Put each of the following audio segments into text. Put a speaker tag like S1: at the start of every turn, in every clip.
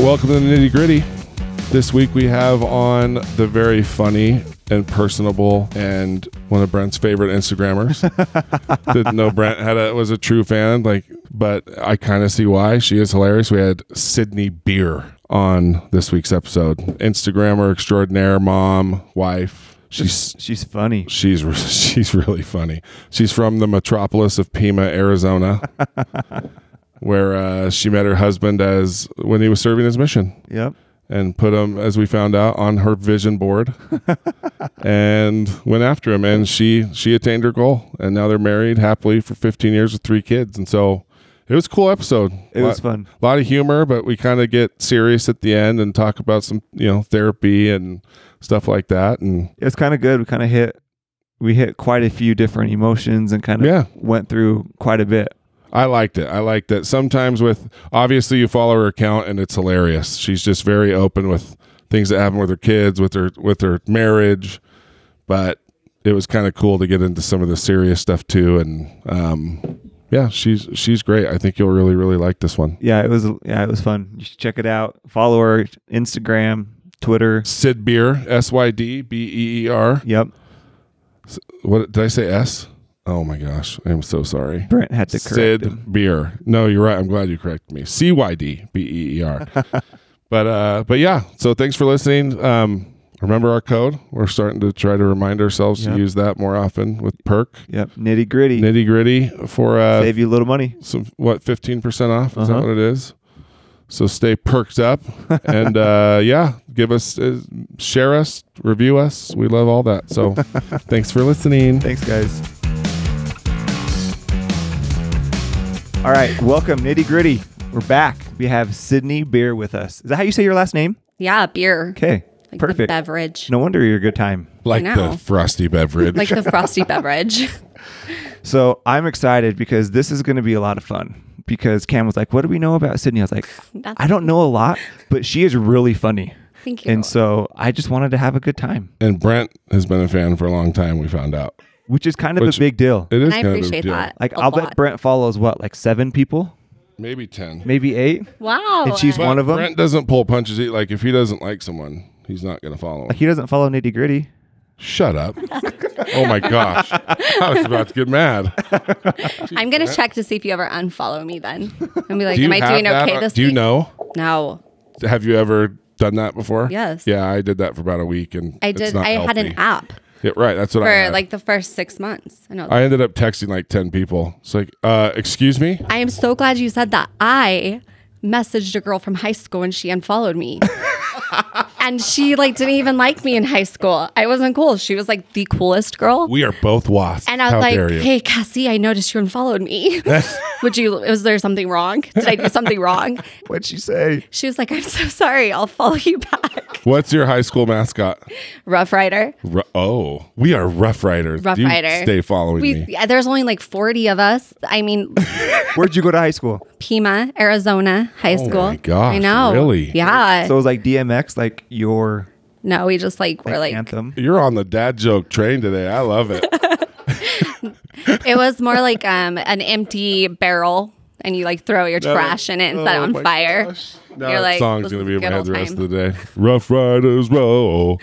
S1: welcome to the nitty gritty. This week we have on the very funny and personable and one of Brent's favorite Instagrammers. Didn't know Brent had a was a true fan, like, but I kind of see why. She is hilarious. We had Sydney Beer on this week's episode. Instagrammer extraordinaire, mom, wife. She's
S2: She's funny.
S1: she's she's really funny. She's from the metropolis of Pima, Arizona, where uh, she met her husband as when he was serving his mission,
S2: Yep.
S1: and put him, as we found out, on her vision board, and went after him. And she she attained her goal, and now they're married happily for 15 years with three kids. And so it was a cool episode.
S2: It was fun.
S1: A lot of humor, but we kind of get serious at the end and talk about some you know therapy and stuff like that. And
S2: It was kind of good. We kind of hit we hit quite a few different emotions and kind of
S1: Yeah.
S2: went through quite a bit.
S1: I liked it. I liked that. Sometimes with obviously you follow her account and it's hilarious. She's just very open with things that happen with her kids, with her with her marriage. But it was kind of cool to get into some of the serious stuff too. And um, yeah, she's she's great. I think you'll really really like this one.
S2: Yeah, it was yeah, it was fun. You should check it out. Follow her Instagram, Twitter.
S1: Sid Beer S Y D B E E R.
S2: Yep.
S1: What did I say? S. Oh my gosh, I'm so sorry.
S2: Brent had to correct
S1: Sid
S2: him.
S1: Beer. No, you're right. I'm glad you corrected me. C Y D B E E R. But uh, but yeah. So thanks for listening. Um, remember our code. We're starting to try to remind ourselves
S2: Yeah.
S1: to use that more often with perk
S2: Yep. Nitty gritty.
S1: nitty gritty for uh,
S2: Save you a little money.
S1: some what fifteen percent off. Is that
S2: Uh-huh.
S1: what it is? So stay perked up and uh, yeah, give us uh, share us, review us. We love all that. So thanks for listening.
S2: Thanks, guys. All right, welcome, nitty gritty. We're back. We have Sydney Beer with us. Is that how you say your last name?
S3: Yeah, beer.
S2: Okay,
S3: Like the
S2: perfect.
S3: beverage.
S2: No wonder you're a good time.
S1: Like
S3: know.
S1: the frosty beverage.
S3: Like the frosty beverage.
S2: So I'm excited because this is going to be a lot of fun. Because Cam was like, "What do we know about Sydney?" I was like,
S3: Nothing.
S2: "I don't know a lot, but she is really funny."
S3: Thank you.
S2: And so I just wanted to have a good time,
S1: and Brent has been a fan for a long time. We found out
S2: which is kind of
S1: Which-
S2: a big deal.
S1: it is.
S3: and I
S1: kind of a
S3: appreciate
S1: deal.
S3: that.
S2: Like
S3: a
S2: I'll
S3: lot.
S2: bet Brent follows what, like seven people,
S1: Maybe ten.
S2: maybe eight.
S3: Wow.
S2: And she's
S3: uh,
S2: one of them.
S1: Brent doesn't pull punches. He, like if he doesn't like someone, he's not gonna follow
S2: Like
S1: him.
S2: he doesn't follow nitty gritty.
S1: Shut up! oh my gosh, I was about to get mad.
S3: I'm gonna check to see if you ever unfollow me then. And be like,
S1: Do you
S3: Am I
S1: have
S3: doing
S1: that?
S3: okay this
S1: Do you
S3: week?
S1: know?
S3: No.
S1: Have you ever done that before?
S3: Yes.
S1: Yeah, I did that for about a week, and
S3: I
S1: it's
S3: did
S1: not
S3: I had an
S1: healthy.
S3: app
S1: Yeah, right, that's what I
S3: for
S1: had.
S3: like the first six months. I know
S1: I ended up texting like ten people. It's like, uh, excuse me.
S3: I am so glad you said that. I messaged a girl from high school and she unfollowed me. and she like didn't even like me in high school. I wasn't cool. She was like the coolest girl.
S1: We are both wasps.
S3: And I was
S1: How
S3: like,
S1: dare you.
S3: "Hey, Cassie, I noticed you unfollowed me. Would you? Was there something wrong? Did I do something wrong?"
S2: What'd she say?
S3: She was like, "I'm so sorry. I'll follow you back."
S1: What's your high school mascot?
S3: Rough Rider.
S1: Ru- oh, we are Rough Riders.
S3: Rough
S1: you
S3: Rider.
S1: Stay following
S3: We
S1: me.
S3: yeah, there's only like 40 of us. I mean,
S2: Where'd you go to high school?
S3: Pima, Arizona High School.
S1: Oh my gosh,
S3: I know.
S1: really?
S3: Yeah.
S2: So it was like DMX, like your
S3: no, we just like were like
S2: anthem.
S1: You're on the dad joke train today. I love it.
S3: it was more like um an empty barrel and you like throw your trash in it and set it
S1: Oh
S3: on
S1: my
S3: fire.
S1: gosh. Now
S3: You're
S1: that
S3: like,
S1: song's
S3: this
S1: gonna
S3: is
S1: be in my
S3: good
S1: head
S3: old
S1: the rest
S3: time.
S1: of the day. Rough Riders Roll.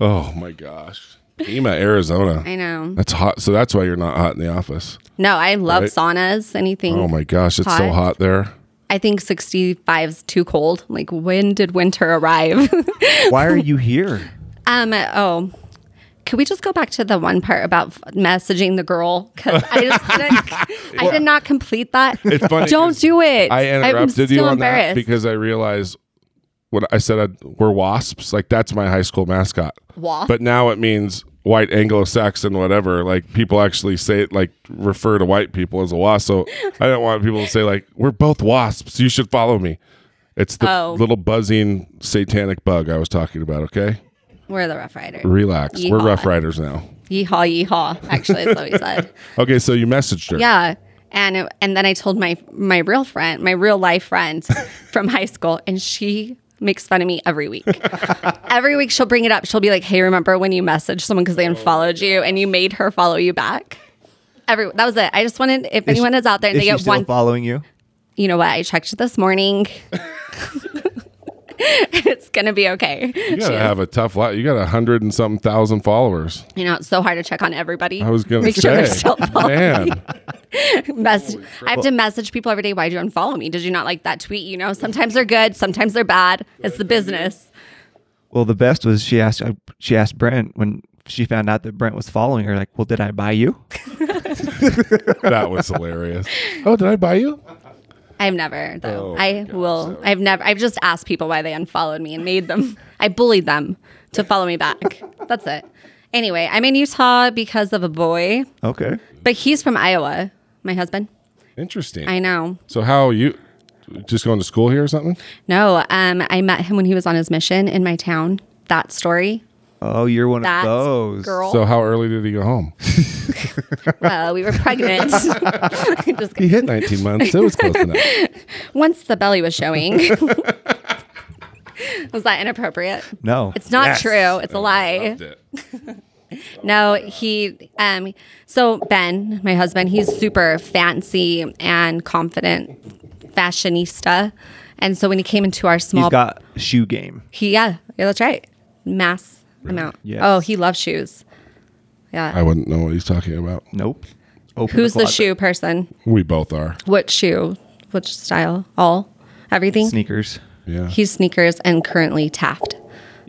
S1: oh my gosh, Pima, Arizona.
S3: I know.
S1: That's hot. So that's why you're not hot in the office.
S3: No, I love
S1: Right.
S3: saunas. Anything.
S1: Oh my gosh, it's so
S3: Hot.
S1: hot there.
S3: I think 65 is too cold. Like, when did winter arrive?
S2: Why are you here?
S3: um, oh, could we just go back to the one part about f- messaging the girl? Because I just didn't, I did not complete that.
S1: It's funny. 'cause
S3: Don't do it.
S1: I
S3: I'm
S1: interrupted you
S3: still
S1: on that
S3: embarrassed.
S1: because I realized what I said. I'd, we're wasps. Like that's my high school mascot.
S3: Wasp?
S1: But now it means white Anglo-Saxon, whatever. Like people actually say it, like refer to white people as a wasp. So I don't want people to say like we're both wasps. You should follow me. It's the
S3: Oh.
S1: little buzzing satanic bug I was talking about. Okay,
S3: We're the Rough Rider.
S1: relax. We're
S3: Yeehaw.
S1: Rough Riders now.
S3: Yeehaw, yeehaw. Actually, that's what we said.
S1: Okay, so you messaged her.
S3: Yeah. And it, and then I told my my real friend, my real life friend from high school, and she makes fun of me every week. every week she'll bring it up. She'll be like, "Hey, remember when you messaged someone because they unfollowed you and you made her follow you back?" Every that was it. I just wanted if anyone is out there and
S2: Is
S3: they
S2: she
S3: get
S2: still
S3: one,
S2: following you?
S3: you know what? I checked this morning. it's gonna be okay.
S1: You
S3: She
S1: gotta
S3: is-
S1: have a tough life. You got a hundred and something thousand followers.
S3: you know, it's so hard to check on everybody.
S1: I was gonna
S3: make
S1: say,
S3: sure they're still following.
S1: man,
S3: Mess- I have to message people every day. Why'd you unfollow me? Did you not like that tweet? You know, sometimes they're good, sometimes they're bad. It's the business.
S2: Well, the best was she asked uh, she asked Brent when she found out that Brent was following her, like, well, did I buy you?
S1: that was hilarious. Oh, did I buy you?
S3: I've never though.
S1: Oh my
S3: I
S1: God,
S3: will.
S1: Sarah.
S3: I've never. I've just asked people why they unfollowed me and made them. I bullied them to follow me back. That's it. Anyway, I'm in Utah because of a boy,
S2: Okay.
S3: but he's from Iowa. My husband.
S1: Interesting.
S3: I know.
S1: so how you just going to school here or something?
S3: No, um, I met him when he was on his mission in my town. That story.
S2: Oh, you're one
S3: That
S2: of those.
S3: girl.
S1: So how early did he go home?
S3: well, we were pregnant. Just
S1: He hit 19 months. It was close enough.
S3: once the belly was showing. was that inappropriate?
S2: No.
S3: It's not
S1: Yes.
S3: true. It's a
S1: Oh,
S3: lie.
S1: loved it.
S3: No, he um so Ben, my husband, he's super fancy and confident fashionista. And so when he came into our small
S2: He's got shoe game.
S3: he yeah, yeah, that's right. Mass amount.
S2: Yes.
S3: Oh, he loves shoes. Yeah.
S1: I wouldn't know what he's talking about.
S2: Nope. Open
S3: Who's the
S2: closet.
S3: shoe person?
S1: We both are.
S3: What shoe? Which style? All? Everything?
S2: Sneakers.
S1: Yeah.
S3: He's sneakers and currently Taft.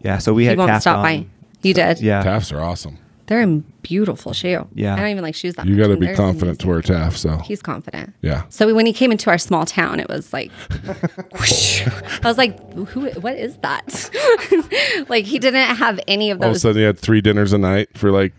S2: Yeah. So we
S3: He
S2: had
S3: won't
S2: Taft
S3: stop
S2: on.
S3: by. You did.
S2: Yeah.
S1: Tafts are awesome.
S3: They're in beautiful shoe.
S2: Yeah.
S3: I don't even like shoes that
S1: You
S3: much,
S1: got to
S3: and
S1: be
S3: they're
S1: confident to
S3: amazing.
S1: wear taff. So
S3: He's confident.
S1: yeah.
S3: So when he came into our small town, it was like, whoosh. I was like, who? What is that? like he didn't have any of
S1: All of a
S3: those.
S1: sudden, you had three dinners a night for like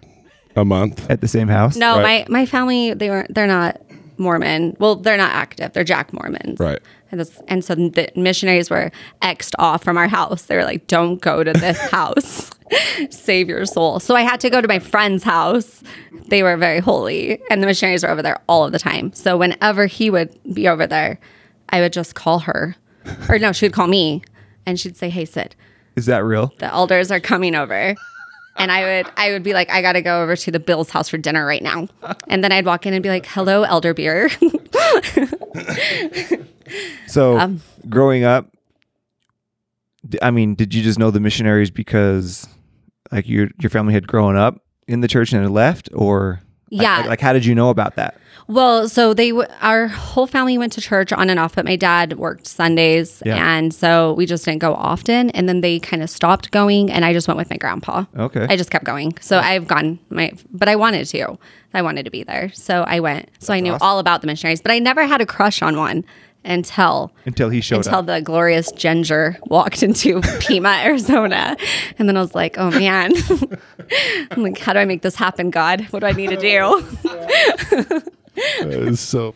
S1: a month.
S2: At the same house.
S3: no,
S1: right.
S3: my my family they were they're not Mormon. Well, they're not active. They're Jack Mormons.
S1: Right.
S3: And, this, and so the missionaries were exed off from our house. They were like, don't go to this house. Save your soul. So I had to go to my friend's house. They were very holy, and the missionaries were over there all of the time. So whenever he would be over there, I would just call her. Or no, she would call me and she'd say, Hey, Sid,
S2: Is that real?
S3: the elders are coming over. And I would I would be like, I gotta go over to the Bill's house for dinner right now. And then I'd walk in and be like, Hello, Elder Beer.
S2: So
S3: Um,
S2: growing up, d- I mean, did you just know the missionaries because like your your family had grown up in the church and had left, or like-
S3: Yeah.
S2: like, like, how did you know about that?
S3: Well, so they w- our whole family went to church on and off, but my dad worked Sundays,
S2: Yeah.
S3: and so we just didn't go often. And then they kind of stopped going, and I just went with my grandpa.
S2: Okay.
S3: I just kept going. So I've gone my, but I wanted to. I wanted to be there, so I went. So I knew all about the missionaries, but I never had a crush on one until
S2: until he showed
S3: until
S2: up.
S3: the glorious ginger walked into Pima, Arizona. And then I was like, oh man. I'm like, how do I make this happen, God? What do I need to do?
S1: It's so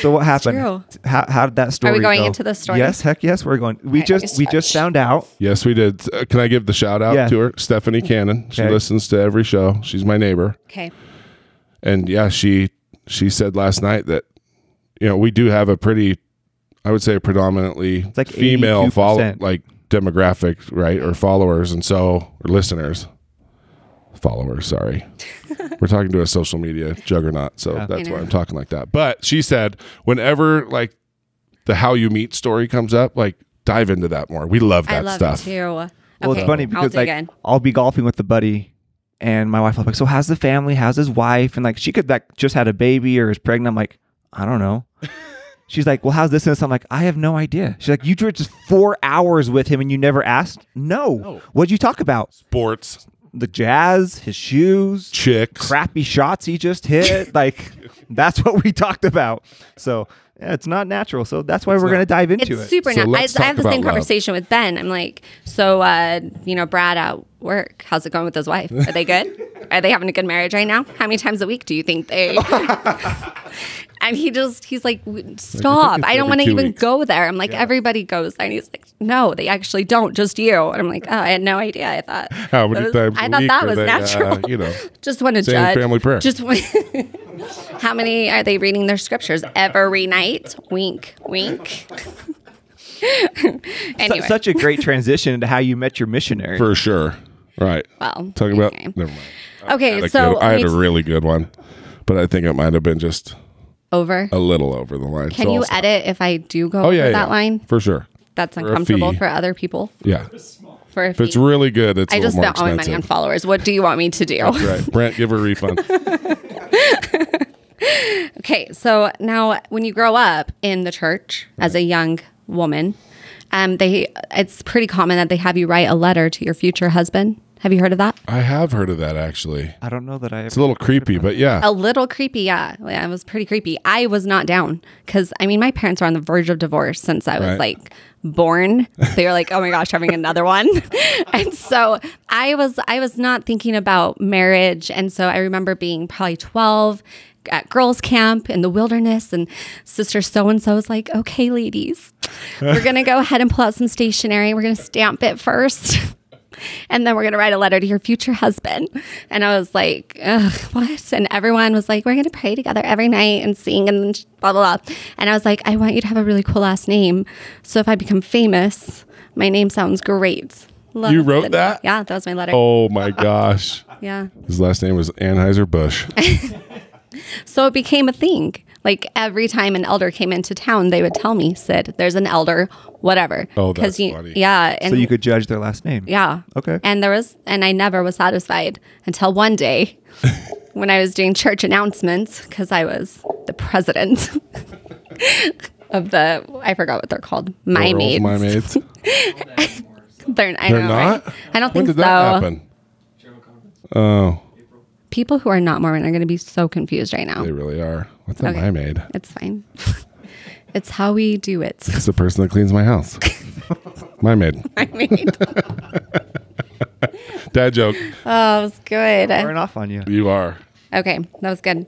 S2: So what happened?
S3: true.
S2: How, how did that story?
S3: going
S2: go?
S3: into the story?
S2: Yes, heck yes, we're going. We
S3: Okay,
S2: just we just
S3: stretch.
S2: found out.
S1: yes, we did. Uh, can I give the shout out
S2: Yeah.
S1: to her, Stephanie Cannon? She
S2: Okay.
S1: listens to every show. She's my neighbor,
S3: Okay.
S1: and yeah, she she said last night that you know we do have a pretty, I would say, predominantly
S2: like
S1: female follow
S2: 82%.
S1: like demographic, right, or followers, and so or listeners, followers. Sorry. We're talking to a social media juggernaut, so that's
S3: I
S1: why
S3: know.
S1: I'm talking like that. But she said, whenever like the how you meet story comes up, like dive into that more. We love
S3: I
S1: that
S3: love
S1: stuff.
S3: it too. Well,
S2: Well, it's funny because like I'll be golfing with the buddy, and my wife will be like, "So how's the family? How's his wife?" And like she could like just had a baby or is pregnant. I'm like, I don't know. She's like, "Well, how's this?" And this?" I'm like, "I have no idea." She's like, "You drew just four hours with him and you never asked? No. What'd you talk about?
S1: Sports,
S2: The jazz, his shoes,
S1: chicks.
S2: crappy shots he just hit. like that's what we talked about. So yeah, it's not natural. So that's why we're gonna dive into
S3: it's
S2: it.
S3: super
S1: So
S3: nice.
S1: let's
S3: I, I
S1: talk
S3: have the same
S1: about love.
S3: conversation with Ben. I'm like, so, uh, you know, Brad at work, how's it going with his wife? Are they good? Are they having a good marriage right now? How many times a week do you think they? and he just, he's like, w- stop.
S1: it's
S3: I
S1: every
S3: don't want to
S1: two
S3: even
S1: weeks."
S3: go there. I'm like, everybody goes there. And he's like, no, they actually don't, just you. And I'm like, oh, I had no idea. I thought,
S1: How
S3: that
S1: many
S3: was-
S1: times?
S3: I
S1: a
S3: thought
S1: week
S3: that
S1: are
S3: was
S1: they, uh,
S3: natural.
S1: you know,
S3: Just want to
S1: Same
S3: judge.
S1: family prayer.
S3: Just wa- how many are they reading their scriptures every night? Wink, wink.
S2: Su-
S3: anyway,
S2: Such a great transition into how you met your missionary.
S1: for sure. Right.
S3: well,
S1: Talking about.
S3: okay.
S1: Never mind. I had
S3: Okay,
S1: a
S3: so
S1: good- I had
S3: let
S1: a
S3: me-
S1: really good one, but I think it might have been just
S3: over.
S1: a little over the line.
S3: Can
S1: so
S3: you
S1: I'll stop.
S3: edit if I do go
S1: Oh
S3: over
S1: yeah,
S3: that
S1: yeah,
S3: line?
S1: for sure.
S3: that's
S1: a
S3: uncomfortable
S1: fee.
S3: for other people.
S1: Yeah.
S3: For a
S1: If it's
S3: fee.
S1: really good, it's a
S3: I just
S1: little more
S3: spent all my
S1: expensive.
S3: money on followers. What do you want me to do?
S1: Right. Brent, give her a refund.
S3: Okay, so now when you grow up in the church as a young woman, um, they it's pretty common that they have you write a letter to your future husband. Have you heard of that?
S1: I have heard of that actually.
S2: I don't know that I.
S1: It's a little creepy, but yeah.
S3: A little creepy, yeah. Yeah, it was pretty creepy. I was not down because I mean, my parents were on the verge of divorce since I was
S1: Right.
S3: like born. They were like, "Oh my gosh, having another one," and so I was I was not thinking about marriage. And so I remember being probably twelve at girls' camp in the wilderness, and sister so and so was like, "Okay, ladies, we're gonna go ahead and pull out some stationery. We're gonna stamp it first. and then we're going to write a letter to your future husband. And I was like, Ugh, what? And everyone was like, we're going to pray together every night and sing and blah, blah, blah. And I was like, I want you to have a really cool last name. So if I become famous, my name sounds great. Love
S1: You wrote
S3: it.
S1: that?
S3: Yeah, that was my letter.
S1: Oh my gosh.
S3: Yeah.
S1: His last name was Anheuser Busch.
S3: So it became a thing. Like every time an elder came into town, they would tell me, Sid, there's an elder, whatever.
S1: Oh,
S3: 'Cause
S1: that's
S3: you,
S1: funny.
S3: Yeah. And
S2: so you could judge their last name.
S3: Yeah.
S2: Okay.
S3: And there was, and I never was satisfied until one day when I was doing church announcements because I was the president of the, I forgot what they're called, my
S1: Girls,
S3: maids.
S1: My maids.
S3: They're, I
S1: They're
S3: know,
S1: not?
S3: right? I don't
S1: When
S3: think
S1: did
S3: so.
S1: that happen? Oh,
S3: People who are not Mormon are going to be so confused right now.
S1: they really are. What's a
S3: Okay.
S1: my maid?
S3: It's fine. it's how we do it.
S1: It's the person that cleans my house. my maid.
S3: I mean,
S1: Dad joke.
S3: oh, it was good.
S2: Turn off on you.
S1: You are.
S3: Okay, that was good.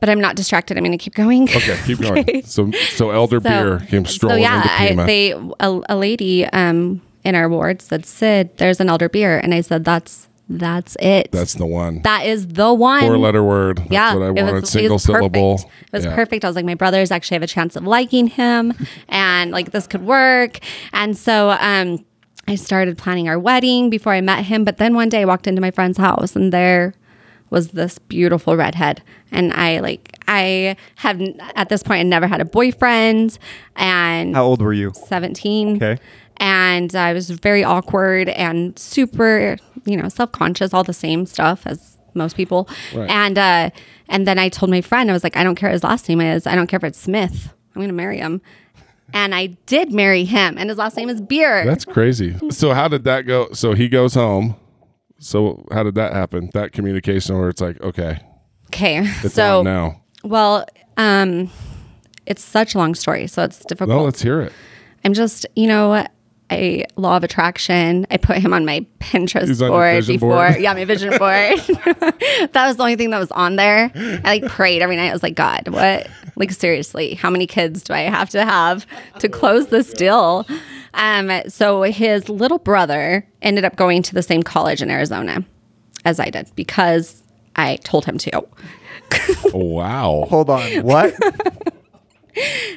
S3: But I'm not distracted. I'm going to keep going.
S1: Okay, keep going. So, so elder
S3: So-
S1: beer came strolling
S3: So yeah, I,
S1: into Pima.
S3: they a, a lady um, in our ward said, "Sid, there's an elder beer," and I said, "That's that's it.
S1: That's the one.
S3: that is the one."
S1: Four letter word. That's
S3: yeah,
S1: what I
S3: it was-
S1: wanted.
S3: it was
S1: Single
S3: perfect.
S1: syllable.
S3: It was
S1: Yeah.
S3: perfect. I was like, my brothers actually have a chance of liking him, and like this could work. And so, um, I started planning our wedding before I met him. But then one day, I walked into my friend's house, and there was this beautiful redhead. And I like, I have n- at this point, I never had a boyfriend, and
S2: How old were you?
S3: 17.
S2: Okay.
S3: And I was very awkward and super, you know, self-conscious, all the same stuff as most people.
S1: Right.
S3: And uh and then I told my friend, I was like, I don't care what his last name is. I don't care if it's Smith. I'm gonna marry him. And I did marry him, and his last name is Beer.
S1: That's crazy. So how did that go? So he goes home. So how did that happen? That communication where it's like, okay,
S3: okay.
S1: it's
S3: so
S1: on now.
S3: well, um, it's such a long story, so it's difficult.
S1: Well, let's hear it.
S3: I'm just, you know, a law of attraction. I put him on my Pinterest
S1: He's on your
S3: board
S1: vision
S3: before.
S1: board.
S3: Yeah, my vision board. that was the only thing that was on there. I like prayed every night. I was like, God, what? Like seriously, how many kids do I have to have to close this deal? Um, so his little brother ended up going to the same college in Arizona as I did because I told him to.
S1: Wow.
S2: Hold on. What?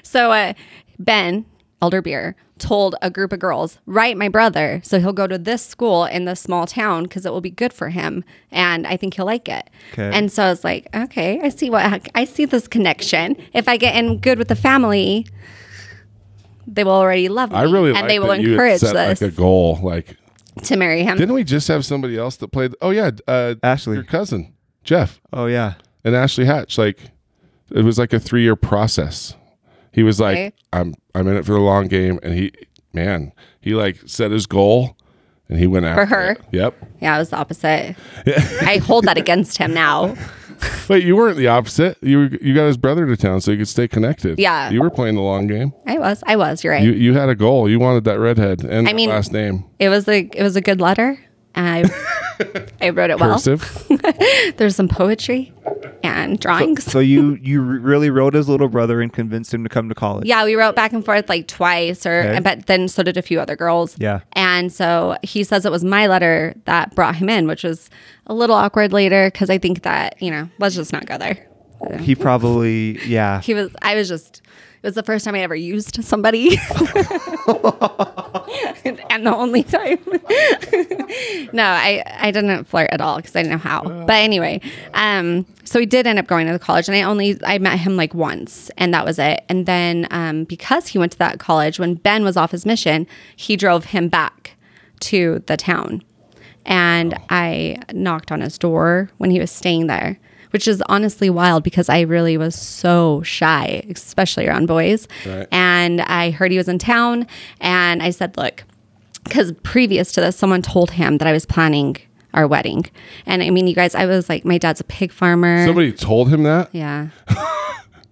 S3: So uh, Ben Elderbeer told a group of girls, "Write my brother, so he'll go to this school in this small town because it will be good for him, and I think he'll like it."
S2: 'Kay.
S3: And so I was like, "Okay, I see what I see this connection. If I get in good with the family." They will already love me,
S1: I really
S3: and
S1: like
S3: they will
S1: that you had
S3: encourage
S1: set,
S3: this
S1: like a goal. Like,
S3: to marry him.
S1: didn't we just have somebody else that played? Oh yeah, uh,
S2: Ashley.
S1: your cousin Jeff
S2: Oh yeah.
S1: and Ashley Hatch. Like, it was like a three-year process. He was like,
S3: Okay.
S1: I'm I'm in it for the long game, and he, man, he like set his goal, and he went after
S3: her.
S1: It. Yep.
S3: Yeah, it was the opposite. I hold that against him now.
S1: But you weren't the opposite. You were, you got his brother to town so you could stay connected.
S3: Yeah.
S1: You were playing the long game.
S3: I was, I was. You're right.
S1: You you had a goal. You wanted that redhead and
S3: I
S1: that
S3: mean-
S1: last name.
S3: it was a, it was a good letter. I, I wrote it well.
S1: Cursive.
S3: There's some poetry and drawings.
S2: So you you re- really rode his little brother and convinced him to come to college.
S3: yeah, we wrote back and forth like twice, or
S2: Okay.
S3: but then so did a few other girls.
S2: Yeah.
S3: and so he says it was my letter that brought him in, which was a little awkward later because I think that you know let's just not go there.
S2: He probably, yeah.
S3: He was. I was just. It was the first time I ever used somebody, and the only time. no, I I didn't flirt at all because I didn't know how. But anyway, um, so we did end up going to the college, and I only I met him like once, and that was it. And then um, because he went to that college when Ben was off his mission, he drove him back to the town, and I knocked on his door when he was staying there which is honestly wild because I really was so shy, especially around boys.
S1: Right.
S3: And I heard he was in town, and I said, Look, because previous to this, someone told him that I was planning our wedding. And I mean, you guys, I was like, My dad's a pig farmer.
S1: Somebody told him that.
S3: yeah.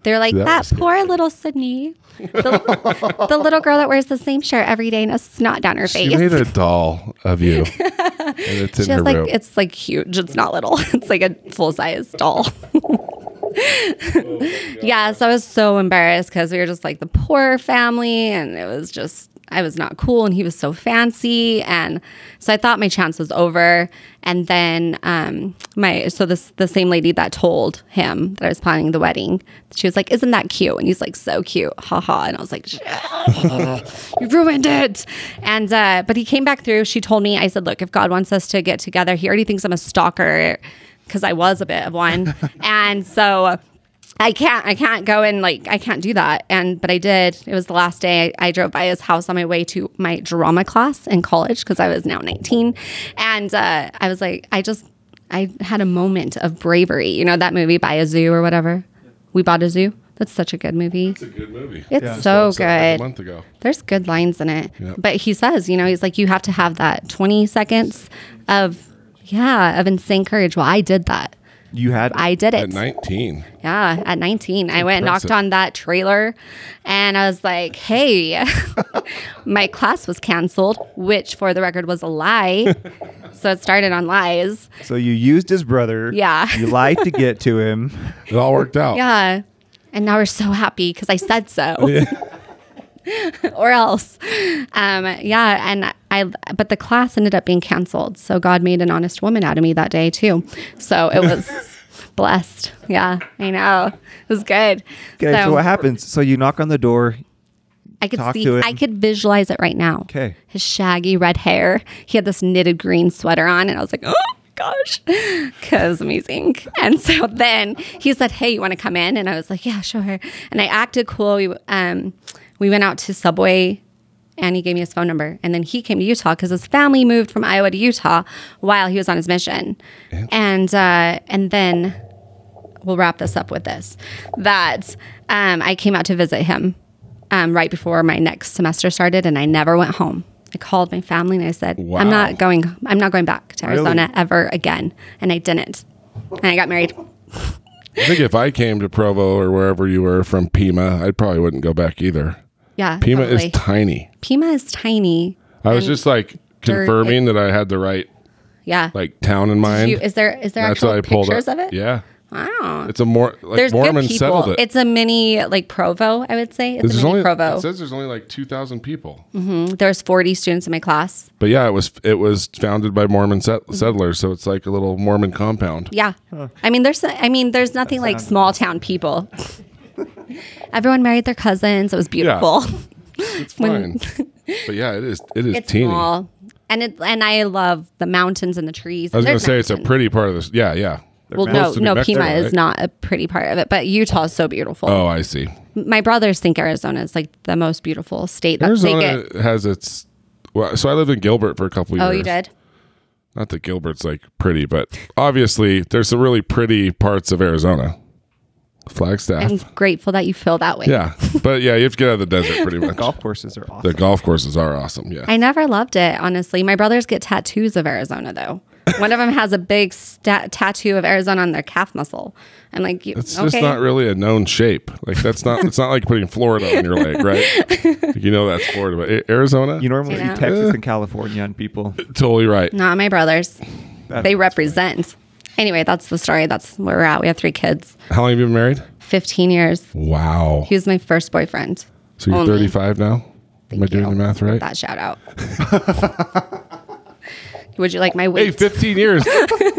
S3: They're like,
S1: That
S3: that,
S1: was good.
S3: poor little Sydney, the, the little girl that wears the same shirt every day and a snot down her
S1: She
S3: face.
S1: made a doll of you, and it's in
S3: She
S1: her
S3: has like
S1: room.
S3: it's like huge. It's not little. It's like a full size doll. yeah, so I was so embarrassed because we were just like the poor family, and it was just I was not cool, and he was so fancy, and so I thought my chance was over. And then um, my so this the same lady that told him that I was planning the wedding, she was like, "Isn't that cute?" And he's like, "So cute, haha." And I was like, you ruined it. And uh, but he came back through. She told me, I said, look, if God wants us to get together, he already thinks I'm a stalker because I was a bit of one, and so. I can't I can't go and like I can't do that and but I did it was the last day I, I drove by his house on my way to my drama class in college because I was now 19 and uh, I was like I just I had a moment of bravery you know that movie Buy a Zoo or whatever we bought a zoo that's such a good movie
S1: a good movie. uh,
S3: it's so
S1: A
S3: good
S1: month ago.
S3: there's good lines in it.
S1: Yep.
S3: But he says, you know, he's like, you have to have that 20 seconds of, yeah, of insane courage. Well, I did that.
S2: You had
S3: I did
S1: At
S3: it.
S1: nineteen,
S3: yeah, at 19. I went and knocked
S1: impressive.
S3: on that trailer and I was like, hey, my class was canceled, which for the record was a lie. so it started on lies.
S2: so you used his brother.
S3: Yeah.
S2: You lied to get to him.
S1: it all worked out.
S3: Yeah. And now we're so happy because I said so. or else. Um, yeah. And I, but the class ended up being canceled. So God made an honest woman out of me that day, too. So it was blessed. Yeah. I know. It was good.
S2: Okay, so,
S3: So
S2: what happens? So you knock on the door.
S3: I could
S2: Talk
S3: see,
S2: to it.
S3: I could visualize it right now.
S2: Okay.
S3: His shaggy red hair. He had this knitted green sweater on. And I was like, oh, my Gosh, because amazing. And so then he said, "Hey, you want to come in?" And I was like, "Yeah, sure." And I acted cool. We um, we went out to Subway, and he gave me his phone number. And then he came to Utah because his family moved from Iowa to Utah while he was on his mission. And uh, and then we'll wrap this up with this that um, I came out to visit him um, right before my next semester started, and I never went home. I called my family and I said,
S1: Wow.
S3: "I'm not going. I'm not going back to
S2: Really?
S3: Arizona ever again." And I didn't. And I got married.
S1: I think if I came to Provo or wherever you were from Pima, I probably wouldn't go back either.
S3: Yeah,
S1: Pima
S3: probably.
S1: is tiny.
S3: Pima is tiny.
S1: I was just like confirming that I had the right
S3: Yeah.
S1: like town in mind.
S3: You- is there is there
S1: That's
S3: actual
S1: what I pulled
S3: pictures
S1: up.
S3: of it?
S1: Yeah,
S3: Wow.
S1: it's a more like
S3: there's
S1: Mormon
S3: good people.
S1: settled it.
S3: It's a mini like Provo, I would say. It's
S1: There's
S3: a mini
S1: only
S3: Provo. Mm-hmm.
S1: it says there's only like two thousand people.
S3: there's 40 students in my class.
S1: But yeah, it was it was founded by Mormon set-
S3: Mm-hmm.
S1: settlers, so it's like a little Mormon compound.
S3: Yeah. I mean, there's I mean, there's nothing like small town people. Everyone married their cousins. It was beautiful.
S1: It's fine. but yeah, it is it is
S3: It's
S1: teeny.
S3: small, and it and I love the mountains and the trees.
S1: I was gonna say it's a pretty part of this. Yeah, yeah.
S3: well, no,
S1: supposed to be
S3: no,
S1: Mexico,
S3: Pima
S1: right?
S3: is not a pretty part of it, but Utah is so beautiful.
S1: Oh, I see.
S3: My brothers think Arizona is like the most beautiful state. That they
S1: Arizona
S3: get.
S1: has its. Well, so I lived in Gilbert for a couple years.
S3: Oh, you did.
S1: Not that Gilbert's like pretty, but obviously there's some really pretty parts of Arizona. Flagstaff.
S3: I'm grateful that you feel that way.
S1: yeah, but yeah, you have to get out of the desert pretty much.
S2: Golf courses are awesome.
S1: The golf courses are awesome. Yeah.
S3: I never loved it, honestly. My brothers get tattoos of Arizona, though. One of them has a big sta tattoo of Arizona on their calf muscle. I'm like, you,
S1: It's
S3: okay.
S1: just not really a known shape. Like that's not. it's not like putting Florida on your leg, right? Like, you know that's Florida, but A- Arizona.
S2: you normally
S3: Yeah.
S2: see Texas and California on people.
S1: totally right.
S3: Not my brothers.
S2: That's-
S3: They represent. Anyway, that's the story. That's where we're at. We have three kids,
S1: How long have you been married?
S3: 15 years.
S1: Wow.
S3: He was my first boyfriend.
S1: So you're
S3: Only.
S1: 35 now. Am I doing
S3: you.
S1: the math right?
S3: That shout out. Would you like my
S1: Hey,
S3: weight?
S1: 15 years.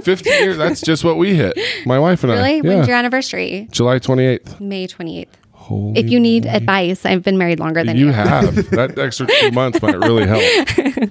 S1: 15 years. That's just what we hit. My wife and
S3: really?
S1: I.
S3: When's your
S1: Yeah.
S3: anniversary?
S1: July 28th.
S3: May 28th.
S1: Holy
S3: If you need advice, I've been married longer than you.
S1: You have. that extra two months might really help.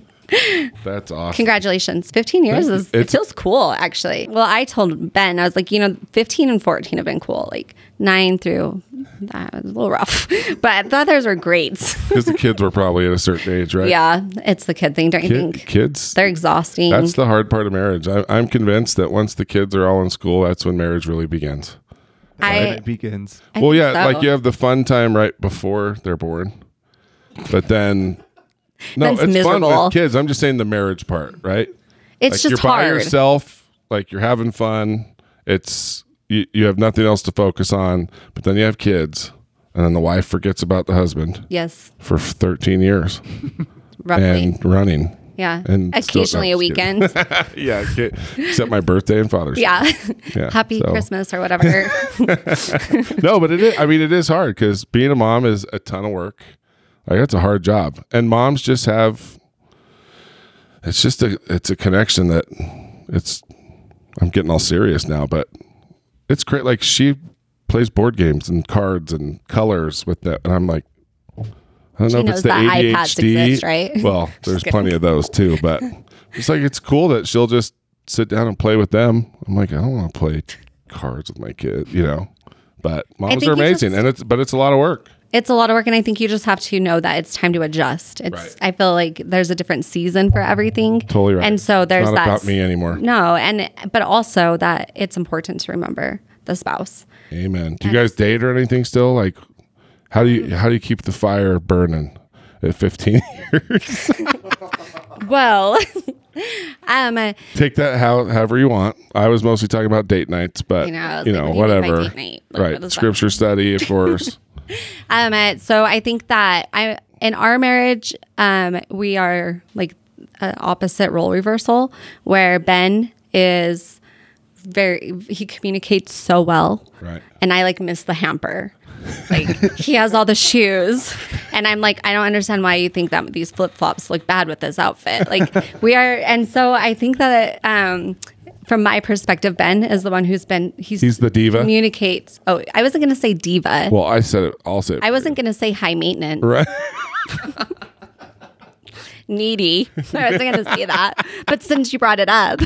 S1: That's awesome.
S3: Congratulations. 15 years
S1: Thank you.
S3: is, it
S1: It's-
S3: feels cool, actually. Well, I told Ben, I was like, you know, 15 and 14 have been cool. Like nine through, that was a little rough, but the others were great.
S1: Because the kids were probably at a certain age, right?
S3: yeah, it's the kid thing, don't you
S1: Ki-
S3: think?
S1: kids.
S3: They're exhausting.
S1: That's the hard part of marriage. I, I'm convinced that once the kids are all in school, that's when marriage really begins.
S3: I,
S2: it begins.
S3: I
S1: well,
S3: think
S1: yeah,
S3: so.
S1: like you have the fun time right before they're born, but then no,
S3: That's
S1: it's fun
S3: miserable.
S1: with kids. I'm just saying the marriage part, right?
S3: it's
S1: like
S3: just
S1: you're by
S3: hard.
S1: yourself, like you're having fun. It's you, you have nothing else to focus on, but then you have kids, and then the wife forgets about the husband
S3: Yes,
S1: for 13 years
S3: roughly.
S1: and running.
S3: yeah.
S1: and still-
S3: Occasionally
S1: no,
S3: a
S1: just kidding.
S3: weekend.
S1: Yeah, ki- except my birthday and Father's. Day.
S3: yeah.
S1: Yeah,
S3: Happy
S1: so-
S3: Christmas or whatever.
S1: no, but it is. I mean, it is hard because being a mom is a ton of work. Like that's a hard job, and moms just have. It's just a it's a connection that it's. I'm getting all serious now, but it's great. Like she plays board games and cards and colors with that, and I'm like, I don't know if
S3: knows
S1: it's the
S3: that
S1: ADHD.
S3: iPads exist, right?
S1: Well, there's plenty of those too, but it's like it's cool that she'll just sit down and play with them. I'm like, I don't want to play cards with my kid, you know. But moms
S3: think
S1: are
S3: you
S1: amazing,
S3: just-
S1: and it's but it's a lot of work.
S3: it's a lot of work and i think you just have to know that it's time to adjust it's
S1: Right.
S3: i feel like there's a different season for everything
S1: Totally right.
S3: and so
S1: It's
S3: there's
S1: not
S3: that
S1: about me anymore.
S3: no and but also that it's important to remember the spouse
S1: Amen. Do you guys date or anything still? Like, how do
S3: Mm.
S1: you how do you keep the fire burning at 15 years?
S3: well um I-
S1: Take that how however you want. I was mostly talking about date nights, but
S3: You know, I was
S1: you
S3: like,
S1: know
S3: what do you mean by
S1: whatever.
S3: date night? Like, what is
S1: right?
S3: that?
S1: Scripture study, of course.
S3: um uh, so i think that i in our marriage um we are like uh, opposite role reversal where ben is very he communicates so well
S1: right.
S3: and I like miss the hamper. Like he has all the shoes, and I'm like, I don't understand why you think that these flip flops look bad with this outfit. Like we are, and so I think that um, from my perspective, Ben is the one who's been he's,
S1: He's the diva?
S3: Communicates. Oh, I wasn't gonna say diva.
S1: Well, I said it. I'll say it.
S3: I wasn't gonna say high maintenance,
S1: right.
S3: needy. I wasn't gonna say that, but since you brought it up.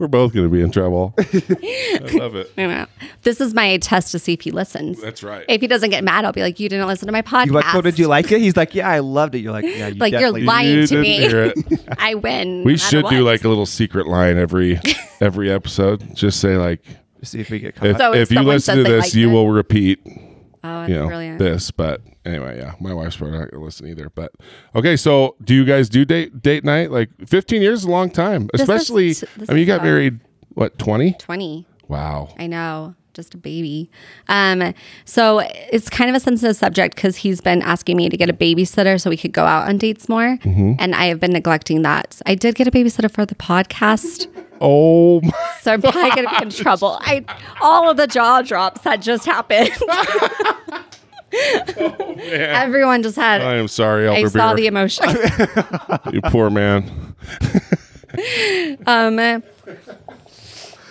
S1: We're both going to be in trouble. I love it.
S3: you know, This is my test to see if he listens.
S1: That's right.
S3: If he doesn't get mad, I'll be like, "You didn't listen to my podcast."
S2: You like, oh, did you like it? He's like, yeah, I loved it. You're like, yeah, you
S3: like you're
S2: definitely-
S3: lying
S1: You didn't
S3: to me.
S1: hear it.
S3: I win.
S1: We
S3: no matter
S1: should do
S3: what.
S1: like a little secret line every every episode. Just say like,
S2: See if we get
S1: if,
S2: caught.
S3: So if
S1: if you
S3: someone
S1: listen
S3: says
S1: to
S3: they
S1: this,
S3: liked
S1: you
S3: it?
S1: will repeat,
S3: Oh, that's
S1: you know,
S3: brilliant.
S1: this. But anyway, yeah, my wife's probably not gonna listen either. But okay, so do you guys do date date night? Like, fifteen years is a long time,
S3: is-
S1: especially.
S3: this
S1: I mean, you
S3: is
S1: got
S3: fun.
S1: married what twenty?
S3: Twenty.
S1: Wow.
S3: I know, just a baby. Um, so it's kind of a sensitive subject because he's been asking me to get a babysitter so we could go out on dates more,
S1: Mm-hmm.
S3: and I have been neglecting that. I did get a babysitter for the podcast,
S1: Oh, my-
S3: so I'm probably gonna be in trouble. I all of the jaw drops that just happened. Everyone just had.
S1: I am sorry,
S3: I
S1: Elder
S3: saw the
S1: Beer.
S3: emotion.
S1: you poor man.
S3: Um,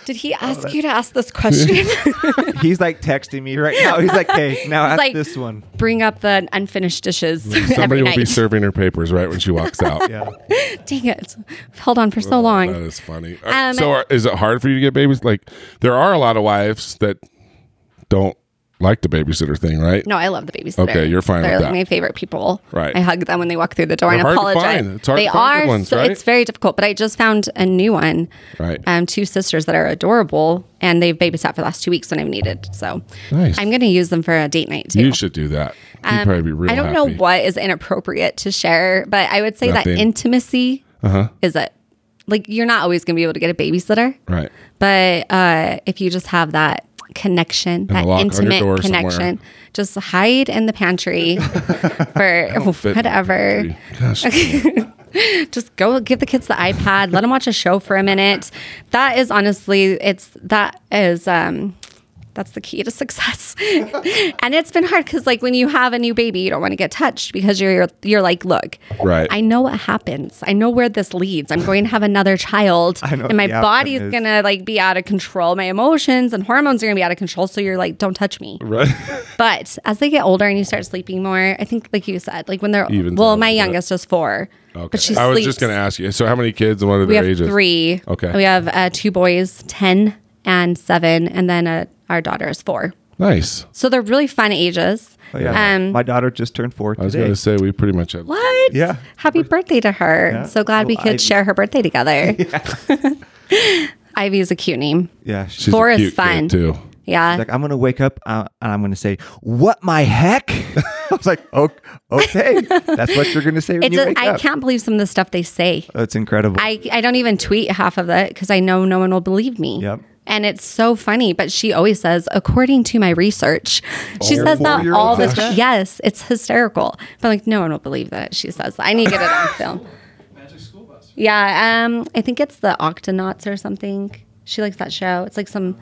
S3: did he ask you to ask this question?
S2: He's like texting me right now. He's like, hey, now ask
S3: like-
S2: this one.
S3: Bring up the unfinished dishes every
S1: Somebody will
S3: night.
S1: be serving her papers right when she walks out.
S2: Yeah. Oh,
S3: Dang it! Held on for so
S1: That
S3: long.
S1: is funny. Uh,
S3: Um,
S1: so, are, is it hard for you to get babies? Like, there are a lot of wives that don't like the babysitter thing, right?
S3: No, I love the babysitter.
S1: Okay, you're fine
S3: They're
S1: with
S3: like
S1: that.
S3: my favorite people.
S1: Right.
S3: I hug them when they walk through the door
S1: They're
S3: and
S1: hard to
S3: apologize.
S1: find. It's hard
S3: they
S1: to find
S3: are.
S1: good ones,
S3: so
S1: right?
S3: It's very difficult. But I just found a new one.
S1: Right.
S3: Um, two sisters that are adorable, and they've babysat for the last two weeks when I've needed. So
S1: Nice.
S3: I'm going to use them for a date night too.
S1: You should do that. You'd
S3: Um,
S1: probably be real
S3: I
S1: happy.
S3: don't know what is inappropriate to share, but I would say
S1: Nothing. Uh-huh.
S3: that intimacy is it. Like you're not always going to be able to get a babysitter,
S1: Right.
S3: but uh, if you just have that connection,
S1: a
S3: that
S1: lock on your
S3: intimate
S1: door somewhere.
S3: connection, just hide in the pantry for
S1: Fit in the
S3: whatever.
S1: pantry. Gosh,
S3: Just go give the kids the iPad, let them watch a show for a minute. That is honestly, it's that is um, That's the key to success. and it's been hard because like when you have a new baby, you don't want to get touched because you're, you're you're like, look,
S1: Right.
S3: I know what happens. I know where this leads. I'm going to have another child.
S2: I know what
S3: and my
S2: the outcome
S3: body's
S2: is.
S3: gonna like be out of control. My emotions and hormones are gonna be out of control. So you're like, don't touch me.
S1: right.
S3: But as they get older and you start sleeping more, I think like you said, like when they're
S1: Even
S3: well,
S1: out a
S3: my
S1: little bit.
S3: youngest is four.
S1: Okay.
S3: But she
S1: I was
S3: sleeps.
S1: just going to ask you. So, how many kids and what are
S3: we
S1: their
S3: have
S1: ages?
S3: three.
S1: Okay.
S3: We have uh, two boys, ten and seven, and then uh, our daughter is four.
S1: Nice.
S3: So they're really fun ages.
S2: Oh, yeah.
S3: Um,
S2: my daughter just turned four
S1: I was
S2: today.
S1: going to say we pretty much had.
S3: What?
S2: Yeah.
S3: Happy birthday to her.
S2: Yeah.
S3: So glad we
S2: Well,
S3: could
S2: I-
S3: share her birthday together. Ivy is a cute name.
S2: yeah, she's
S1: She's a
S3: Four is
S1: cute kid,
S3: fun.
S1: too.
S3: Yeah.
S2: like, I'm gonna wake up uh, and I'm gonna say, "What my heck?" I was like, "Okay, okay. that's what you're gonna say when
S3: it
S2: you
S3: does,
S2: wake
S3: I
S2: up."
S3: can't believe some of the stuff they say.
S2: That's incredible.
S3: I, I don't even tweet half of it because I know no one will believe me.
S2: Yep.
S3: And it's so funny, but she always says, according to my research, she
S2: Your
S3: says that
S2: four-year-old
S3: all the
S2: says
S3: time.
S2: that?
S3: Yes, it's hysterical. But like, no one will believe that she says that. I need to get it on film. Yeah, um, I think it's the Octonauts or something. She likes that show. It's like some,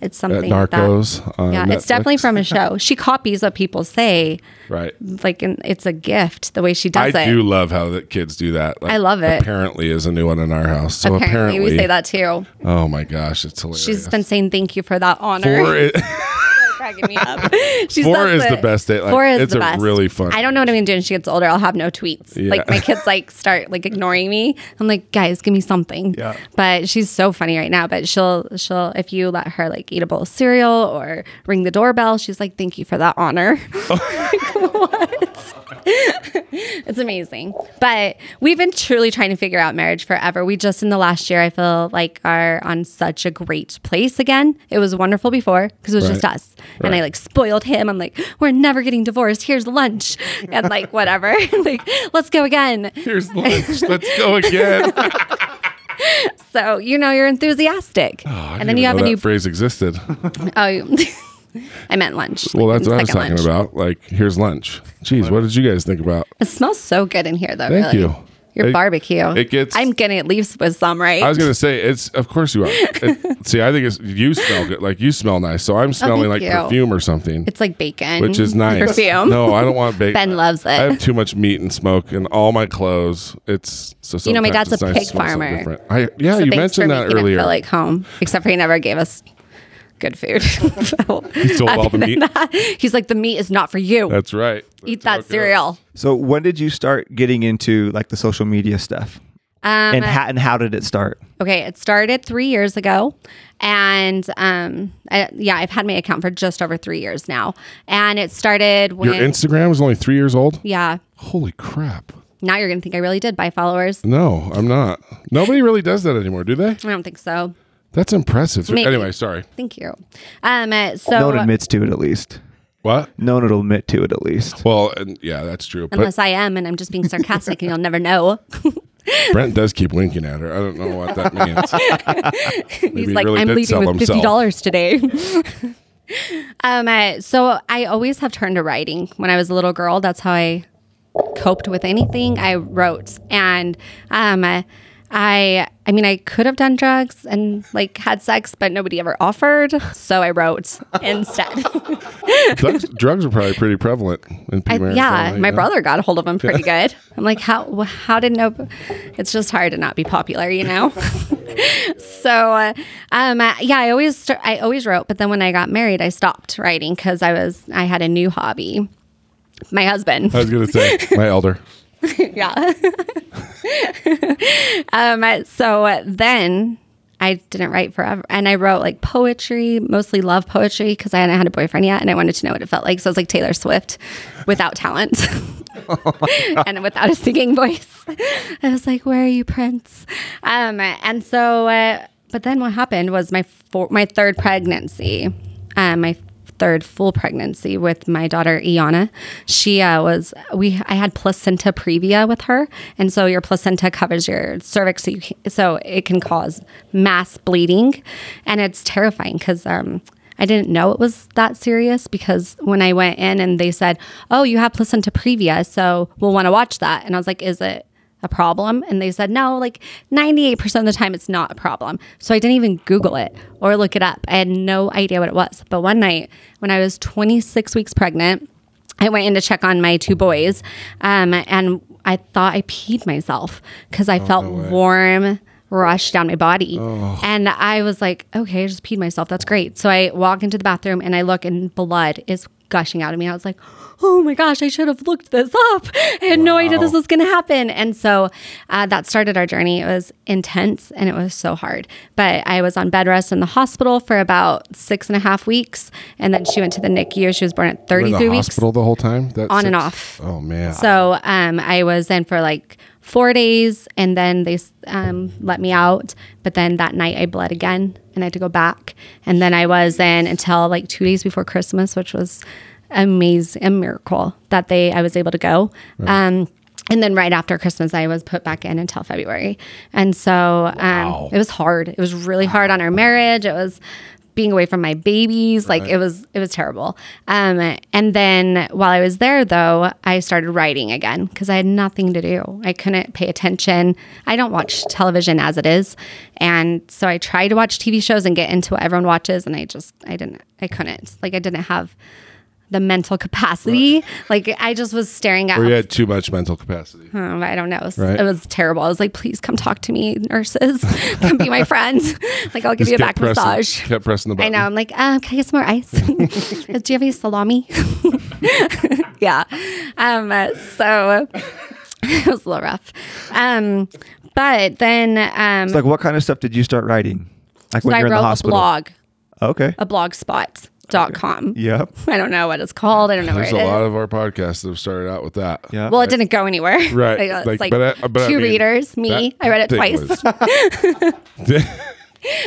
S3: it's something. like that.
S1: Narcos on
S3: yeah, it's definitely
S1: Netflix.
S3: from a show. She copies what people say,
S1: Right.
S3: like, and it's a gift the way she
S1: I
S3: does it.
S1: do love how the kids do that. Like,
S3: I love it.
S1: Apparently is a new one in our house. So
S3: apparently,
S1: apparently,
S3: we say that too.
S1: Oh my gosh, it's hilarious.
S3: She's been saying thank you for that honor.
S1: four. Is,
S3: cracking me up. She's
S1: Four is the best day. Like,
S3: four is
S1: it's
S3: the
S1: a
S3: best.
S1: really fun
S3: I don't know what I'm gonna do when she gets older. I'll have no tweets.
S1: Yeah.
S3: Like my kids like start like ignoring me. I'm like, guys, give me something.
S2: Yeah.
S3: But she's so funny right now. But she'll she'll if you let her like eat a bowl of cereal or ring the doorbell, she's like, thank you for that honor. Like, what? it's amazing. But we've been truly trying to figure out marriage forever. We just in the last year, I feel like are on such a great place again. It was wonderful before because it was just
S1: Right.
S3: us. And I
S1: Right.
S3: like spoiled him. I'm like, we're never getting divorced. Here's lunch. And like, whatever. like, let's go again.
S1: Here's lunch. Let's go again. Oh,
S3: So, you know, you're enthusiastic.
S1: Oh, I
S3: and
S1: didn't
S3: then
S1: even
S3: you have a
S1: know
S3: new.
S1: that phrase existed.
S3: oh, you- I meant lunch.
S1: Well, that's
S3: like,
S1: what I was
S3: second
S1: talking
S3: lunch.
S1: about. Like, here's lunch. Jeez, what did you guys think about?
S3: It smells so good in here, though.
S1: Thank
S3: really.
S1: you.
S3: Your
S1: It-
S3: barbecue.
S1: it gets-
S3: I'm getting at least with some, right?
S1: I was gonna say it's. Of course you are. It- see, I think it's you smell good. Like you smell nice. So I'm smelling
S3: Oh, thank
S1: like
S3: you.
S1: perfume or something.
S3: It's like bacon,
S1: which is nice.
S3: Perfume.
S1: No, I don't want bacon.
S3: Ben loves it.
S1: I have too much meat and smoke in all my clothes. It's so.
S3: You know, my
S1: sometimes
S3: dad's
S1: it's
S3: a
S1: nice to
S3: pig
S1: smell something
S3: farmer.
S1: different. I, yeah,
S3: So
S1: you
S3: thanks for
S1: mentioned that
S3: making It
S1: earlier.
S3: feel like home, except for he never gave us good food. so,
S1: He sold all the meat.
S3: he's like, the meat is not for you.
S1: That's right.
S3: Eat
S1: That's how
S3: that
S1: it
S3: cereal.
S1: goes.
S2: so when did you start getting into like the social media stuff,
S3: Um,
S2: and how and how did it start?
S3: okay, it started three years ago, and um, I, yeah, I've had my account for just over three years now, and it started when
S1: Your Instagram is only three years old.
S3: yeah.
S1: Holy crap!
S3: Now you're gonna think I really did buy followers.
S1: No, I'm not. Nobody really does that anymore, do they?
S3: I don't think so.
S1: That's impressive.
S3: Maybe.
S1: Anyway, sorry.
S3: Thank you. Um, uh,
S2: no
S3: so
S2: one admits to it at least.
S1: What?
S2: No one will admit to it at least.
S1: Well, and yeah, that's true. But
S3: unless I am, and I'm just being sarcastic, and you'll never know.
S1: Brent does keep winking at her. I don't know what that means. Maybe
S3: He's
S1: he
S3: like,
S1: really
S3: I'm
S1: did
S3: leading
S1: sell
S3: with
S1: himself.
S3: fifty dollars today. um, uh, so I always have turned to writing. When I was a little girl, that's how I coped with anything. I wrote, and um, uh, I, I mean, I could have done drugs and like had sex, but nobody ever offered, so I wrote instead.
S1: drugs, drugs are probably pretty prevalent in P.
S3: I-
S1: Mary
S3: yeah,
S1: County,
S3: my
S1: no?
S3: brother got a hold of him pretty good. I'm like, how wh- how did no? It's just hard to not be popular, you know. so, uh, um, I- yeah, I always st- I always wrote, but then when I got married, I stopped writing because I was I had a new hobby. My husband.
S1: I was gonna say my elder.
S3: yeah. um, I- so uh, then I didn't write forever. And I wrote like poetry, mostly love poetry, because I hadn't had a boyfriend yet and I wanted to know what it felt like. So I was like Taylor Swift without talent. and without a singing voice. I was like, "Where are you, Prince?" Um, and so, uh, but then what happened was my four, my third pregnancy, um, my third full pregnancy with my daughter Iana. She uh, was we I had placenta previa with her, and so your placenta covers your cervix, so you can, so it can cause mass bleeding, and it's terrifying because. Um, I didn't know it was that serious because when I went in and they said, "Oh, you have placenta previa, so we'll want to watch that," and I was like, "Is it a problem? And they said, no, like 98% of the time it's not a problem. So I didn't even Google it or look it up. I had no idea what it was. But one night when I was 26 weeks pregnant, I went in to check on my two boys, um, and I thought I peed myself because I felt
S1: Oh, way.
S3: warm rush down my body. And I was like, okay, I just peed myself. That's great. So I walk into the bathroom and I look, and blood is gushing out of me. I was like, oh my gosh, I should have looked this up. I had no idea this was going to happen. And so uh, that started our journey. It was intense and it was so hard. But I was on bed rest in the hospital for about six and a half weeks. And then she went to the NICU. She was born at
S1: You're in
S3: 33
S1: the
S3: weeks.
S1: hospital the whole time. That
S3: On and off.
S1: Oh man.
S3: So um, I was in for like four days, and then they um, let me out. But then that night I bled again, and I had to go back. And then I was in until like two days before Christmas, which was amazing, a miracle that they I was able to go. Um, and then right after Christmas, I was put back in until February. And so um,
S1: Wow.
S3: it was hard. It was really hard on our marriage. It was being away from my babies. Like it was, it was terrible. Um, and then while I was there, though, I started writing again because I had nothing to do. I couldn't pay attention. I don't watch television as it is, and so I tried to watch TV shows and get into what everyone watches, and I just, I didn't, I couldn't. Like I didn't have the mental capacity. Like I just was staring at
S1: or you had too much mental capacity.
S3: um, I don't know. It was,
S1: Right.
S3: it was terrible. I was like, please come talk to me, nurses. come be my friends. like, I'll give you a back
S1: pressing,
S3: massage.
S1: Kept pressing the
S3: I
S1: button.
S3: know. I'm like, um, can I get some more ice? Do you have any salami? yeah. Um, uh, so it was a little rough. Um, but then um,
S2: It's like, what kind of stuff did you start writing? Like
S3: so
S2: when
S3: I
S2: you're in
S3: wrote
S2: the
S3: a
S2: hospital.
S3: blog,
S2: Okay.
S3: a blogspot.com.
S2: Yep.
S3: I don't know what it's called. I don't know
S1: There's a
S3: where it is.
S1: lot of our podcasts that have started out with that.
S2: Yeah.
S3: well, it didn't go anywhere.
S1: Right.
S3: Like, it's
S1: Like,
S3: like,
S1: but I- but I
S3: two
S1: mean,
S3: readers, me.
S1: that
S3: I read it
S1: thing
S3: twice.
S1: was-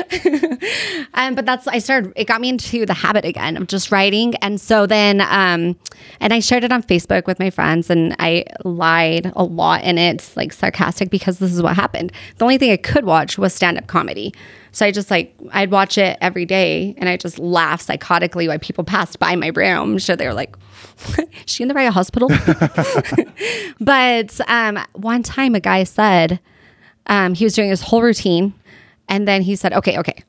S3: Um, but that's I started. It got me into the habit again of just writing, and so then, um, and I shared it on Facebook with my friends, and I lied a lot in it, like sarcastic, because this is what happened. The only thing I could watch was stand up comedy, so I just like I'd watch it every day, and I just laugh psychotically while people passed by my room. So they were like, "She in the right hospital?" but um, one time, a guy said um, he was doing his whole routine, and then he said, "Okay, okay."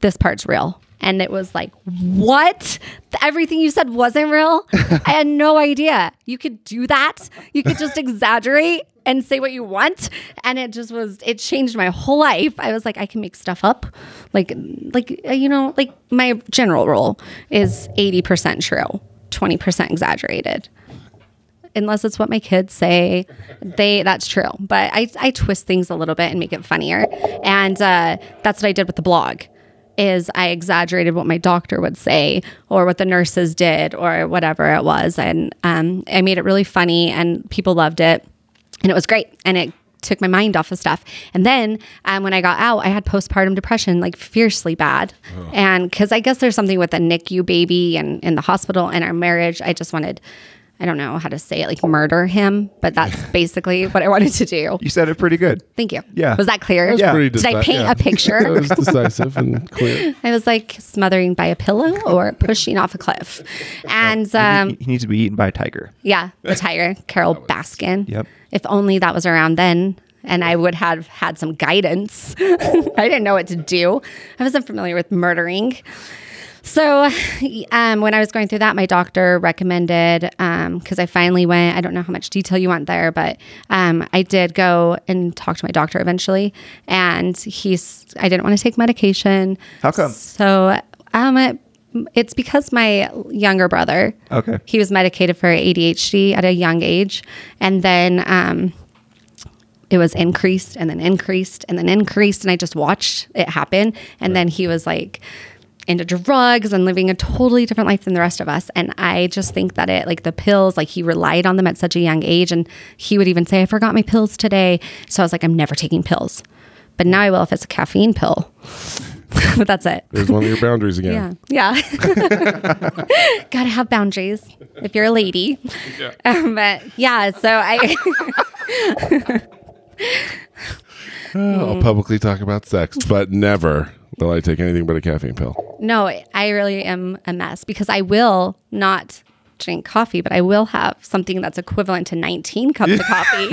S3: this part's real. And it was like, what? Everything you said wasn't real? I had no idea. You could do that. You could just exaggerate and say what you want. And it just was, it changed my whole life. I was like, I can make stuff up. Like, like, uh, you know, like my general rule is 80% true, 20% exaggerated unless it's what my kids say they that's true but i, I twist things a little bit and make it funnier and uh, that's what i did with the blog is i exaggerated what my doctor would say or what the nurses did or whatever it was and um, i made it really funny and people loved it and it was great and it took my mind off of stuff and then um, when i got out i had postpartum depression like fiercely bad and because i guess there's something with a nicu baby and in the hospital and our marriage i just wanted i don't know how to say it like murder him but that's basically what i wanted to do
S2: You said it pretty good.
S3: thank you
S2: Yeah.
S3: was that clear
S2: Yeah.
S1: Pretty
S3: did i
S1: deci-
S3: paint
S1: yeah.
S3: a picture
S1: It was decisive and clear.
S3: I was like smothering by a pillow or pushing off a cliff. And
S2: he,
S3: um,
S2: he needs to be eaten by a tiger.
S3: yeah, the tiger, Carol Baskin.
S2: Yep.
S3: If only that was around then. And I would have had some guidance. I didn't know what to do. I wasn't familiar with murdering. So, um, when I was going through that, my doctor recommended because I finally went. I don't know how much detail you want there, but um, I did go and talk to my doctor eventually, and he's. I didn't want to take medication.
S2: How come?
S3: So, um, it, it's because my younger brother.
S2: Okay.
S3: He was medicated for ADHD at a young age, and then um, it was increased, and then increased, and then increased, and I just watched it happen. And then he was like into drugs and living a totally different life than the rest of us. And I just think that it, like the pills, like he relied on them at such a young age, and he would even say, "I forgot my pills today," so I was like, "I'm never taking pills." But now I will if it's a caffeine pill. but that's it.
S1: There's one of your boundaries again.
S3: Yeah. Yeah. Gotta have boundaries if you're a lady. Um, but yeah, so I Um,
S1: I'll publicly talk about sex, but never will I take anything but a caffeine pill.
S3: no, I really am a mess because I will not drink coffee, but I will have something that's equivalent to 19 cups of coffee.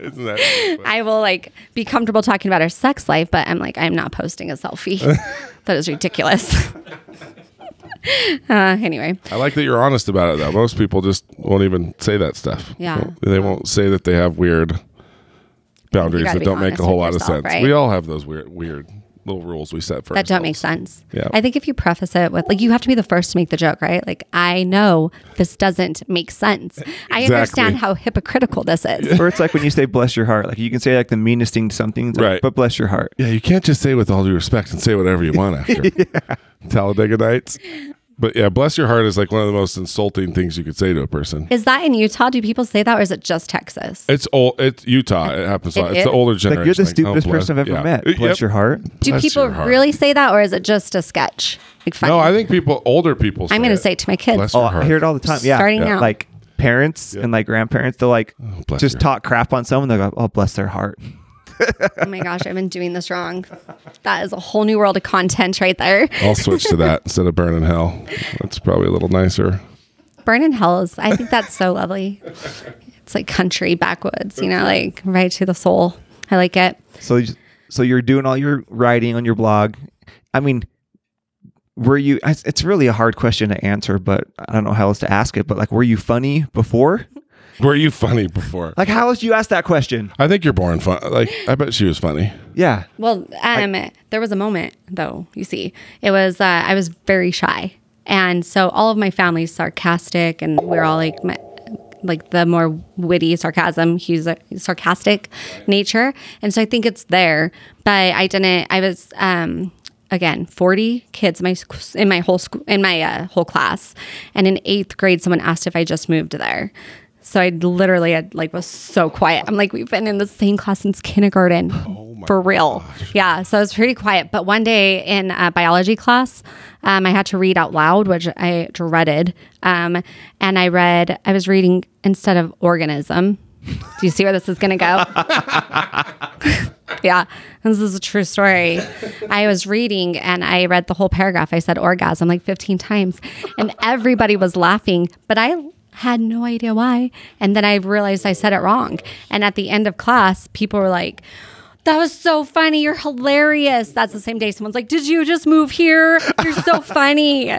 S1: Isn't that?
S3: I will like be comfortable talking about our sex life, but I'm like, I'm not posting a selfie. that is ridiculous. uh, anyway,
S1: I like that you're honest about it though. Most people just won't even say that stuff.
S3: Yeah.
S1: They won't say that they have weird boundaries
S3: gotta
S1: that
S3: be
S1: don't make
S3: honest
S1: a whole
S3: with
S1: lot
S3: yourself,
S1: of sense.
S3: right?
S1: We all have those weird weird little rules we set for
S3: that don't make
S1: ourselves.
S3: sense.
S1: Yeah.
S3: I think if you preface it with like you have to be the first to make the joke, right? Like I know this doesn't make sense. I
S1: Exactly.
S3: understand how hypocritical this is.
S2: or it's like when you say bless your heart. Like you can say like the meanest thing to something, it's like,
S1: Right.
S2: but bless your heart.
S1: Yeah, you can't just say with all due respect and say whatever you want after Talladega Nights. But yeah, bless your heart is like one of the most insulting things you could say to a person.
S3: Is that in Utah? Do people say that or is it just Texas?
S1: It's old. It's Utah. It happens. a lot.
S3: It
S1: it's the
S3: is?
S1: older generation.
S2: Like you're the
S1: Like, oh,
S2: stupidest
S1: bless-
S2: person I've ever
S1: yeah.
S2: met.
S1: Yep.
S2: Bless your heart.
S3: Do
S1: Bless
S3: people
S1: your heart.
S3: really say that or is it just a sketch? Like funny?
S1: No, I think people, older people.
S3: I'm
S1: going
S3: gonna say it to my kids.
S1: Bless
S2: Oh,
S1: your heart.
S2: I hear it all the time. Yeah.
S3: Starting
S2: yeah.
S3: out.
S2: Like parents and like grandparents, they'll like
S1: Oh, bless
S2: just
S1: your
S2: talk crap on someone. They'll go, oh, bless their heart.
S3: oh my gosh, I've been doing this wrong. That is a whole new world of content right there.
S1: I'll switch to that instead of burning hell. That's probably a little nicer.
S3: Burn in Hell is, I think that's so lovely. It's like country backwoods, you know, like right to the soul. I like it.
S2: So, you- so you're doing all your writing on your blog. I mean, were you? It's it's really a hard question to answer, but I don't know how else to ask it. But like, were you funny before?
S1: Were you funny before?
S2: Like, how else do you ask that question?
S1: I think you're born fun. Like I bet she was funny.
S2: Yeah.
S3: Well, um, there was a moment though. You see, it was uh, I was very shy, and so all of my family's sarcastic, and we're all like, my, like the more witty sarcasm, he's a sarcastic nature, and so I think it's there. But I didn't. I was um, again forty kids in my sc- in my whole school in my uh, whole class, and in eighth grade, someone asked if I just moved there. So I literally I like was so quiet. I'm like, we've been in the same class since kindergarten, for real. Yeah. So I was pretty quiet. But one day in uh, biology class, um, I had to read out loud, which I dreaded. Um, and I read, I was reading instead of organism. Do you see where this is going to go? yeah, this is a true story. I was reading and I read the whole paragraph. I said orgasm like 15 times, and everybody was laughing, but I had no idea why. And then I realized I said it wrong. And at the end of class, people were like, that was so funny. You're hilarious. That's the same day someone's like, Did you just move here? You're so funny.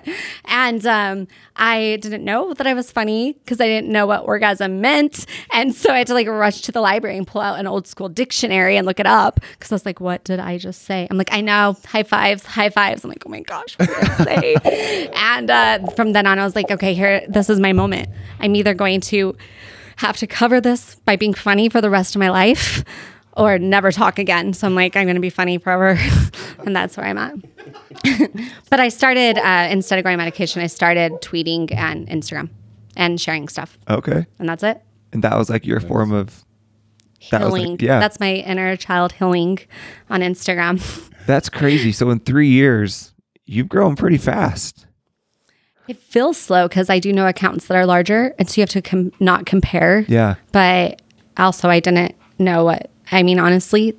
S3: And um, I didn't know that I was funny because I didn't know what orgasm meant. And so I had to like rush to the library and pull out an old school dictionary and look it up because I was like, What did I just say? I'm like, I know. High fives, high fives. I'm like, Oh my gosh, what did I say? and uh, from then on, I was like, Okay, here, this is my moment. I'm either going to have to cover this by being funny for the rest of my life or never talk again. So I'm like, I'm going to be funny forever. and that's where I'm at. but I started, uh, instead of going on medication, I started tweeting and Instagram and sharing stuff.
S2: Okay.
S3: And that's it.
S2: And that was like your form of. That was like-
S3: healing.
S2: yeah.
S3: That's my inner child healing on Instagram.
S2: That's crazy. So in three years, you've grown pretty fast.
S3: it feels slow because I do know accounts that are larger. And so you have to com- not compare.
S2: Yeah.
S3: But also, I didn't know what, I mean, honestly,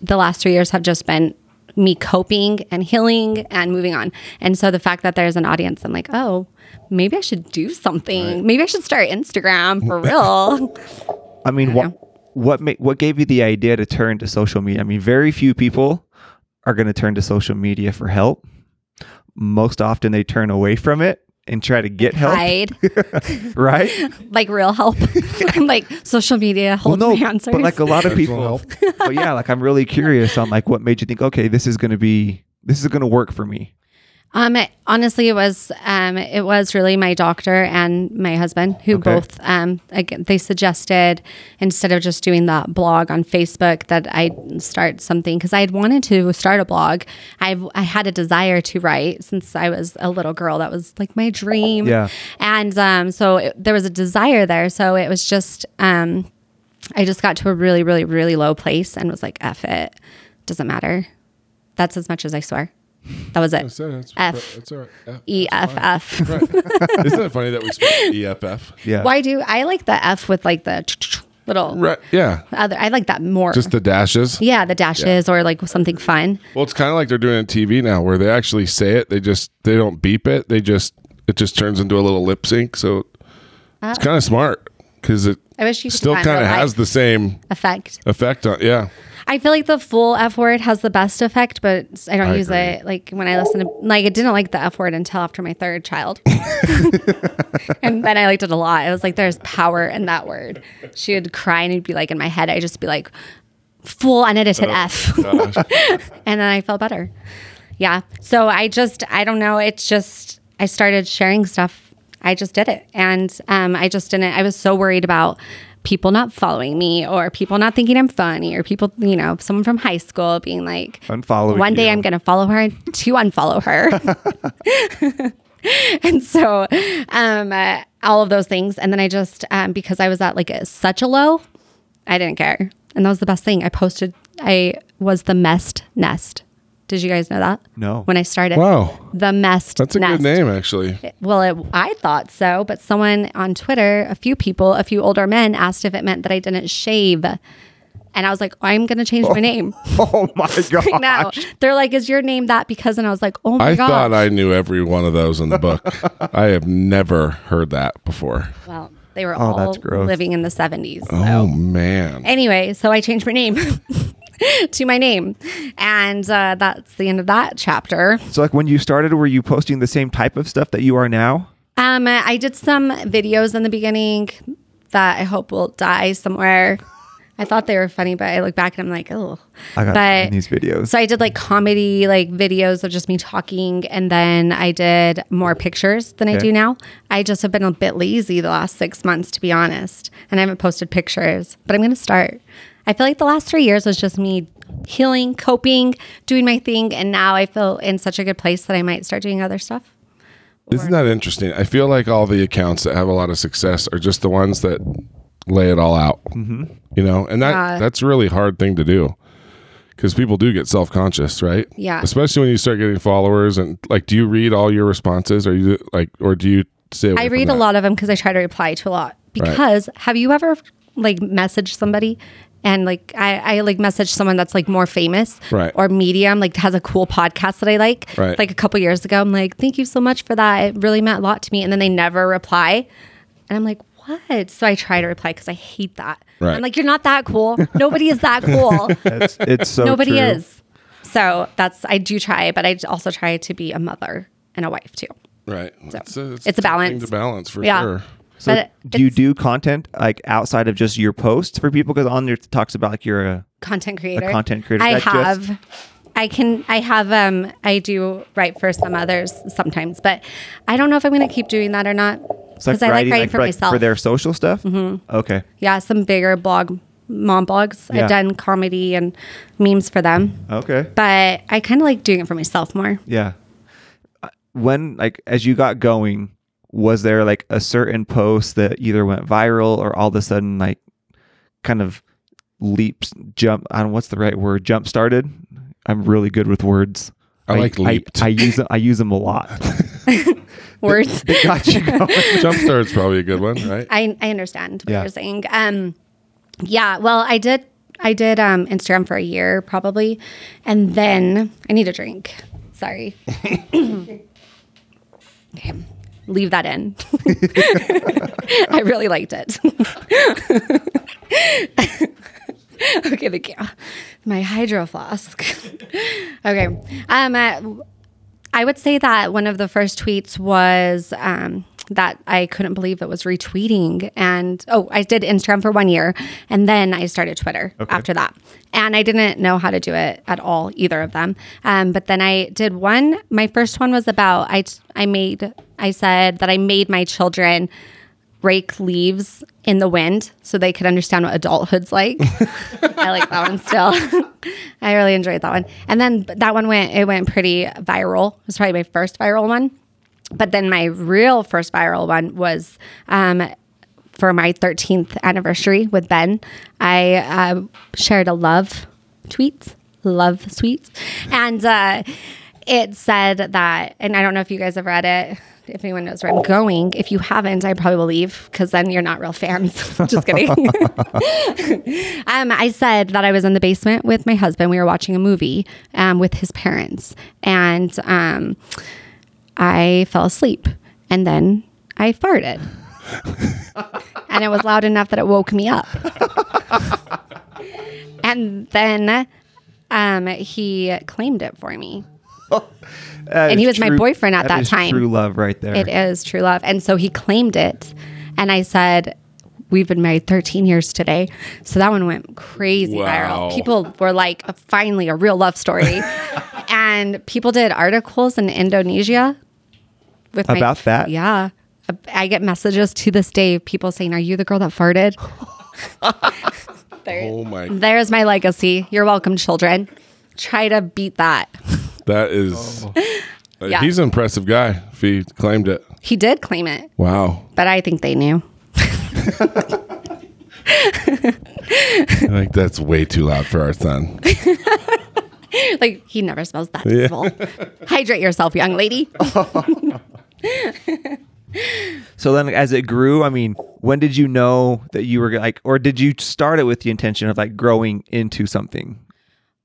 S3: the last three years have just been me coping and healing and moving on. And so the fact that there's an audience, I'm like, oh, maybe I should do something. Maybe I should start Instagram for real.
S2: I mean, what what ma- what gave you the idea to turn to social media? I mean, very few people are going to turn to social media for help. Most often, they turn away from it and try to get help.
S3: Hide,
S2: Right?
S3: like real help. I'm like, social media holds my answers.
S2: but like a lot of people.
S1: help.
S2: but yeah, like I'm really curious on like what made you think, okay, this is going to be this is going to work for me.
S3: Um, it- honestly, it was um, it was really my doctor and my husband who
S2: Okay.
S3: both um, like they suggested instead of just doing that blog on Facebook that I start something because I had wanted to start a blog. I've I had a desire to write since I was a little girl. That was like my dream.
S2: Yeah.
S3: and um, so it, there was a desire there. So it was just um, I just got to a really, really, really low place and was like, "F it, doesn't matter." That's as much as I swear. That was it.
S1: That's,
S3: F.
S1: that's all right. F.
S2: E.
S3: E EFF.
S1: Right. Isn't it funny that we speak E EFF?
S2: Yeah.
S3: Why do I like the F with like the little
S1: Right. Yeah.
S3: other? I like that more.
S1: Just the dashes.
S3: yeah, the dashes or like something fun.
S1: Well, it's kind of like they're doing on TV now, where they actually say it. They just they don't beep it. They just it just turns into a little lip sync. So It's kind of smart because it
S3: Ah. I wish you could
S1: still
S3: find real
S1: kind of has
S3: life
S1: the same
S3: effect.
S1: effect on. Yeah,
S3: I feel like the full F word has the best effect, but I don't
S1: I
S3: use
S1: agree.
S3: it. Like when I listen to, like, I didn't like the F word until after my third child. and then I liked it a lot. It was like, there's power in that word. She would cry and it'd be like in my head, I'd just be like, full
S2: Oh,
S3: unedited F. and then I felt better. Yeah. So I just, I don't know. It's just, I started sharing stuff. I just did it. And um, I just didn't, I was so worried about people not following me or people not thinking I'm funny or people, you know, someone from high school being like,
S2: Unfollowing
S3: One day
S2: you.
S3: I'm going to follow her to unfollow her. and so um, uh, all of those things. And then I just, um, because I was at like a, such a low, I didn't care. And that was the best thing. I posted, I was the messed nest. Did you guys know that?
S2: No.
S3: When I started.
S1: Wow.
S3: The messed
S1: that's a
S3: nest.
S1: good name actually.
S3: Well, it, I thought so, but someone on Twitter, a few people, a few older men asked if it meant that I didn't shave. And I was like, I'm going to change my name.
S2: Oh my god!
S3: now they're like, is your name that because? And I was like, oh my
S1: I
S3: God.
S1: thought I knew every one of those in the book. I have never heard that before.
S3: well, they were
S2: Oh,
S3: all
S2: that's gross.
S3: living in the 70s.
S1: Oh man,
S3: Anyway, so I changed my name to my name. And uh, that's the end of that chapter.
S2: So like when you started, were you posting the same type of stuff that you are now?
S3: Um, I did some videos in the beginning that I hope will die somewhere. I thought they were funny, but I look back and I'm like, oh.
S2: I got
S3: But
S2: these videos.
S3: so I did like comedy, like videos of just me talking, and then I did more pictures than I
S2: Okay.
S3: do now. I just have been a bit lazy the last six months, to be honest, and I haven't posted pictures. But I'm gonna start. I feel like the last three years was just me healing, coping, doing my thing, and now I feel in such a good place that I might start doing other stuff.
S1: isn't that interesting? I feel like all the accounts that have a lot of success are just the ones that lay it all out. You know, and that
S3: Yeah.
S1: that's a really hard thing to do because people do get self conscious, right?
S3: Yeah.
S1: Especially when you start getting followers and like, do you read all your responses? Are you like, or do you say?
S3: I read a lot of them because I try to reply to a lot. Because have you ever like messaged somebody and like I, I like messaged someone that's like more famous
S1: Right.
S3: or medium, like has a cool podcast that I like.
S1: Right.
S3: Like a couple years ago, I'm like, thank you so much for that. It really meant a lot to me. And then they never reply. And I'm like, what? So I try to reply because I hate that.
S1: Right.
S3: I'm like, you're not that cool. Nobody is that cool.
S2: It's, it's so
S3: Nobody
S2: true.
S3: is. So that's I do try, but I also try to be a mother and a wife too.
S1: Right. it's a,
S3: it's a
S1: tough thing
S3: balance.
S1: To balance for
S3: Yeah.
S1: sure.
S2: So
S3: But
S2: do you
S3: it's-
S2: do content like outside of just your posts for people? Because on there it talks about like uh, you're a
S3: content creator.
S2: content creator.
S3: I
S2: That just-
S3: have. I can. I have. Um. I do write for some others sometimes, but I don't know if I'm going to keep doing that or not
S2: it's like
S3: because I
S2: writing
S3: like writing for myself.
S2: for their social stuff. Mm-hmm. Okay,
S3: yeah, some bigger blog mom blogs.
S2: Yeah.
S3: I've done comedy and memes for them,
S2: okay,
S3: but I kind of like doing it for myself more.
S2: yeah. Uh, When like as you got going, was there like a certain post that either went viral or all of a sudden like kind of leaps jump? I don't what's the right word. Jump started. I'm really good with words.
S1: I like leaped.
S2: I, use them, I use them a lot.
S3: Words.
S2: It got you going.
S1: Jumpstart's probably a good one, right?
S3: I I understand what
S2: Yeah.
S3: you're saying. Um. Yeah. Well, I did. I did um, Instagram for a year probably, and then I need a drink. Sorry. okay. Leave that in. I really liked it. okay, thank you. My hydro flask. okay. Um, uh, I would say that one of the first tweets was um, that I couldn't believe it was retweeting. And oh, I did Instagram for one year and then I started Twitter after that. And I didn't know how to do it at all, either of them. Um, but then I did one. My first one was about I, I made, I said that I made my children rake leaves in the wind so they could understand what adulthood's like. I like that one still. I really enjoyed that one. And then that one went it went pretty viral. It was probably my first viral one. But then my real first viral one was um, for my 13th anniversary with Ben. I uh, shared a love tweet, love sweets, and uh, it said that. And I don't know if you guys have read it. If anyone knows where I'm going, if you haven't, I probably will leave because then you're not real fans. Just kidding. Um, I said that I was in the basement with my husband. We were watching a movie um, with his parents, and um, I fell asleep, and then I farted. and it was loud enough that it woke me up. and then um, he claimed it for me.
S2: That
S3: And he
S2: is
S3: was my boyfriend at that
S2: is
S3: time.
S2: True love, right there.
S3: It is true love. And so he claimed it. And I said, We've been married 13 years today. So that one went crazy
S1: Wow.
S3: viral. People were like, finally, a real love story. and people did articles in Indonesia with my-
S2: About that?
S3: Yeah. I get messages to this day of people saying, Are you the girl that farted? There-
S1: Oh my!
S3: There's my legacy. You're welcome, children. Try to beat that.
S1: That is. Uh,
S3: Yeah.
S1: He's an impressive guy. If he claimed it,
S3: He did claim it,
S1: wow.
S3: but I think they knew.
S1: I think that's way too loud for our son.
S3: Like he never smells that
S1: Yeah.
S3: evil. Hydrate yourself, young lady.
S2: So then, as it grew, I mean, when did you know that you were like, or did you start it with the intention of like growing into something?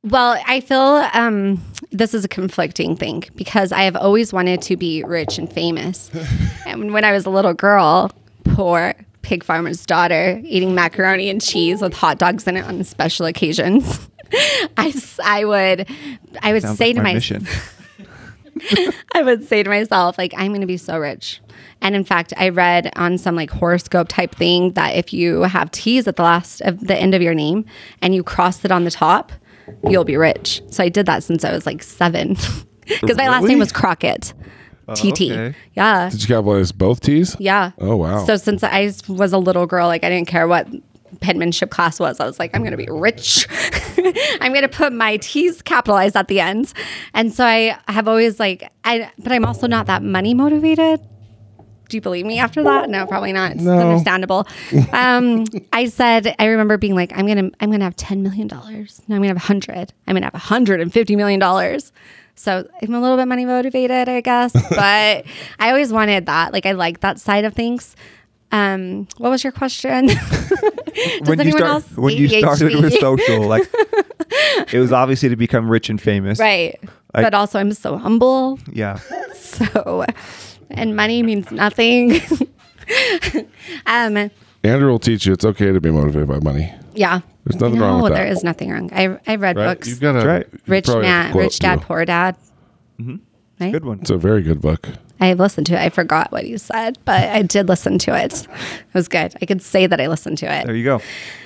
S3: Well, I feel um, this is a conflicting thing because I have always wanted to be rich and famous. and when I was a little girl, poor pig farmer's daughter, eating macaroni and cheese with hot dogs in it on special occasions, I, s- I would I would
S2: Sounds
S3: say
S2: like
S3: to
S2: my
S3: myself.
S2: mission.
S3: I would say to myself, like, I'm going to be so rich. And in fact, I read on some like horoscope type thing that if you have T's at the last of the end of your name and you cross it on the top, you'll be rich. So I did that since I was like seven because my last
S1: Really?
S3: name was Crockett. TT.
S2: okay.
S3: Yeah.
S1: Did you capitalize both T's?
S3: Yeah.
S1: Oh, wow.
S3: So since I was a little girl, like I didn't care what penmanship class was. I was like, I'm going to be rich. I'm going to put my T's capitalized at the end. And so I have always like, I, but I'm also not that money motivated. Do you believe me after that? No, probably not. It's
S1: No.
S3: understandable. Um, I said, I remember being like, I'm gonna, I'm gonna have ten million dollars. No, I'm gonna have a hundred. I'm gonna have a hundred and fifty million dollars. So I'm a little bit money motivated, I guess. But I always wanted that. Like I like that side of things. Um, what was your question? Does anyone
S2: you start-
S3: else
S2: when you started with
S3: ADHD?
S2: social, like it was obviously to become rich and famous,
S3: right?
S2: I-
S3: but also, I'm so humble.
S2: Yeah,
S3: So, and money means nothing. um,
S1: Andrew will teach you it's okay to be motivated by money.
S3: Yeah.
S1: There's nothing wrong with
S3: No, there
S1: that.
S3: is nothing wrong. I I
S1: Right?
S3: read books.
S1: You've got
S2: That's
S1: a
S2: right.
S1: you
S3: Rich
S1: probably have a
S3: man,
S1: quote
S3: rich dad,
S1: too.
S3: poor dad. Right?
S2: good one.
S1: It's a very good book.
S3: I have listened to it. I forgot what he said, but I did listen to it. It was good. I could say that I listened to
S2: There
S3: it.
S2: you go.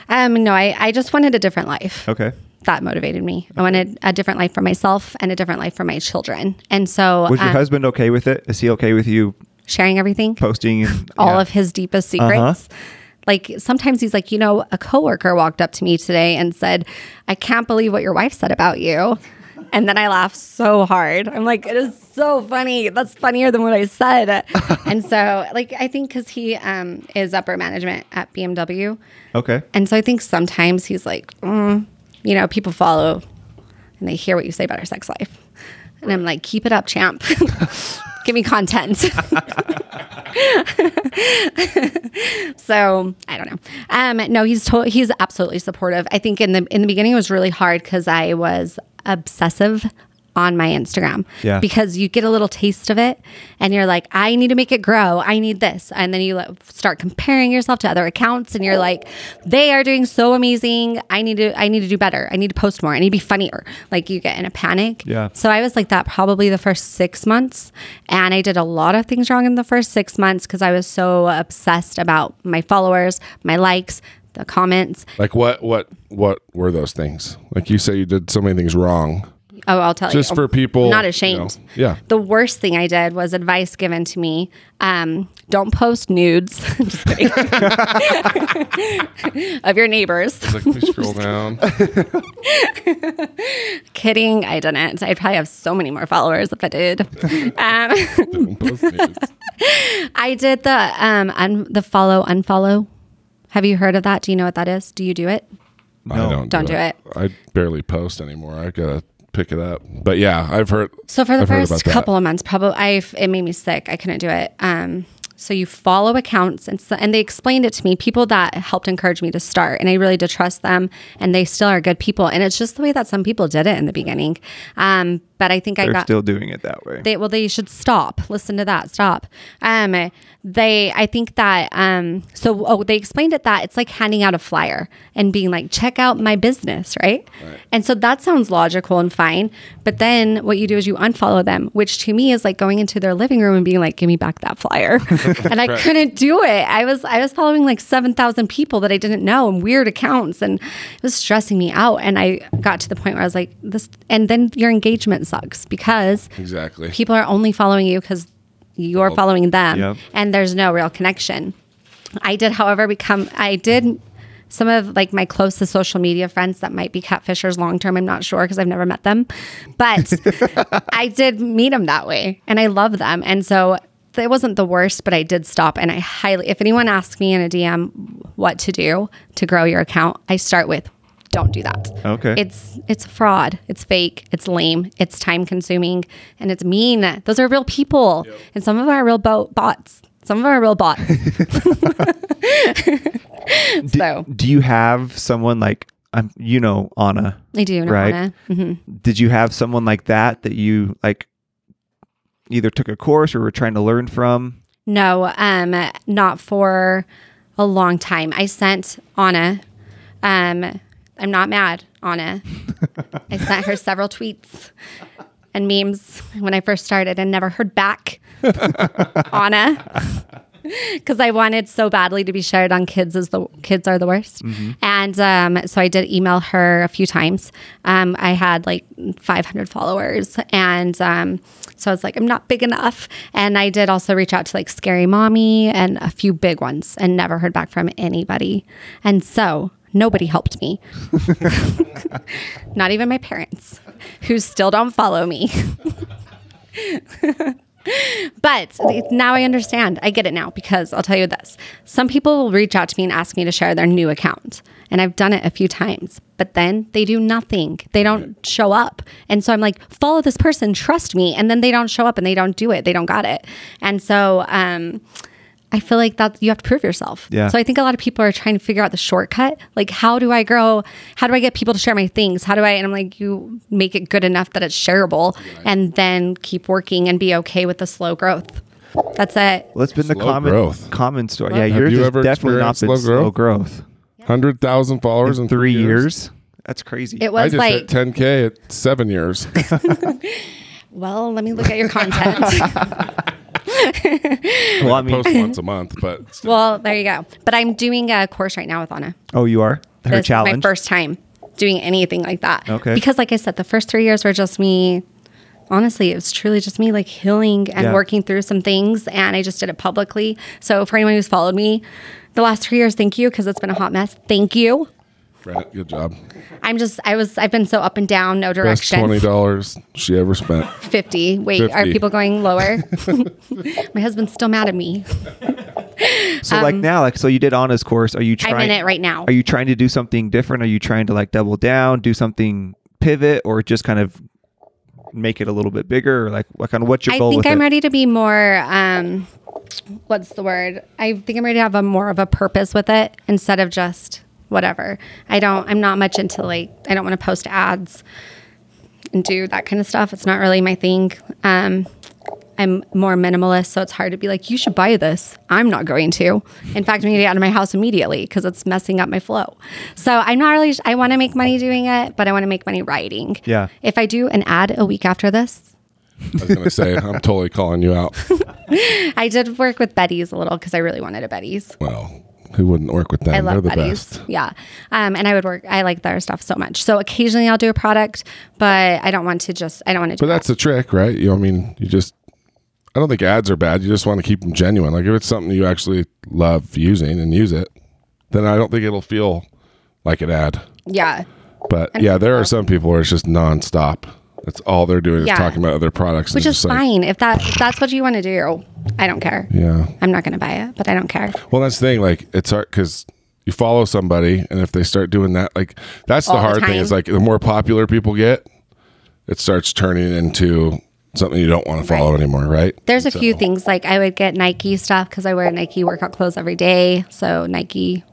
S3: Um, no, I, I just wanted a different life.
S2: Okay,
S3: That motivated me. I wanted a different life for myself and a different life for my children. And so
S2: was your
S3: um,
S2: husband okay with it? Is he okay with you
S3: sharing everything.
S2: posting and
S3: all
S2: yeah.
S3: of his deepest secrets. Like sometimes he's like, you know, a coworker walked up to me today and said, "I can't believe what your wife said about you." And then I laugh so hard. I'm like, it is so funny. That's funnier than what I said. and so, like, I think because he um, is upper management at BMW,
S2: Okay,
S3: and so I think sometimes he's like, mm, you know, people follow and they hear what you say about our sex life. And I'm like, keep it up, champ. Give me content. so I don't know. Um, no, he's to- he's absolutely supportive. I think in the in the beginning it was really hard because I was obsessive on my Instagram.
S2: Yeah.
S3: Because you get a little taste of it and you're like, I need to make it grow. I need this. And then you like, start comparing yourself to other accounts and you're like, they are doing so amazing. I need to I need to do better. I need to post more. I need to be funnier. Like you get in a panic.
S2: Yeah.
S3: So I was like that probably the first six months. And I did a lot of things wrong in the first six months because I was so obsessed about my followers, my likes, the comments.
S1: Like what what what were those things? Like you say you did so many things wrong.
S3: Oh, I'll tell you.
S1: Just for people
S3: Not
S1: you
S3: ashamed.
S1: know, yeah.
S3: The worst thing I did was advice given to me. Um, don't post nudes Just kidding. of your neighbors.
S1: Like we scroll down.
S3: Kidding, I didn't. I'd probably have so many more followers if I did. Um, I did the um un- the follow unfollow. Have you heard of that? Do you know what that is? Do you do it?
S1: I don't
S3: Don't
S1: do
S3: do
S1: it. I barely post anymore. I gotta pick it up. But yeah, I've heard.
S3: So for the
S1: I've heard about
S3: first
S1: that.
S3: couple of months, probably I it made me sick. I couldn't do it. Um, so you follow accounts, and so, and they explained it to me. People that helped encourage me to start, and I really did trust them, and they still are good people. And it's just the way that some people did it in the beginning. Um, But I think I
S2: They're
S3: got
S2: still doing it that way.
S3: they well they should stop listen to that stop um they i think that um so oh they explained it that it's like handing out a flyer and being like check out my business right, and so that sounds logical and fine but then what you do is you unfollow them which to me is like going into their living room and being like give me back that flyer and i couldn't do it i was i was following like 7000 people that i didn't know and weird accounts and it was stressing me out and i got to the point where i was like this and then your engagement sucks because
S1: Exactly.
S3: people are only following you because you're following them
S2: Yep.
S3: and there's no real connection i did however become i did some of like my closest social media friends that might be catfishers long term i'm not sure because i've never met them but i did meet them that way and i love them and so it wasn't the worst but i did stop and i highly if anyone asks me in a dm what to do to grow your account i start with don't do that
S2: Okay.
S3: it's it's fraud. It's fake. It's lame. It's time consuming, and it's mean. Those are real people, and some of them are real bo- bots. Some of them are real bots. so
S2: Do you have someone like um, you know Anna?
S3: I do know
S2: Right.
S3: Anna. Mhm.
S2: Did you have someone like that that you like either took a course or were trying to learn from?
S3: No, um, not for a long time. I sent Anna. Um, I'm not mad, Anna. I sent her several tweets and memes when I first started and never heard back, Anna, because I wanted so badly to be shared on kids as the kids are the worst. And um, so I did email her a few times. Um, I had like 500 followers, and um, so I was like, I'm not big enough. And I did also reach out to like Scary Mommy and a few big ones, and never heard back from anybody. And so. Nobody helped me not even my parents, who still don't follow me. but now I understand. I get it now because I'll tell you this. Some people will reach out to me and ask me to share their new account. And I've done it a few times, but then they do nothing. They don't show up. And so I'm like, follow this person, trust me. And then they don't show up and they don't do it. They don't got it. And so um, I feel like that you have to prove yourself.
S2: Yeah.
S3: So I think a lot of people are trying to figure out the shortcut. Like, how do I grow? How do I get people to share my things? How do I? And I'm like, you make it good enough that it's shareable and then keep working and be okay with the slow growth. That's it.
S2: Well, that's been the
S1: Slow
S2: common
S1: growth.
S2: common story. Yeah, yours
S1: you
S2: has
S1: ever
S2: definitely not
S1: experienced
S2: been
S1: slow
S2: slow
S1: growth?
S2: growth.
S1: Hundred thousand followers in
S2: Three years. That's crazy.
S3: It
S1: I
S3: was
S1: just hit
S3: like,
S1: 10k at seven years.
S3: well, let me look at your content.
S2: well, I mean,
S1: Post once a month, but still.
S3: well, there you go. But I'm doing a course right now with Anna.
S2: oh, you are her
S3: This is
S2: challenge.
S3: my first time doing anything like that.
S2: Okay.
S3: Because, like I said, the first three years were just me. Honestly, it was truly just me like healing and
S2: Yeah.
S3: working through some things, and I just did it publicly. So, for anyone who's followed me the last three years, thank you because it's been a hot mess. Thank you.
S1: Brett, good job.
S3: I'm just, I was, I've been so up and down, no
S1: Best
S3: direction.
S1: twenty dollars she ever spent.
S3: 50. Wait, are
S1: 50.
S3: people going lower? my husband's still mad at me.
S2: so, like now, like so, you did Anna's course. Are you trying?
S3: I'm in um, it right now.
S2: Are you trying to do something different? Are you trying to like double down, do something pivot, or just kind of make it a little bit bigger? Or like, what kind of what's your
S3: I
S2: goal?
S3: think
S2: with
S3: I'm
S2: it?
S3: ready to be more. Um, what's the word? I think I'm ready to have a more of a purpose with it instead of just whatever. I don't. I'm not much into like. I don't want to post ads and do that kind of stuff. It's not really my thing. Um, I'm more minimalist, so it's hard to be like, you should buy this. I'm not going to. In fact, I'm going to get out of my house immediately because it's messing up my flow. So I'm not really, I want to make money doing it, but I want to make money writing.
S2: Yeah.
S3: If I do an ad a week after this,
S1: I was gonna say I'm totally calling you out.
S3: I did work with Betty's a little because I really wanted a Betty's.
S1: Well, who wouldn't work with them?
S3: I love
S1: They're the
S3: Betty's.
S1: best.
S3: Yeah. Um, and I would work, I like their stuff so much. So occasionally I'll do a product, but I don't want to just, I don't want to do
S1: But that's the trick, right? You, I mean, you just. I don't think ads are bad. You just want to keep them genuine. Like if it's something you actually love using and use it, then I don't think it'll feel like an ad.
S3: Yeah.
S1: But yeah, there are some people where it's just nonstop. That's all they're doing
S3: Yeah.
S1: is talking about other products,
S3: Which
S1: and
S3: is
S1: just like,
S3: fine. If that, if that's what you want to do, I don't care.
S1: Yeah.
S3: I'm not going to buy it, but I don't care.
S1: Well, that's the thing. Like, it's hard because you follow somebody, and if they start doing that, like, that's the
S3: All the
S1: hard thing.
S3: time.
S1: Is like the more popular people get, it starts turning into something you don't want to follow
S3: Right.
S1: anymore, right?
S3: There's a few things like I would get Nike stuff because I wear Nike workout clothes every day. So Nike,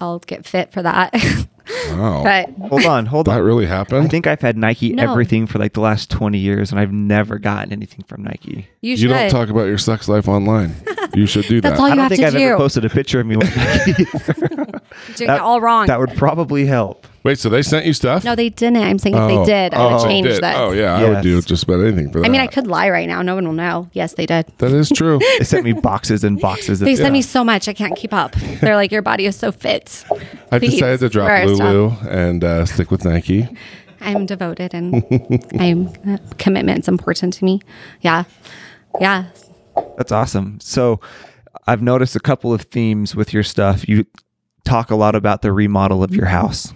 S3: I'll get fit for that.
S1: Wow.
S3: But
S2: Hold on, hold
S1: that
S2: on.
S1: really
S2: I
S1: happened?
S2: think I've had Nike
S3: No.
S2: everything for like the last 20 years and I've never gotten anything from Nike.
S3: you should.
S1: you don't talk about your sex life online. You should do
S3: That's
S1: that.
S3: all
S2: I
S3: Oh, you
S2: don't
S3: have
S2: think
S3: to
S2: I've
S3: do.
S2: ever posted a picture of me with Nike.
S3: You're doing it all wrong.
S2: That would probably help.
S1: Wait, so they sent you stuff?
S3: no, they didn't. I'm saying if
S1: Oh.
S3: they did, I would
S1: Oh, they
S3: change
S1: did.
S3: that.
S1: Oh, yeah. I would do
S2: Yes.
S1: just about anything for that.
S3: I mean, I could lie right now. No one will know. Yes, they did.
S1: That is true.
S2: They sent me boxes and boxes. Of
S3: They
S2: stuff.
S3: send me so much. I can't keep up. They're like, your body is so fit.
S1: I've
S3: Please,
S1: decided to drop
S3: where is
S1: Lulu and uh, stick with Nike.
S3: I'm devoted and I'm uh, commitment's important to me. Yeah. Yeah.
S2: That's awesome. So I've noticed a couple of themes with your stuff. You talk a lot about the remodel of your house,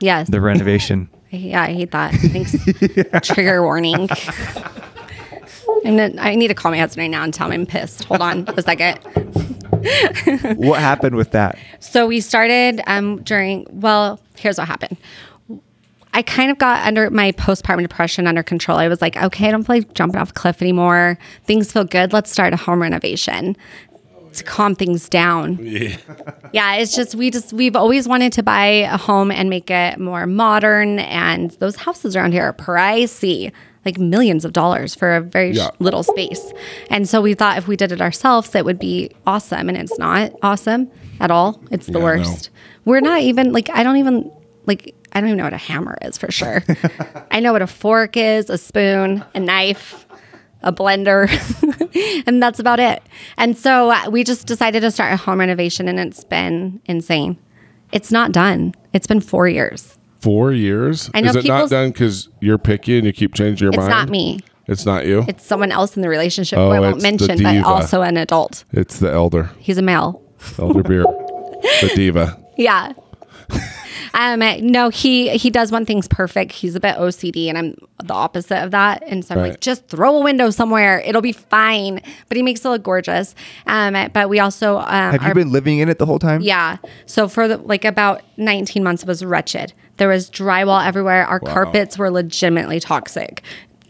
S3: Yes.
S2: the renovation.
S3: yeah, I hate that. Thanks. Trigger warning. I'm gonna, I need to call my husband right now and tell him I'm pissed. Hold on a second.
S2: what happened with that?
S3: So we started um, during, well, here's what happened. I kind of got under my postpartum depression under control. I was like, okay, I don't feel like jumping off a cliff anymore. Things feel good. Let's start a home renovation to calm things down. Yeah. it's just we just we've always wanted to buy a home and make it more modern and those houses around here are pricey, like millions of dollars for a very sh-
S1: Yeah.
S3: little space. And so we thought if we did it ourselves it would be awesome and it's not awesome at all. It's the
S1: Yeah, no.
S3: worst. We're not even like I don't even like I don't even know what a hammer is for sure. I know what a fork is, a spoon, a knife, a blender, and that's about it. And so uh, we just decided to start a home renovation and it's been insane. It's not done. It's been 4 years.
S1: Four years?
S3: I know
S1: is it not
S3: people's-
S1: done because you're picky and you keep changing your
S3: It's
S1: mind?
S3: not me.
S1: It's not you?
S3: It's someone else in the relationship
S1: Oh,
S3: who I
S1: it's
S3: won't
S1: the
S3: mention, but
S1: diva.
S3: also an adult.
S1: It's the elder,
S3: He's a male.
S1: elder beer, the diva.
S3: Yeah. um no he he does want things perfect he's a bit ocd and i'm the opposite of that and so i'm
S1: Right.
S3: like just throw a window somewhere it'll be fine but he makes it look gorgeous um but we also um
S2: Have you
S3: are-
S2: been living in it the whole time?
S3: yeah so for the, like about 19 months it was wretched there was drywall everywhere our carpets were legitimately toxic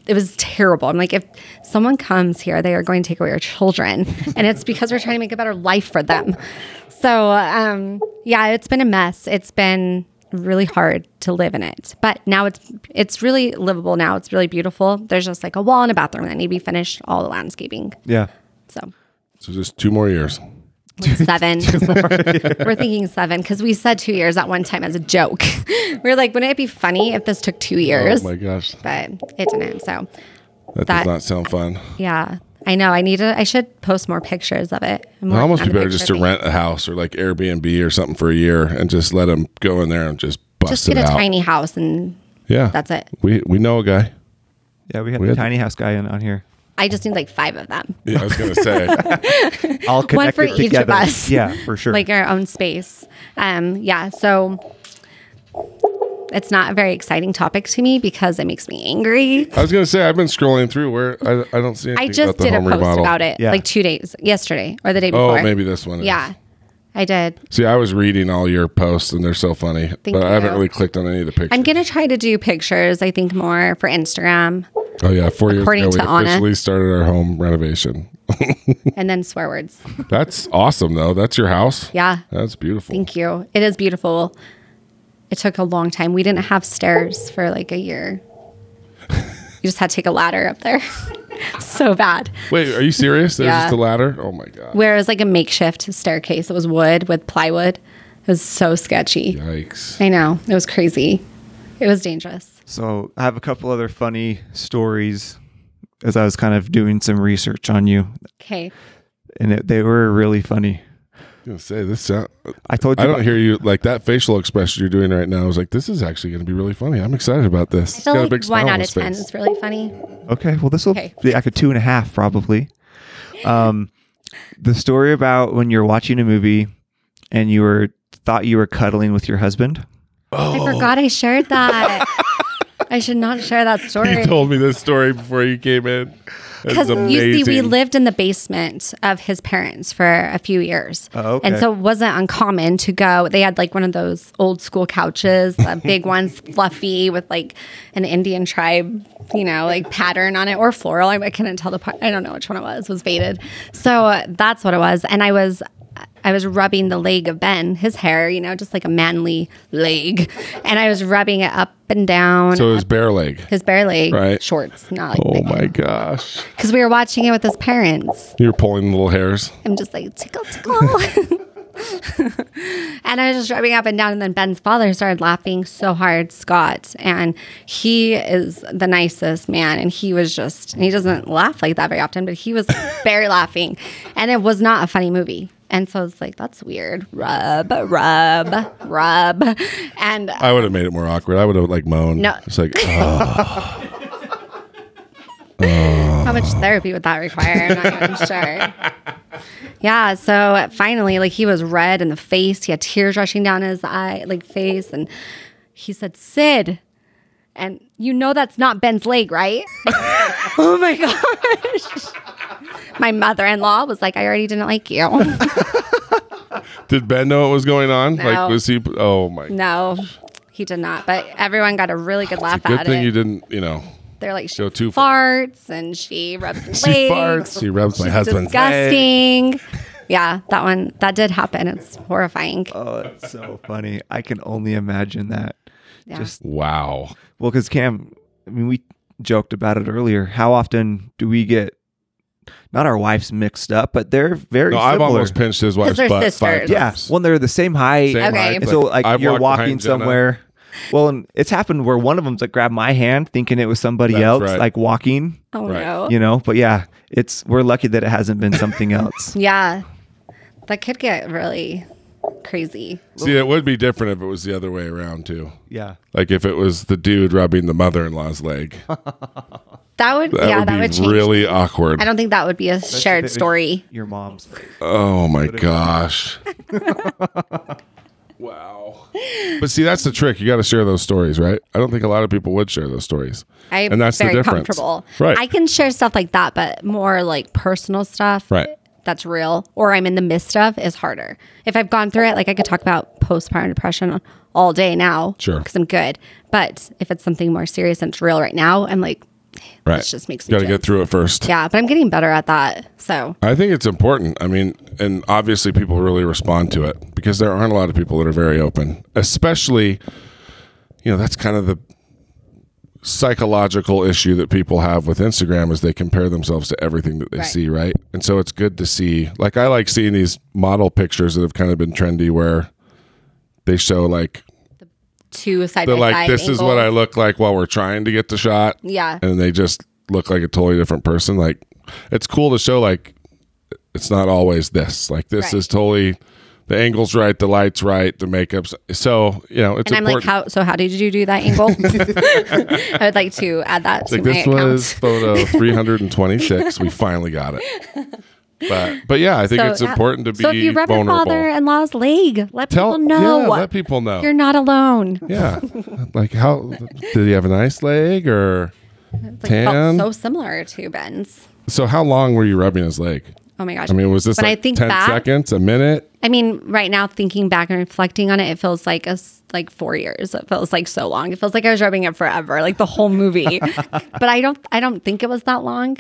S3: it was terrible. I'm like, if someone comes here, they are going to take away our children. And it's because we're trying to make a better life for them. So, um, yeah, it's been a mess. It's been really hard to live in it. But now it's it's really livable now. It's really beautiful. There's just like a wall and a bathroom that need to be finished, all the landscaping.
S2: Yeah.
S3: So
S1: So just two more years.
S3: seven. We're thinking seven because we said two years at one time as a joke. we were like, wouldn't it be funny if this took two
S1: Oh
S3: years?
S1: my gosh.
S3: but it didn't. So
S1: That, does
S3: That-
S1: not sound fun.
S3: yeah, I know. I need to. I should post more pictures of it. I'm
S1: It'd
S3: working
S1: almost
S3: on
S1: be
S3: a
S1: better
S3: picture
S1: just to
S3: thing.
S1: rent a house or like Airbnb or something for a year and just let them go in there and just bust
S3: Just
S1: it
S3: get a
S1: out.
S3: tiny house and
S1: yeah.
S3: that's it.
S1: We we know a guy.
S2: Yeah, we had
S1: We
S2: the
S1: had-
S2: tiny house guy in, on here.
S3: I just need like five of them,
S1: Yeah, I was gonna say.
S2: All connected
S3: for each of
S2: together.
S3: us.
S2: Yeah, for sure.
S3: like our own space. Um, yeah. So it's not a very exciting topic to me because it makes me angry.
S1: I was gonna say I've been scrolling through where I, I don't see.
S3: I
S1: Anything
S3: just
S1: about the
S3: did a
S1: home
S3: post
S1: remodel.
S3: about it
S2: Yeah.
S3: like two days yesterday or the day
S1: Oh,
S3: before.
S1: maybe this one. is.
S3: Yeah, I did.
S1: See, I was reading all your posts and they're so funny, but I haven't
S3: you.
S1: really clicked on any of the pictures.
S3: I'm gonna try to do pictures. I think more for Instagram,
S1: oh yeah, four years
S3: According
S1: ago we
S3: to Anna.
S1: officially started our home renovation.
S3: and then swear words.
S1: That's awesome though. That's your house.
S3: Yeah,
S1: That's beautiful.
S3: thank you. It is beautiful. It took a long time. We didn't have stairs for like a year. You just had to take a ladder up there. so bad.
S1: Wait, are you serious? There's
S3: Yeah.
S1: just a ladder. Oh my god.
S3: Where it was like a makeshift staircase. It was wood with plywood. It was so sketchy.
S1: Yikes.
S3: I know. It was crazy. It was dangerous.
S2: So I have a couple other funny stories as I was kind of doing some research on you,
S3: Okay.
S2: and it, they were really funny.
S1: I'm gonna say this. Sound,
S2: I told you
S1: I don't
S2: about-
S1: hear you like that facial expression you're doing right now. I was like, this is actually gonna be really funny. I'm excited about this.
S3: I feel
S1: He's
S3: like one out of ten
S1: face.
S3: is really funny.
S2: Okay, well, this will
S3: Okay.
S2: be like a two and a half probably. Um, the story about when you're watching a movie and you were thought you were cuddling with your husband.
S3: I forgot I shared that. I should not share that story.
S1: You told me this story before you came in. That's
S3: Because you see, we
S1: amazing.
S3: lived in the basement of his parents for a few years.
S2: Oh, okay.
S3: And so it wasn't uncommon to go. They had like one of those old school couches, the big ones, fluffy with like an Indian tribe, you know, like pattern on it or floral. I, I couldn't tell the part. I don't know which one it was, was faded. So uh, that's what it was. And I was I was rubbing the leg of Ben, his hair, you know, just like a manly leg. And I was rubbing it up and down.
S1: So his bare leg.
S3: his bare leg,
S1: Right.
S3: shorts, not
S1: Oh
S3: like
S1: my gosh.
S3: because we were watching it with his parents.
S1: You're pulling little hairs.
S3: I'm just like tickle tickle, and I was just rubbing up and down. And then Ben's father started laughing so hard, Scott, and he is the nicest man. And he was just and he doesn't laugh like that very often, but he was very laughing, and it was not a funny movie. And so I was like, that's weird. Rub, rub, rub. And
S1: I would have made it more awkward. I would have like moaned.
S3: No.
S1: It's like, oh,
S3: How much therapy would that require? I'm not even sure. Yeah, so finally, like he was red in the face. He had tears rushing down his eye, like face, and he said, "Sid," and you know that's not Ben's leg, right? oh my gosh! My mother-in-law was like, "I already didn't like you."
S1: did Ben know what was going on?
S3: No.
S1: Like, was he? Oh my.
S3: no, he did not. But everyone got a really good laugh
S1: Good
S3: at
S1: thing
S3: it.
S1: you didn't, you know.
S3: They're like, she
S1: Go too
S3: farts and she rubs legs.
S1: She farts. She rubs my husband's leg.
S3: disgusting. Yeah, that one that did happen. It's horrifying.
S2: Oh, it's so funny. I can only imagine that.
S3: Yeah.
S2: Just
S1: Wow.
S2: well, because Cam, I mean, we joked about it earlier. How often do we get not our wives mixed up, but they're very
S1: No,
S2: similar.
S1: I've almost pinched his wife's
S3: they're
S1: butt five
S3: sisters.
S2: yeah,
S1: times.
S2: when they're the same height.
S1: Same
S3: Okay.
S1: height,
S2: And so
S1: but
S2: like
S1: I've
S2: you're
S1: walked
S2: walking
S1: behind Jenna.
S2: somewhere. Well, and it's happened where one of them's like grabbed my hand thinking it was somebody
S1: That's
S2: else,
S1: right.
S2: like walking,
S3: oh
S1: Right.
S3: no.
S2: you know. But yeah, it's we're lucky that it hasn't been something else.
S3: Yeah. That could get really crazy.
S1: See, it would be different if it was the other way around too.
S2: yeah.
S1: Like if it was the dude rubbing the mother-in-law's leg.
S3: That would
S1: That
S3: yeah,
S1: would
S3: that
S1: be
S3: would change.
S1: really awkward.
S3: I don't think that would be a shared story.
S2: Your mom's.
S1: Oh my gosh. wow. But see, that's the trick. You got to share those stories, right? I don't think a lot of people would share those stories.
S3: I'm
S1: and that's
S3: very
S1: the difference.
S3: comfortable.
S1: Right.
S3: I can share stuff like that, but more like personal stuff.
S1: Right.
S3: That's real, or I'm in the midst of is harder. If I've gone through it, like I could talk about postpartum depression all day now,
S1: Sure.
S3: because I'm good. But if it's something more serious and it's real right now, I'm like,
S1: right.
S3: this just makes me
S1: Got to
S3: jump.
S1: get through it first.
S3: yeah. But I'm getting better at that. So
S1: I think it's important. I mean, and obviously people really respond to it because there aren't a lot of people that are very open, especially, you know, that's kind of the psychological issue that people have with Instagram is they compare themselves to everything that they
S3: Right.
S1: see, right? And so it's good to see, like, I like seeing these model pictures that have kind of been trendy where they show, like,
S3: two side
S1: they're
S3: by
S1: like,
S3: side.
S1: this is what I
S3: angles.
S1: look like while we're trying to get the shot
S3: Yeah.
S1: and they just look like a totally different person. Like it's cool to show like it's not always this. Like this
S3: Right.
S1: is totally the angles right, the lights right, the makeups. So you know it's
S3: And I'm like,
S1: important.
S3: how? So how did you do that angle? I would like to add that to my
S1: this
S3: account.
S1: was photo 326. we finally got it. But but yeah, I think it's
S3: yeah.
S1: important to be
S3: So if you rub
S1: vulnerable.
S3: your father-in-law's leg, let
S1: Tell
S3: people know
S1: yeah, let people know.
S3: you're not alone.
S1: yeah, like how did he have a nice leg or
S3: Like, felt
S1: tan?
S3: so similar to Ben's.
S1: so how long were you rubbing his leg?
S3: Oh my gosh!
S1: I mean, was this
S3: When
S1: like
S3: I think
S1: 10
S3: back,
S1: seconds, a minute?
S3: I mean, right now thinking back and reflecting on it, it feels like us like four years. It feels like so long. It feels like I was rubbing it forever, like the whole movie. but I don't, I don't think it was that long.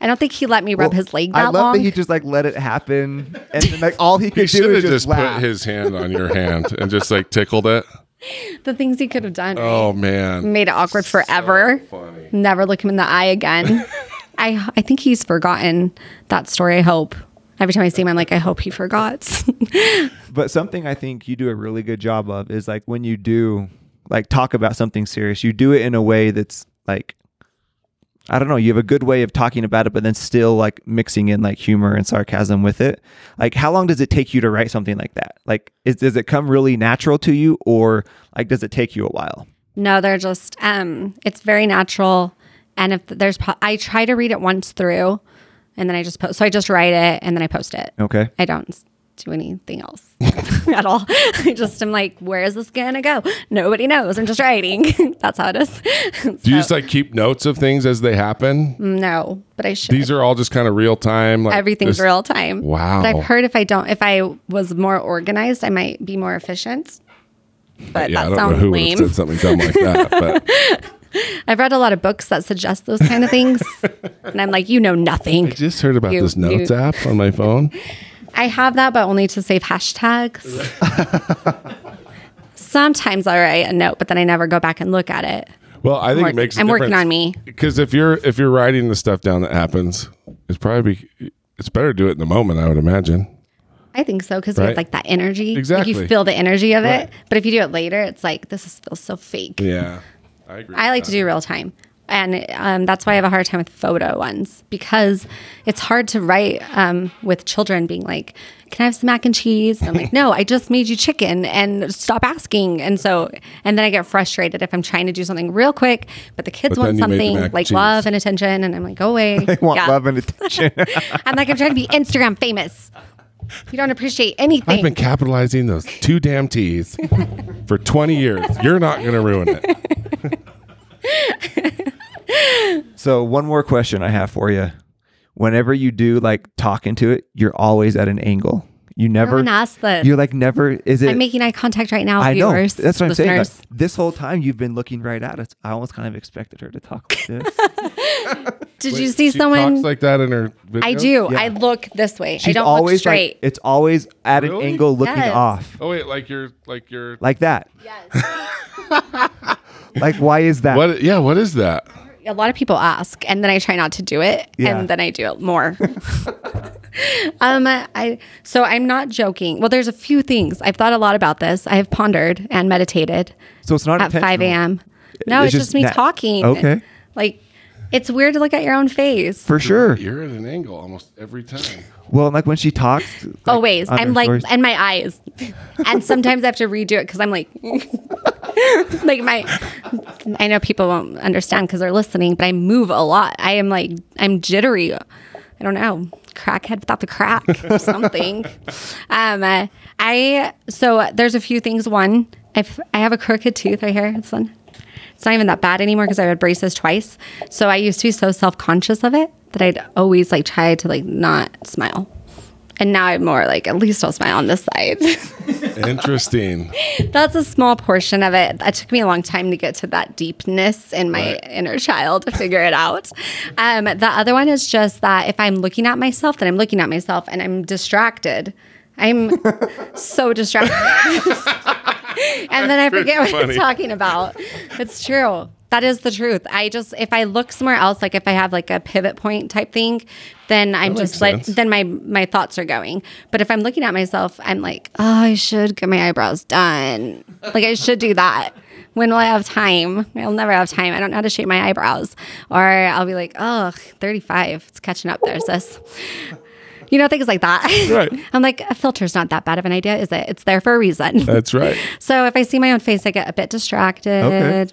S3: I don't think he let me rub his leg that
S2: I love
S3: long.
S2: that he just like let it happen, and then, like all he could
S1: He
S2: do
S1: should
S2: is
S1: have
S2: just,
S1: just
S2: laugh.
S1: put his hand on your hand and just like tickled it.
S3: the things he could have done. right?
S1: Oh man.
S3: made it awkward forever.
S1: funny.
S3: Never look him in the eye again. I I think he's forgotten that story. I hope. Every time I see him, I'm like, I hope he forgot.
S2: But something I think you do a really good job of is like when you do like talk about something serious, you do it in a way that's like I don't know, you have a good way of talking about it, but then still like mixing in like humor and sarcasm with it. Like how long does it take you to write something like that? Like is does it come really natural to you or like does it take you a while?
S3: no, they're just um, it's very natural. And if there's, po- I try to read it once through, and then I just post. So I just write it and then I post it.
S1: Oh.
S2: Okay.
S3: I don't s- do anything else at all. I just am like, where is this gonna go? Nobody knows. I'm just writing. That's how it is.
S1: Do you
S3: So, mm,
S1: just like keep notes of things as they happen?
S3: Mm-hmm. no, but I should.
S1: These are all just kind of real time. Like
S3: everything's
S1: this-
S3: real time.
S1: Wow.
S3: But I've heard if I don't, if I was more organized, I might be more efficient. But
S1: Yeah, I
S3: that
S1: don't know
S3: sounds
S1: who would have
S3: lame.
S1: said something dumb like that. But
S3: I've read a lot of books that suggest those kind of things, and I'm like, you know nothing.
S1: just heard about
S3: You-
S1: this notes
S3: you-
S1: app on my phone.
S3: I have that, but only to save hashtags. Sometimes I write a note, but then I never go back and look at it.
S1: Well, I think it
S3: working-
S1: makes. a
S3: I'm working
S1: difference.
S3: on me.
S1: because if you're if you're writing the stuff down that happens, it's probably it's better to do it in the moment. I would imagine.
S3: I think so because
S1: Right.
S3: have like that energy. Like
S1: Exactly.
S3: you feel the energy of
S1: Right.
S3: it. But if you do it later, it's like this is, feels so fake.
S1: Yeah, I agree.
S3: I like to do real time. And um, that's why I have a hard time with photo ones because it's hard to write um, with children being like, Can I have some mac and cheese? And I'm like, No, I just made you chicken and stop asking. And so, and then I get frustrated if I'm trying to do something real quick, but the kids
S1: But then
S3: want
S1: you made the
S3: something
S1: mac and
S3: like
S1: cheese.
S3: love and attention. And I'm like, Go away.
S2: They want
S3: Yeah.
S2: love and attention.
S3: I'm like, I'm trying to be Instagram famous. You don't appreciate anything.
S1: I've been capitalizing those two damn T's for 20 years. You're not going to ruin it.
S2: so one more question I have for you. Whenever you do like talk into it, you're always at an angle. You never
S3: one asked this.
S2: You're like never is it
S3: I'm making eye contact right now.
S2: I know.
S3: viewers,
S2: That's what I'm saying.
S3: listeners.
S2: Like, this whole time you've been looking right at us. I almost kind of expected her to talk like this.
S3: Did you see
S1: She
S3: someone?
S1: talks like that in her videos?
S3: I do.
S2: Yeah.
S3: I look this way. I
S2: She's
S3: don't look
S2: always
S3: straight.
S2: like it's always at
S1: Really?
S2: an angle looking
S3: Yes.
S2: off.
S1: Oh wait, like you're like you're
S2: Like that. like why is that?
S1: what yeah, what is that?
S3: a lot of people ask, and then I try not to do it,
S2: Yeah.
S3: and then I do it more. um, I so I'm not joking. Well, there's a few things I've thought a lot about this. I have pondered and meditated
S2: So it's not
S3: at 5
S2: intentional.
S3: a.m. No,
S2: It's
S3: it's,
S2: just
S3: just, me
S2: nat-
S3: talking.
S2: Okay.
S3: like it's weird to look at your own face.
S2: For sure.
S1: You're at an angle almost every time.
S2: Well, like when she talks, like,
S3: Always,
S2: on her
S3: I'm like,
S2: stories-
S3: and my eyes, and sometimes I have to redo it because I'm like, like my. I know people won't understand because they're listening, but I move a lot. I am like, I'm jittery. I don't know, crackhead without the crack or something. um, uh, I so uh, there's a few things. One, I've, I have a crooked tooth right here. This one. It's not even that bad anymore because I had braces twice. So I used to be so self conscious of it that I'd always like try to like not smile. And now I'm more like, at least I'll smile on this side.
S1: Interesting.
S3: That's a small portion of it. That took me a long time to get to that deepness in my
S1: Right.
S3: inner child to figure it out. Um, the other one is just that if I'm looking at myself, then I'm looking at myself and I'm distracted. I'm so distracted. and then I forget what
S1: Funny.
S3: I'm talking about. It's true. That is the truth. I just if I look somewhere else, like if I have like a pivot point type thing, then I'm
S1: That makes
S3: just like
S1: sense.
S3: then my my thoughts are going. But if I'm looking at myself, I'm like, oh, I should get my eyebrows done. Like I should do that. When will I have time? I'll never have time. I don't know how to shape my eyebrows. Or I'll be like, oh, 35. It's catching up there, sis. You know, things like that.
S1: Right.
S3: I'm like, a filter's not that bad of an idea, is it? It's there for a reason.
S1: That's right.
S3: So if I see my own face, I get a bit distracted.
S2: Okay.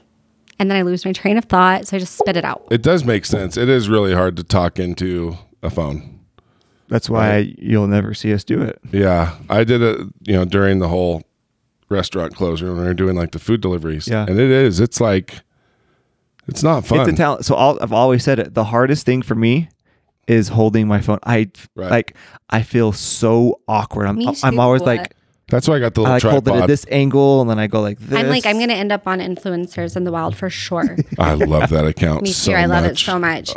S3: And then I lose my train of thought. So I just spit it out.
S1: It does make sense. It is really hard to talk into a phone.
S2: That's why you'll never see us do it.
S1: Yeah, I did it. You know, during the whole restaurant closure when we were doing like the food deliveries.
S2: Yeah.
S1: and it is. It's like it's not fun.
S2: It's a talent. So I'll, I've always said it. The hardest thing for me is holding my phone. I
S1: Right.
S2: like. I feel so awkward. I'm.
S3: Me
S2: I'm
S3: too.
S2: always like.
S1: That's why I got the little
S2: I like hold it at
S1: tripod.
S2: this angle, and then I go like this.
S3: I'm like, I'm going to end up on influencers in the wild for sure.
S1: I love that account.
S3: Me
S1: so
S3: too. I love it
S1: much. Oh.
S3: so much.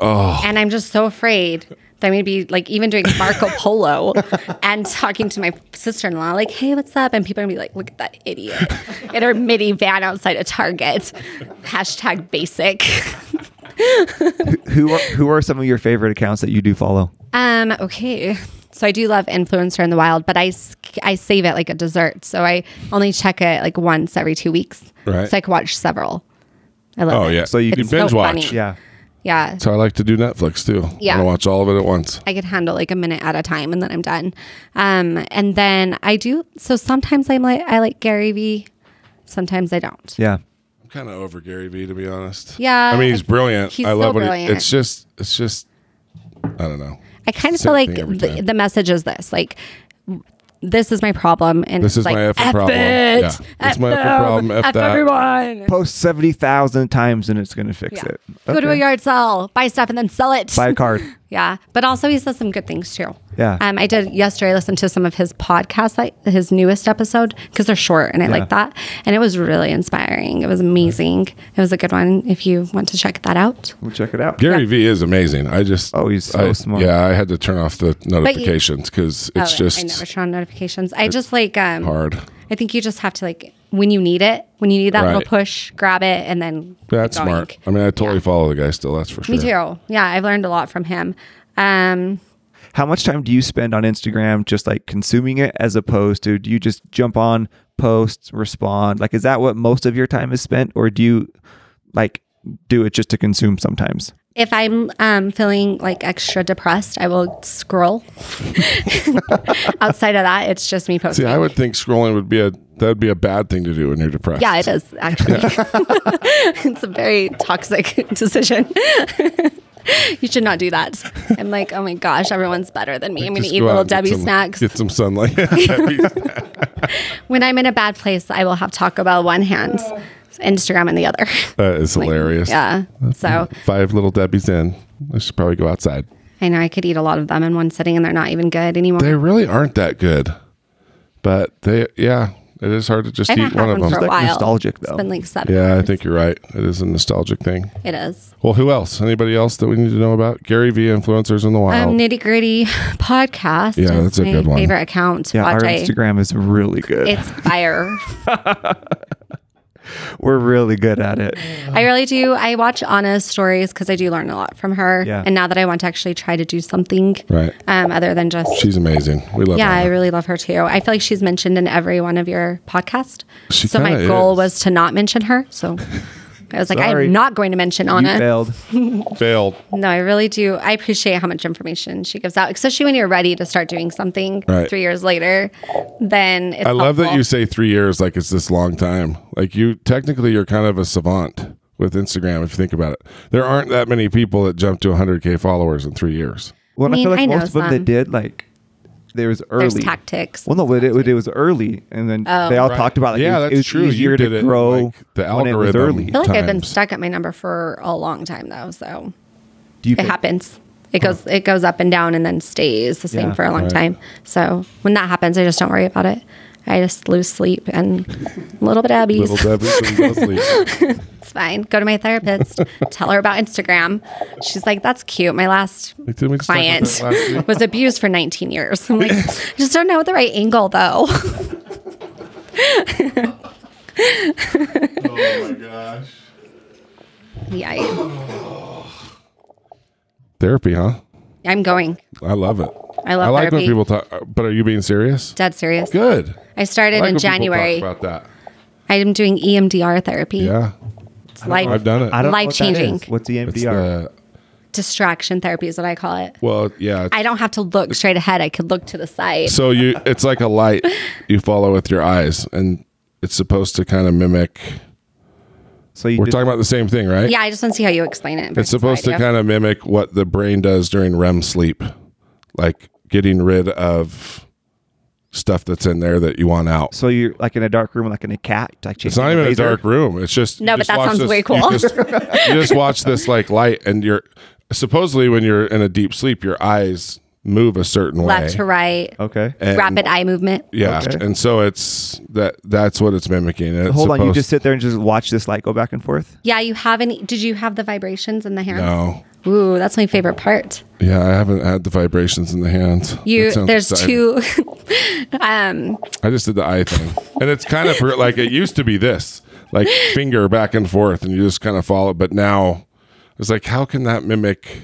S3: And I'm just so afraid that I'm going to be like even doing Marco Polo and talking to my sister in law, like, hey, what's up? And people are going to be like, look at that idiot in her minivan outside of Target. Hashtag basic.
S2: Who are Who are some of your favorite accounts that you do follow?
S3: Um. Okay. So I do love influencer in the wild, but I s- I save it like a dessert. So I only check it like once every two weeks.
S1: Right.
S3: So I can watch several. I love.
S1: Oh
S3: it.
S1: yeah.
S2: So you
S1: can
S2: It's
S1: binge
S3: so
S1: watch.
S3: funny.
S2: Yeah.
S3: Yeah.
S1: So I like to do Netflix too.
S3: Yeah.
S1: I wanna watch all of it at once.
S3: I could handle like a minute at a time, and then I'm done. Um. And then I do. So sometimes I'm like I like Gary Vee. Sometimes I don't.
S2: Yeah.
S1: I'm kind of over Gary Vee to be honest.
S3: Yeah.
S1: I mean, he's brilliant.
S3: He's
S1: I
S3: so
S1: love what
S3: brilliant.
S1: He, it's just. It's just. I don't know.
S3: I kind of
S1: Same
S3: feel like
S1: thing every
S3: the,
S1: time.
S3: the message is this like. This is my problem, and
S1: This
S3: it's
S1: is
S3: like,
S1: my effing
S3: F
S1: problem.
S3: It,
S1: Yeah. It's my effing
S3: them,
S1: problem. F
S3: F
S1: that.
S3: everyone.
S2: Post seventy thousand times, and it's going to fix
S3: Yeah.
S2: it.
S3: Go to a
S2: Okay.
S3: yard sale, buy stuff, and then sell it.
S2: Buy a card.
S3: Yeah, but also he says some good things too.
S2: Yeah.
S3: Um, I did yesterday. I listened to some of his podcasts, like his newest episode, because they're short and I like that. And it was really inspiring. It was amazing. It was a good one. If you want to check that out,
S2: We'll check it out.
S1: Gary V is amazing. I just
S2: Oh, he's so
S1: I-
S2: smart.
S1: Yeah, I had to turn off the notifications because it's
S3: Oh, I never
S1: just
S3: turn on notifications. I just like um,
S1: hard.
S3: I think you just have to like when you need it, when you need that little
S1: Right.
S3: push, grab it, and then get
S1: That's
S3: going.
S1: smart. I mean, I totally follow the guy still. That's for sure.
S3: Me too. Yeah, I've learned a lot from him. Um,
S2: How much time do you spend on Instagram just like consuming it as opposed to do you just jump on, post, respond? Like, is that what most of your time is spent or do you like do it just to consume sometimes?
S3: if I'm um, feeling like extra depressed, I will scroll. Outside of that, it's just me posting.
S1: See, I would think scrolling would be a that'd be a bad thing to do when you're depressed.
S3: yeah, it is actually. it's a very toxic decision. you should not do that. I'm like, oh my gosh, everyone's better than me. I'm going to
S1: Just
S3: eat
S1: go out
S3: little
S1: and get
S3: Debbie
S1: some-
S3: snacks.
S1: Get some sunlight.
S3: When I'm in a bad place, I will have Taco Bell one hand, Instagram in the other.
S1: that is hilarious.
S3: yeah. So
S1: Five little Debbie's in. I should probably go outside.
S3: I know I could eat a lot of them in one sitting and they're not even good anymore.
S1: They really aren't that good, but they yeah, it is hard to just
S3: I
S1: eat
S3: haven't had
S1: one of
S3: one for
S1: them.
S3: a
S2: like
S3: while.
S2: nostalgic, though.
S3: It's been like seven.
S1: Yeah, I
S3: years.
S1: think you're right. It is a nostalgic thing.
S3: it is.
S1: Well, who else? Anybody else that we need to know about? Gary V, influencers in the wild.
S3: Um, Nitty Gritty Podcast.
S1: Yeah,
S3: is
S1: that's a
S3: my
S1: good one.
S3: Favorite account.
S2: Yeah, our
S3: Watch it.
S2: Instagram is really good.
S3: It's fire.
S2: We're really good at it.
S3: I really do. I watch Anna's stories because I do learn a lot from her.
S2: Yeah.
S3: And now that I want to actually try to do something
S1: right.
S3: um, other than just.
S1: She's amazing. We love
S3: yeah,
S1: her.
S3: I really love her too. I feel like she's mentioned in every one of your podcasts.
S1: She
S3: so my
S1: kinda
S3: goal
S1: is.
S3: was to not mention her. So I was like,
S2: Sorry.
S3: I'm not going to mention
S2: You
S3: Anna.
S2: failed.
S1: failed.
S3: No, I really do. I appreciate how much information she gives out, especially when you're ready to start doing something
S1: Right.
S3: three years later. Then it's
S1: I love that
S3: helpful.
S1: you say three years like it's this long time. Like you technically you're kind of a savant with Instagram if you think about it. There aren't that many people that jump to 100k followers in three years.
S2: Well, and I,
S3: mean,
S2: feel like
S3: I know
S2: most of them
S3: some.
S2: that did like there was early
S3: There's tactics. Oh.
S2: Well, no, what it, what it was early, and then they all talked about like
S1: Yeah,
S2: it was,
S1: that's
S2: it was
S1: true. You
S2: easier
S1: did
S2: to
S1: it,
S2: grow
S1: like, the
S2: when it was
S1: algorithm.
S2: early.
S3: I feel like I've been
S1: times.
S3: stuck at my number for a long time though, so
S2: Do you
S3: it
S2: think-
S3: happens. It goes it goes up and down and then stays the same
S2: Yeah,
S3: for a long
S1: right.
S3: time. So when that happens, I just don't worry about it. I just lose sleep and little bit of
S1: Little Debbie Leslie.
S3: It's fine. Go to my therapist. tell her about Instagram. She's like, "That's cute." My last
S1: didn't we just talk about
S3: client
S1: that last week?
S3: was abused for 19 years. I'm like, I just don't know the right angle though.
S1: Oh my gosh.
S3: yeah,
S1: Therapy, huh?
S3: I'm going
S1: I love it.
S3: I
S1: I
S3: love
S1: like when
S3: therapy.
S1: people talk. uh, But are you being serious?
S3: dead serious.
S1: Good.
S3: I
S1: I
S3: started
S1: like when
S3: in
S1: people talk
S3: January.
S1: about that.
S3: I am doing E EMDR therapy.
S1: Yeah,
S3: It's life
S1: I've done it.
S2: I don't know
S3: Life
S2: what that
S3: changing.
S2: is. What's E the
S1: It's
S2: MDR?
S1: the-
S3: distraction therapy is what I call it.
S1: well, yeah. it's-
S3: I don't have to look straight ahead. I could look to the side.
S1: So you, it's like a light you follow with your eyes, and it's supposed to kind of mimic.
S2: So you
S1: We're
S2: just-
S1: talking about the same thing, right?
S3: Yeah, I just want to see how you explain it.
S1: It's supposed to kind of mimic what the brain does during REM sleep, like getting rid of stuff that's in there that you want out.
S2: so you're like in a dark room, like in a cat. Like
S1: It's not even a dark room. It's just you
S3: No, but
S1: just
S3: that
S1: watch
S3: sounds
S1: this-
S3: way
S1: you
S3: cool.
S1: just- you just watch this like light, and you're supposedly when you're in a deep sleep, your eyes move a certain way.
S3: left to right,
S2: Okay.
S1: And-
S3: rapid eye movement.
S1: Yeah,
S2: Okay.
S1: and so it's that. That's what it's mimicking. and it's
S2: Hold on. You
S1: supposed-
S2: just sit there and just watch this light go back and forth.
S3: Yeah, you have any? Did you have the vibrations in the hands?
S1: no.
S3: Ooh, that's my favorite part.
S1: Yeah, I haven't had the vibrations in the hands.
S3: You
S1: That sounds
S3: there's
S1: exciting.
S3: two. um,
S1: I just did the eye thing, and it's kind of per- like it used to be this, like finger back and forth, and you just kind of follow. But now, it's like, how can that mimic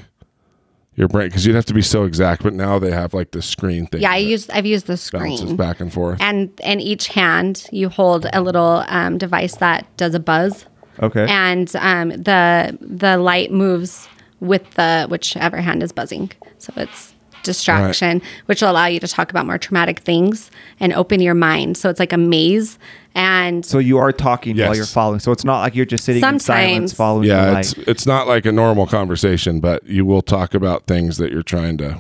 S1: your brain? Because you'd have to be so exact. But now they have like the screen thing.
S3: yeah, I
S1: that
S3: used I've used the
S1: bounces
S3: screen,
S1: back and forth.
S3: and in each hand you hold a little um, device that does a buzz.
S2: Okay.
S3: and um, the the light moves with the whichever hand is buzzing. So it's distraction, which will allow you to talk about more traumatic things and open your mind. So it's like a maze, and
S2: so you are talking while
S1: Yes.
S2: you're following. So it's not like you're just sitting in silence
S3: Sometimes.
S2: following the
S1: yeah,
S2: light.
S1: it's it's not like a normal conversation, but you will talk about things that you're trying to.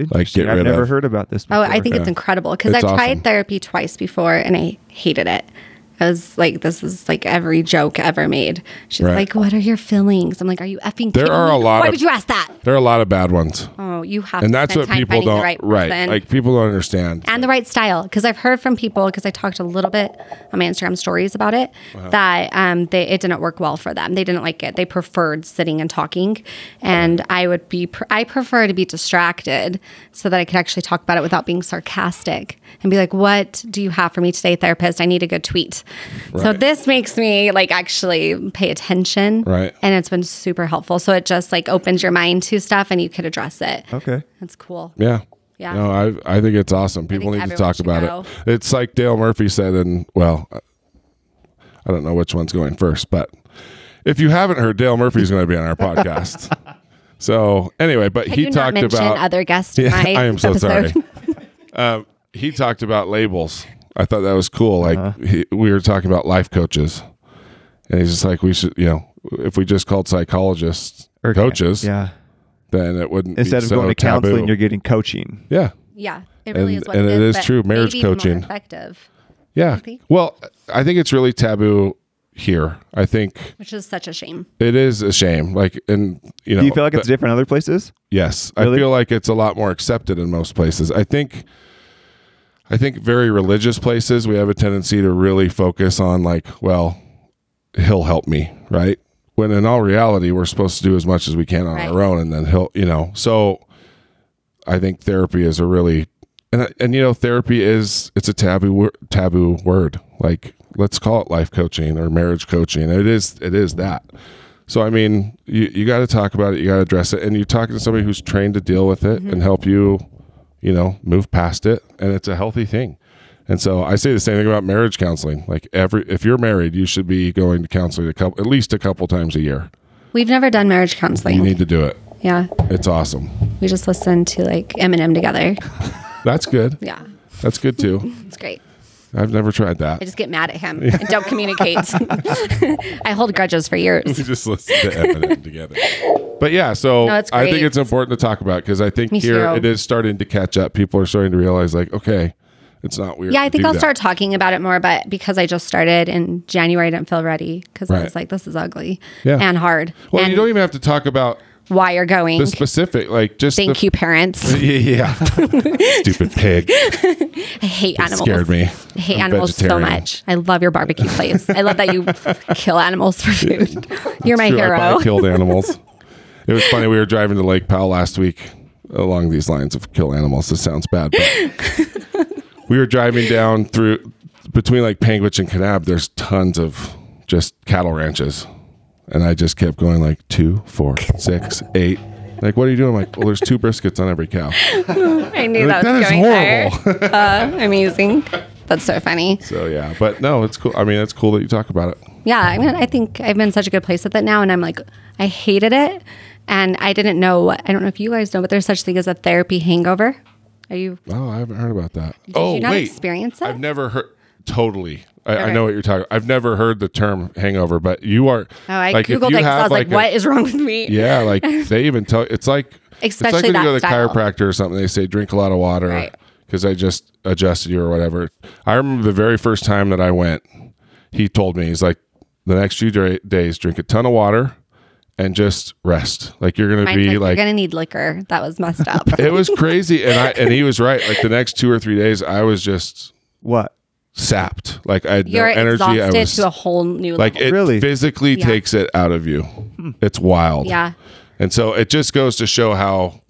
S2: Interesting.
S1: get
S2: I've
S1: rid
S2: never
S1: of.
S2: heard about this.
S3: oh,
S2: Before.
S3: I think it's incredible because
S1: It's
S3: I've
S1: awesome.
S3: tried therapy twice before and I hated it. because like this is like every joke ever made. She's
S1: Right.
S3: like, "What are your feelings?" I'm like, "Are you effing?"
S1: There
S3: kidding
S1: are a
S3: me?
S1: lot
S3: Why
S1: of-
S3: would you ask that?
S1: There are a lot of bad ones,
S3: Oh, you have.
S1: and
S3: to
S1: that's
S3: spend
S1: what
S3: time
S1: people
S3: finding
S1: don't
S3: the right,
S1: right.
S3: person
S1: Like people don't understand.
S3: and the right style because I've heard from people because I talked a little bit on my Instagram stories about it
S1: Uh-huh.
S3: that um, they, it didn't work well for them. They didn't like it. They preferred sitting and talking, and I would be pr- I prefer to be distracted so that I could actually talk about it without being sarcastic and be like, "What do you have for me today, therapist? I need a good tweet." So
S1: Right.
S3: this makes me like actually pay attention,
S1: Right.
S3: And it's been super helpful. So it just like opens your mind to stuff, and you could address it.
S1: Uh,
S2: Okay.
S3: That's cool.
S1: Yeah.
S3: Yeah.
S1: No, I I think it's awesome. People
S3: think
S1: need to
S3: everyone
S1: talk
S3: should
S1: about
S3: go.
S1: it. It's like Dale Murphy said in well, uh, I don't know which one's going first, but if you haven't heard, Dale Murphy's going to be on our podcast. So anyway, but
S3: Had
S1: he
S3: you
S1: talked
S3: not mentioned
S1: about
S3: other guests. in
S1: Yeah,
S3: my
S1: I am so
S3: episode?
S1: sorry. um, he talked about labels. I thought that was cool. Like
S2: Uh-huh.
S1: he, we were talking about life coaches, and he's just like, we should, you know, if we just called psychologists
S2: Or-
S1: coaches,
S2: Yeah.
S1: then it wouldn't
S2: Instead
S1: be
S2: of
S1: so
S2: going to
S1: taboo.
S2: counseling, you're getting coaching.
S1: yeah,
S3: Yeah, it really
S1: And-
S3: is what
S1: and
S3: it
S1: it is
S3: is. but
S1: true, marriage
S3: maybe more
S1: coaching.
S3: effective,
S1: Yeah.
S3: think?
S1: Well, I think it's really taboo here. I think
S3: which is such a shame.
S1: it is a shame. Like, and you know,
S2: Do you feel like it's
S1: th-
S2: different other places?
S1: yes, I
S2: Really?
S1: feel like it's a lot more accepted in most places. I think, I think very religious places we have a tendency to really focus on like, well, he'll help me, right? When in all reality, we're supposed to do as much as we can on
S3: Right.
S1: our own, and then he'll, you know. So, I think therapy is a really, and I- and you know, therapy is it's a taboo wor- taboo word. Like let's call it life coaching or marriage coaching. It is it is that. So I mean, you you got to talk about it. You got to address it, and you're talking to somebody who's trained to deal with it and help you, you know, move past it. And it's a healthy thing. And so I say the same thing about marriage counseling. Like every if you're married, you should be going to counseling a couple at least a couple times a year.
S3: We've never done marriage counseling.
S1: You need to do it.
S3: yeah,
S1: It's awesome.
S3: we just listened to like Eminem together.
S1: That's good.
S3: Yeah,
S1: That's good too.
S3: it's great.
S1: I've never tried that.
S3: I just get mad at him and don't communicate. I hold grudges for years.
S1: we just listen to Eminem together. But yeah, so
S3: No, it's
S1: I think
S3: great.
S1: it's important to talk about because I think
S3: Me
S1: here
S3: too.
S1: it is starting to catch up. People are starting to realize, like, okay, it's not weird.
S3: Yeah,
S1: to
S3: I think
S1: do
S3: I'll
S1: that.
S3: start talking about it more, but because I just started in January, I didn't feel ready because I
S1: Right.
S3: was like, this is ugly
S1: Yeah.
S3: and hard.
S1: Well,
S3: and
S1: you don't even have to talk about
S3: why you're going.
S1: the specific, like, just
S3: Thank
S1: the,
S3: you, parents.
S1: Yeah, yeah. stupid pig
S3: I hate animals.
S1: scared me.
S3: I hate
S1: I'm
S3: animals
S1: vegetarian.
S3: so much. I love your barbecue place. I love that you kill animals for food. You're my
S1: True, I
S3: hero.
S1: probably killed animals. it was funny. We were driving to Lake Powell last week along these lines of kill animals. This sounds bad, but we were driving down through between like Panguitch and Kanab. There's tons of just cattle ranches, and I just kept going like two, four, six, eight. Like, what are you doing? I'm like, well, there's two briskets on every cow.
S3: I knew
S1: Like,
S3: that
S1: that
S3: was
S1: is
S3: going
S1: horrible.
S3: there. Uh, amazing. That's so funny.
S1: So yeah, but no, it's cool. I mean, it's cool that you talk about it.
S3: Yeah, I mean, I think I've been in such a good place with it now, and I'm like, I hated it, and I didn't know. I don't know if you guys know, but there's such thing as a therapy hangover. Are you?
S1: Oh, I haven't heard about that. oh,
S3: you not
S1: wait.
S3: experience it?
S1: I've never heard. Totally. I, I
S3: Okay.
S1: know what you're talking. I've never heard the term hangover, but you are.
S3: Oh, I
S1: like, if
S3: googled it
S1: you
S3: 'cause I
S1: have,
S3: was like,
S1: a-
S3: what is wrong with me?
S1: Yeah, like they even tell. It's like
S3: Especially
S1: it's like when you
S3: that
S1: go to the
S3: style.
S1: chiropractor or something. They say drink a lot of water
S3: Right.
S1: because I just adjusted you or whatever. I remember the very first time that I went. He told me he's like, the next few dra- days, drink a ton of water, and just rest. Like you're gonna
S3: Mine's
S1: be
S3: like,
S1: like
S3: you're gonna need liquor. That was messed up.
S1: it was crazy and i and he was right like the next two or three days i was just
S2: What?
S1: sapped like i had
S3: You're
S1: no energy i
S3: exhausted
S1: was
S3: to a whole new
S1: like
S3: level.
S1: it
S2: Really?
S1: physically
S3: Yeah.
S1: takes it out of you it's wild
S3: yeah.
S1: and so it just goes to show how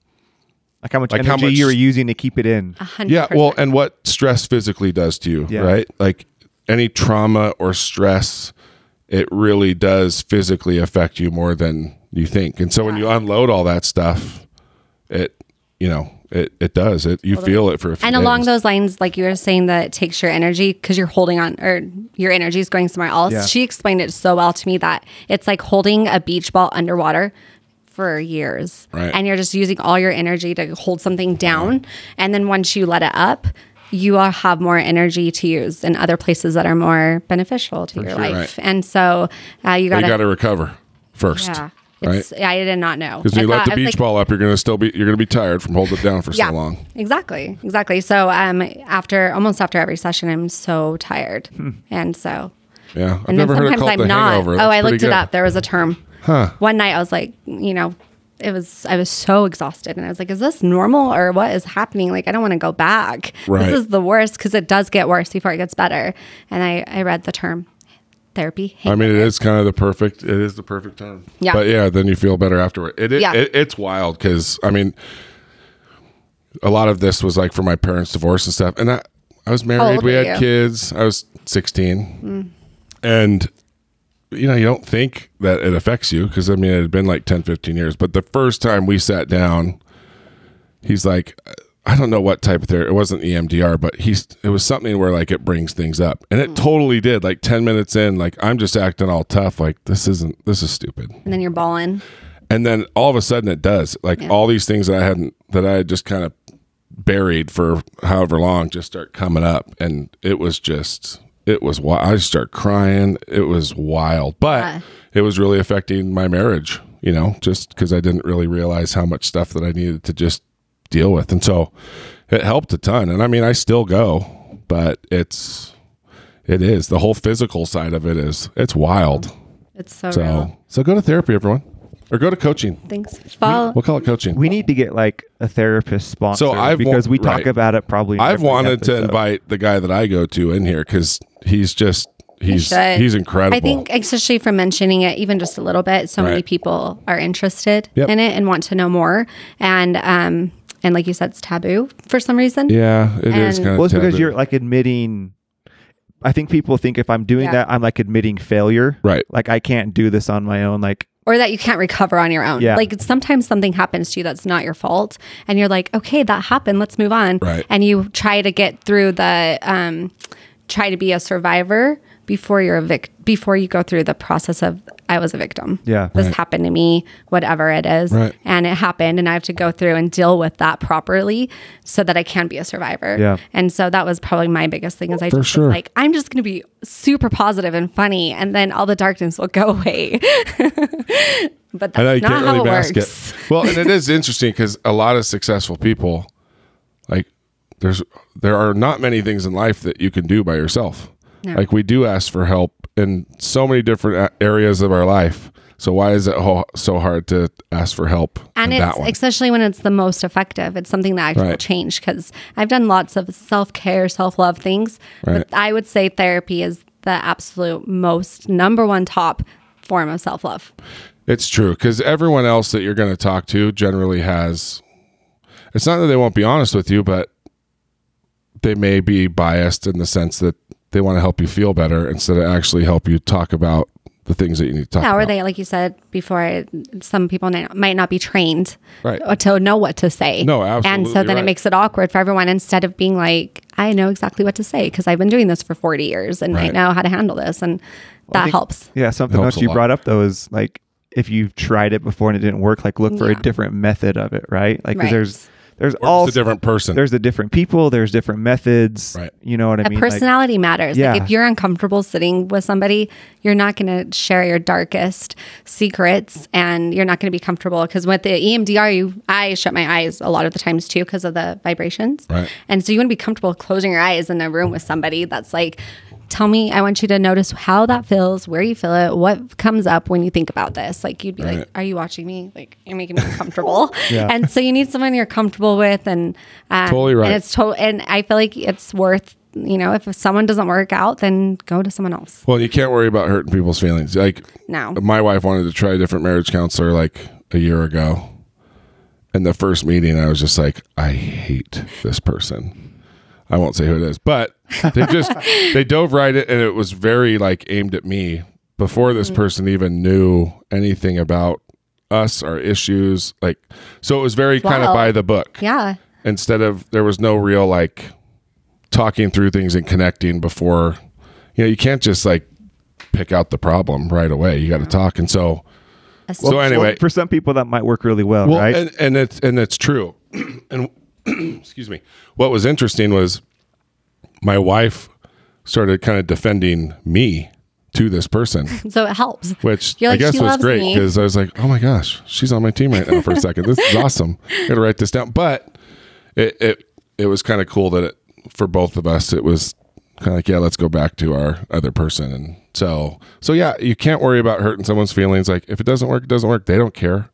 S2: Like how much
S1: Like
S2: energy
S1: how much-
S2: you were using to keep it in?
S3: A hundred.
S1: yeah well and what stress physically does to you
S2: Yeah.
S1: right like any trauma or stress it really does physically affect you more than you think and so when you unload all that stuff it you know it, it does it you feel it for a few
S3: And along
S1: days.
S3: those lines, like you were saying, that it takes your energy because you're holding on, or your energy is going somewhere else.
S2: Yeah.
S3: She explained it so well to me that it's like holding a beach ball underwater for years,
S1: Right.
S3: and you're just using all your energy to hold something down.
S1: Uh-huh.
S3: And then once you let it up, you will have more energy to use in other places that are more beneficial to your life.
S1: Right.
S3: And so uh, you got
S1: you got
S3: to,
S1: to recover first,
S3: yeah.
S1: right?
S3: It's, I did not know.
S1: Because
S3: I
S1: when you let
S3: thought-
S1: the
S3: I was
S1: beach
S3: like,
S1: ball up, you're gonna still be you're gonna be tired from holding it down for so long.
S3: Exactly. Exactly. So um after almost after every session I'm so tired. And so
S1: Yeah, Hmm. I've
S3: and
S1: never
S3: then
S1: heard it
S3: sometimes
S1: called
S3: I'm
S1: the
S3: not.
S1: hangover.
S3: oh,
S1: That's
S3: I
S1: pretty
S3: looked
S1: good.
S3: it up. There was a term.
S1: Huh.
S3: One night I was like, you know, it was I was so exhausted, and I was like, is this normal or what is happening? Like, I don't want to go back.
S1: Right.
S3: This is the worst because it does get worse before it gets better. And I I read the term therapy.
S1: I mean,
S3: hangover.
S1: it is kind of the perfect. It is the perfect term.
S3: Yeah.
S1: But yeah, then you feel better afterward. It, it,
S3: Yeah.
S1: it it's wild because I mean, a lot of this was like for my parents' divorce and stuff. And I I was married.
S3: old
S1: We
S3: were
S1: had
S3: you? Mm.
S1: kids. I was sixteen, and you know you don't think that it affects you because I mean it had been like 10, 15 years. But the first time we sat down, he's like. I don't know what type of therapy. It wasn't E EMDR, but he's. It was something where like it brings things up, and
S3: Mm.
S1: it totally did. Like ten minutes in, like I'm just acting all tough. Like this isn't. This is stupid.
S3: and then you're balling.
S1: And then all of a sudden it does. Like all these things that I hadn't. That I had just kind of buried for however long just start coming up, and it was just. It was. wi- I just start crying. It was wild, but
S3: Yeah.
S1: it was really affecting my marriage. You know, just because I didn't really realize how much stuff that I needed to just deal with. And so it helped a ton. And I mean, I still go, but it's, it is the whole physical side of it is, it's wild.
S3: It's so, real.
S1: So, so go to therapy, everyone, or go to coaching.
S3: Thanks. Follow.
S1: We'll call it coaching.
S2: We need to get like a therapist sponsor
S1: So I've wa-
S2: because we talk
S1: right.
S2: about it probably. in
S1: I've
S2: every
S1: wanted to
S2: episode.
S1: invite the guy that I go to in here because he's just, he's,
S3: should.
S1: he's incredible.
S3: I think, especially from mentioning it even just a little bit, so many
S1: Right.
S3: people are interested
S1: Yep.
S3: in it and want to know more. And um, and like you said, it's taboo for some reason.
S1: yeah, it is
S3: And-
S1: kind of
S2: Well, it's because you're like admitting. I think people think if I'm doing
S3: Yeah.
S2: that, I'm like admitting failure.
S1: Right.
S2: Like I can't do this on my own. Like
S3: Or that you can't recover on your own.
S2: Yeah.
S3: Like sometimes something happens to you that's not your fault, and you're like, okay, that happened. Let's move on.
S1: Right.
S3: And you try to get through the, um, try to be a survivor before you're a vic- before you go through the process of I was a victim.
S2: Yeah.
S3: This
S1: Right.
S3: happened to me, whatever it is,
S1: Right.
S3: and it happened, and I have to go through and deal with that properly so that I can be a survivor.
S2: Yeah.
S3: And so that was probably my biggest thing is I
S1: For
S3: just was
S1: sure.
S3: like I'm just going to be super positive and funny, and then all the darkness will go away. but
S1: I know
S3: that's
S1: you
S3: not
S1: can't
S3: how
S1: really
S3: it
S1: mask
S3: works.
S1: it. Well, and it is interesting because a lot of successful people, like there's there are not many things in life that you can do by yourself.
S3: No.
S1: Like we do ask for help in so many different a- areas of our life. So why is it ho- so hard to ask for help
S3: And
S1: in that
S3: it's
S1: one?
S3: especially when it's the most effective. It's something that I
S1: Right.
S3: will change because I've done lots of self care, self love things.
S1: Right.
S3: But I would say therapy is the absolute most number one top form of self love.
S1: It's true because everyone else that you're going to talk to generally has. It's not that they won't be honest with you, but they may be biased in the sense that they want to help you feel better instead of actually help you talk about the things that you need to talk
S3: Now,
S1: about.
S3: are they, like you said before, some people ni- might not be trained
S1: Right.
S3: to know what to say.
S1: No,
S3: And
S1: absolutely
S3: so then
S1: right.
S3: it makes it awkward for everyone instead of being like, I know exactly what to say because I've been doing this for 40 years and I
S1: Right.
S3: know how to handle this. And that
S2: think-
S3: helps.
S2: yeah, something
S1: Helps a
S2: else you
S1: lot.
S2: brought up though is like if you've tried it before and it didn't work, like look for
S3: Yeah.
S2: a different method of it, right? Like 'cause
S3: Right.
S2: there's there's
S1: Or
S2: all
S1: just a different person.
S2: there's the different people, there's different methods.
S1: Right.
S2: You know what I
S3: A
S2: mean? Like,
S3: personality matters. Like
S2: Yeah.
S3: if you're uncomfortable sitting with somebody, you're not going to share your darkest secrets, and you're not going to be comfortable because with the E EMDR, you I shut my eyes a lot of the times too because of the vibrations.
S1: Right.
S3: And so you want to be comfortable closing your eyes in a room with somebody that's like, tell me, I want you to notice how that feels, where you feel it, what comes up when you think about this. Like you'd be
S1: Right.
S3: like, are you watching me? Like you're making me uncomfortable.
S2: Yeah.
S3: And so you need someone you're comfortable with, and um,
S1: Totally right.
S3: And it's total. And I feel like it's worth. You know, if someone doesn't work out, then go to someone else.
S1: Well, you can't worry about hurting people's feelings. Like
S3: No.
S1: my wife wanted to try a different marriage counselor like a year ago. And the first meeting, I was just like, I hate this person. I won't say who it is, but they just they dove right in, and it was very like aimed at me before this person even knew anything about us, our issues. Like, so it was very kind of
S3: wild.
S1: by the book
S3: Yeah.
S1: instead of there was no real like talking through things and connecting before you know you can't just like pick out the problem right away you got to talk and so
S3: That's
S1: so anyway
S2: for some people that might work really well,
S1: well
S2: right?
S1: and, and it's and it's true and excuse me what was interesting was my wife started kind of defending me to this person
S3: So it helps.
S1: which
S3: You're
S1: I
S3: like,
S1: guess
S3: "She
S1: was
S3: loves
S1: great
S3: me."
S1: because I was like, oh my gosh, she's on my team right now for a second. This is awesome. I gotta write this down. But it it, it was kind of cool that it, for both of us, it was kind of like, yeah, let's go back to our other person. And so, so yeah, you can't worry about hurting someone's feelings. Like if it doesn't work, it doesn't work. They don't care.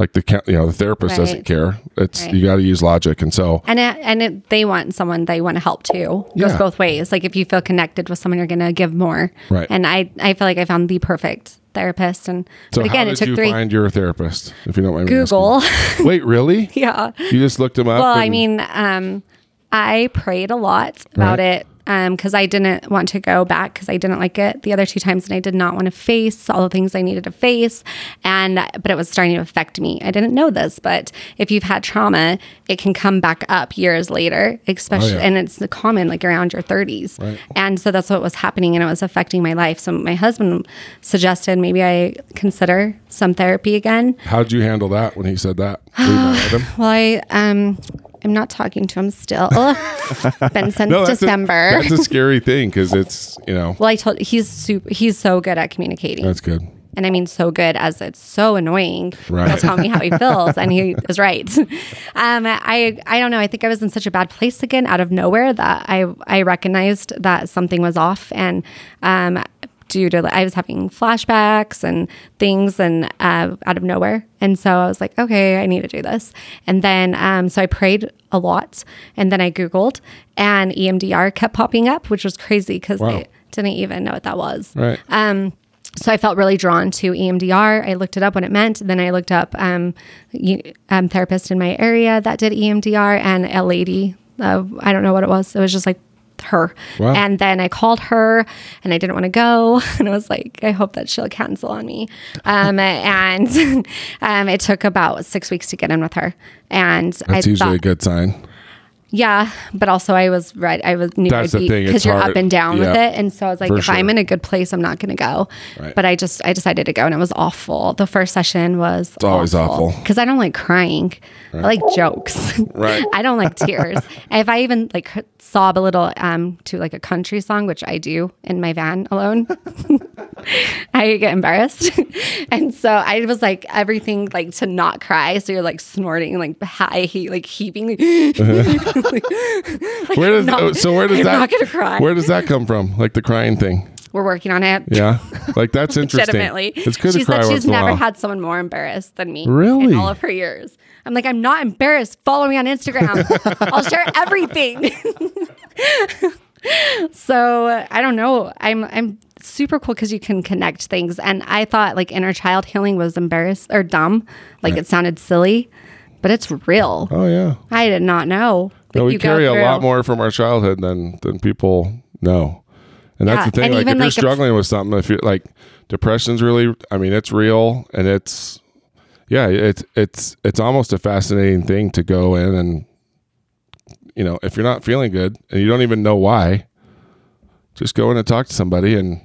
S1: Like the, ca- you know, the therapist
S3: Right.
S1: doesn't care. It's,
S3: Right.
S1: you got to use logic. And so,
S3: And it, and it, they want someone they want to help too. It goes
S1: Yeah.
S3: both ways. Like if you feel connected with someone, you're going to give more.
S1: Right.
S3: And I, I feel like I found the perfect therapist. And
S1: so
S3: but
S1: how
S3: again,
S1: did
S3: it took
S1: you
S3: three
S1: find your therapist? If you don't mind me asking?
S3: Google.
S1: Wait, really?
S3: yeah.
S1: You just looked him up?
S3: Well, I
S1: and-
S3: mean, um, I prayed a lot about
S1: Right.
S3: it because I didn't want to go back because I didn't like it the other two times, and I did not want to face all the things I needed to face. And but it was starting to affect me. I didn't know this, but if you've had trauma, it can come back up years later, especially,
S1: Oh, yeah.
S3: and it's common like around your 30s.
S1: Right.
S3: And so that's what was happening, and it was affecting my life. So my husband suggested maybe I consider some therapy again.
S1: how'd you handle that when he said that? Were you mad at him?
S3: Well, I um, I'm not talking to him still. Been since
S1: that's a-
S3: December.
S1: that's a scary thing because it's, you know,
S3: well, I told he's super. He's so good at communicating,
S1: that's good.
S3: and I mean so good as it's so annoying.
S1: Right.
S3: He'll tell me how he feels, and he is right. Um, I I don't know. I think I was in such a bad place again, out of nowhere, that I I recognized that something was off, and um, due to I was having flashbacks and things, and uh, out of nowhere, and so I was like, okay, I need to do this, and then um, so I prayed a lot, and then I googled, and E EMDR kept popping up, which was crazy because
S1: Wow.
S3: I didn't even know what that was.
S1: Right.
S3: Um, so I felt really drawn to E EMDR. I looked it up when it meant. Then I looked up um, you, um, therapist in my area that did E EMDR and a lady. Uh, I don't know what it was. It was just like her.
S1: Wow.
S3: And then I called her, and I didn't want to go. And I was like, I hope that she'll cancel on me. Um, and um, it took about six weeks to get in with her. And
S1: That's
S3: I
S1: usually a
S3: thought,
S1: good sign.
S3: yeah, but also I was right. I was knew
S1: That's the thing, it's
S3: because you're
S1: hard.
S3: up and down with
S1: Yeah.
S3: it, and so I was like,
S1: For
S3: if I'm
S1: sure.
S3: in a good place, I'm not going to go.
S1: Right.
S3: But I just I decided to go, and it was awful. The first session was it's
S1: always awful.
S3: because I don't like crying. I like jokes.
S1: Right.
S3: I don't like tears. if I even like sob a little um to like a country song, which I do in my van alone, I get embarrassed. and so I was like everything like to not cry. So you're like snorting, like high heat, like heaving.
S1: Uh-huh. Where does
S3: not-
S1: oh, so where does
S3: I'm
S1: that
S3: not gonna cry.
S1: Where does that come from? Like the crying thing.
S3: We're working on it.
S1: Yeah. Like that's interesting.
S3: Legitimately,
S1: It's good
S3: she
S1: to cry
S3: said
S1: once
S3: she's
S1: in a
S3: never
S1: while.
S3: had someone more embarrassed than me.
S1: Really?
S3: in all of her years. I'm like, I'm not embarrassed. Follow me on Instagram. I'll share everything. so I don't know. I'm I'm super cool because you can connect things. And I thought like inner child healing was embarrassed or dumb, like it sounded silly, but it's real.
S1: oh yeah.
S3: I did not know.
S1: No,
S3: that
S1: we
S3: you go
S1: carry a
S3: through.
S1: lot more from our childhood than than people know. And that's
S3: Yeah,
S1: the thing.
S3: and
S1: Like if
S3: even,
S1: you're
S3: like, if-
S1: struggling with something, if you're like depression's really I mean, it's real and it's yeah, it's it's it's almost a fascinating thing to go in and you know, if you're not feeling good and you don't even know why, just go in and talk to somebody and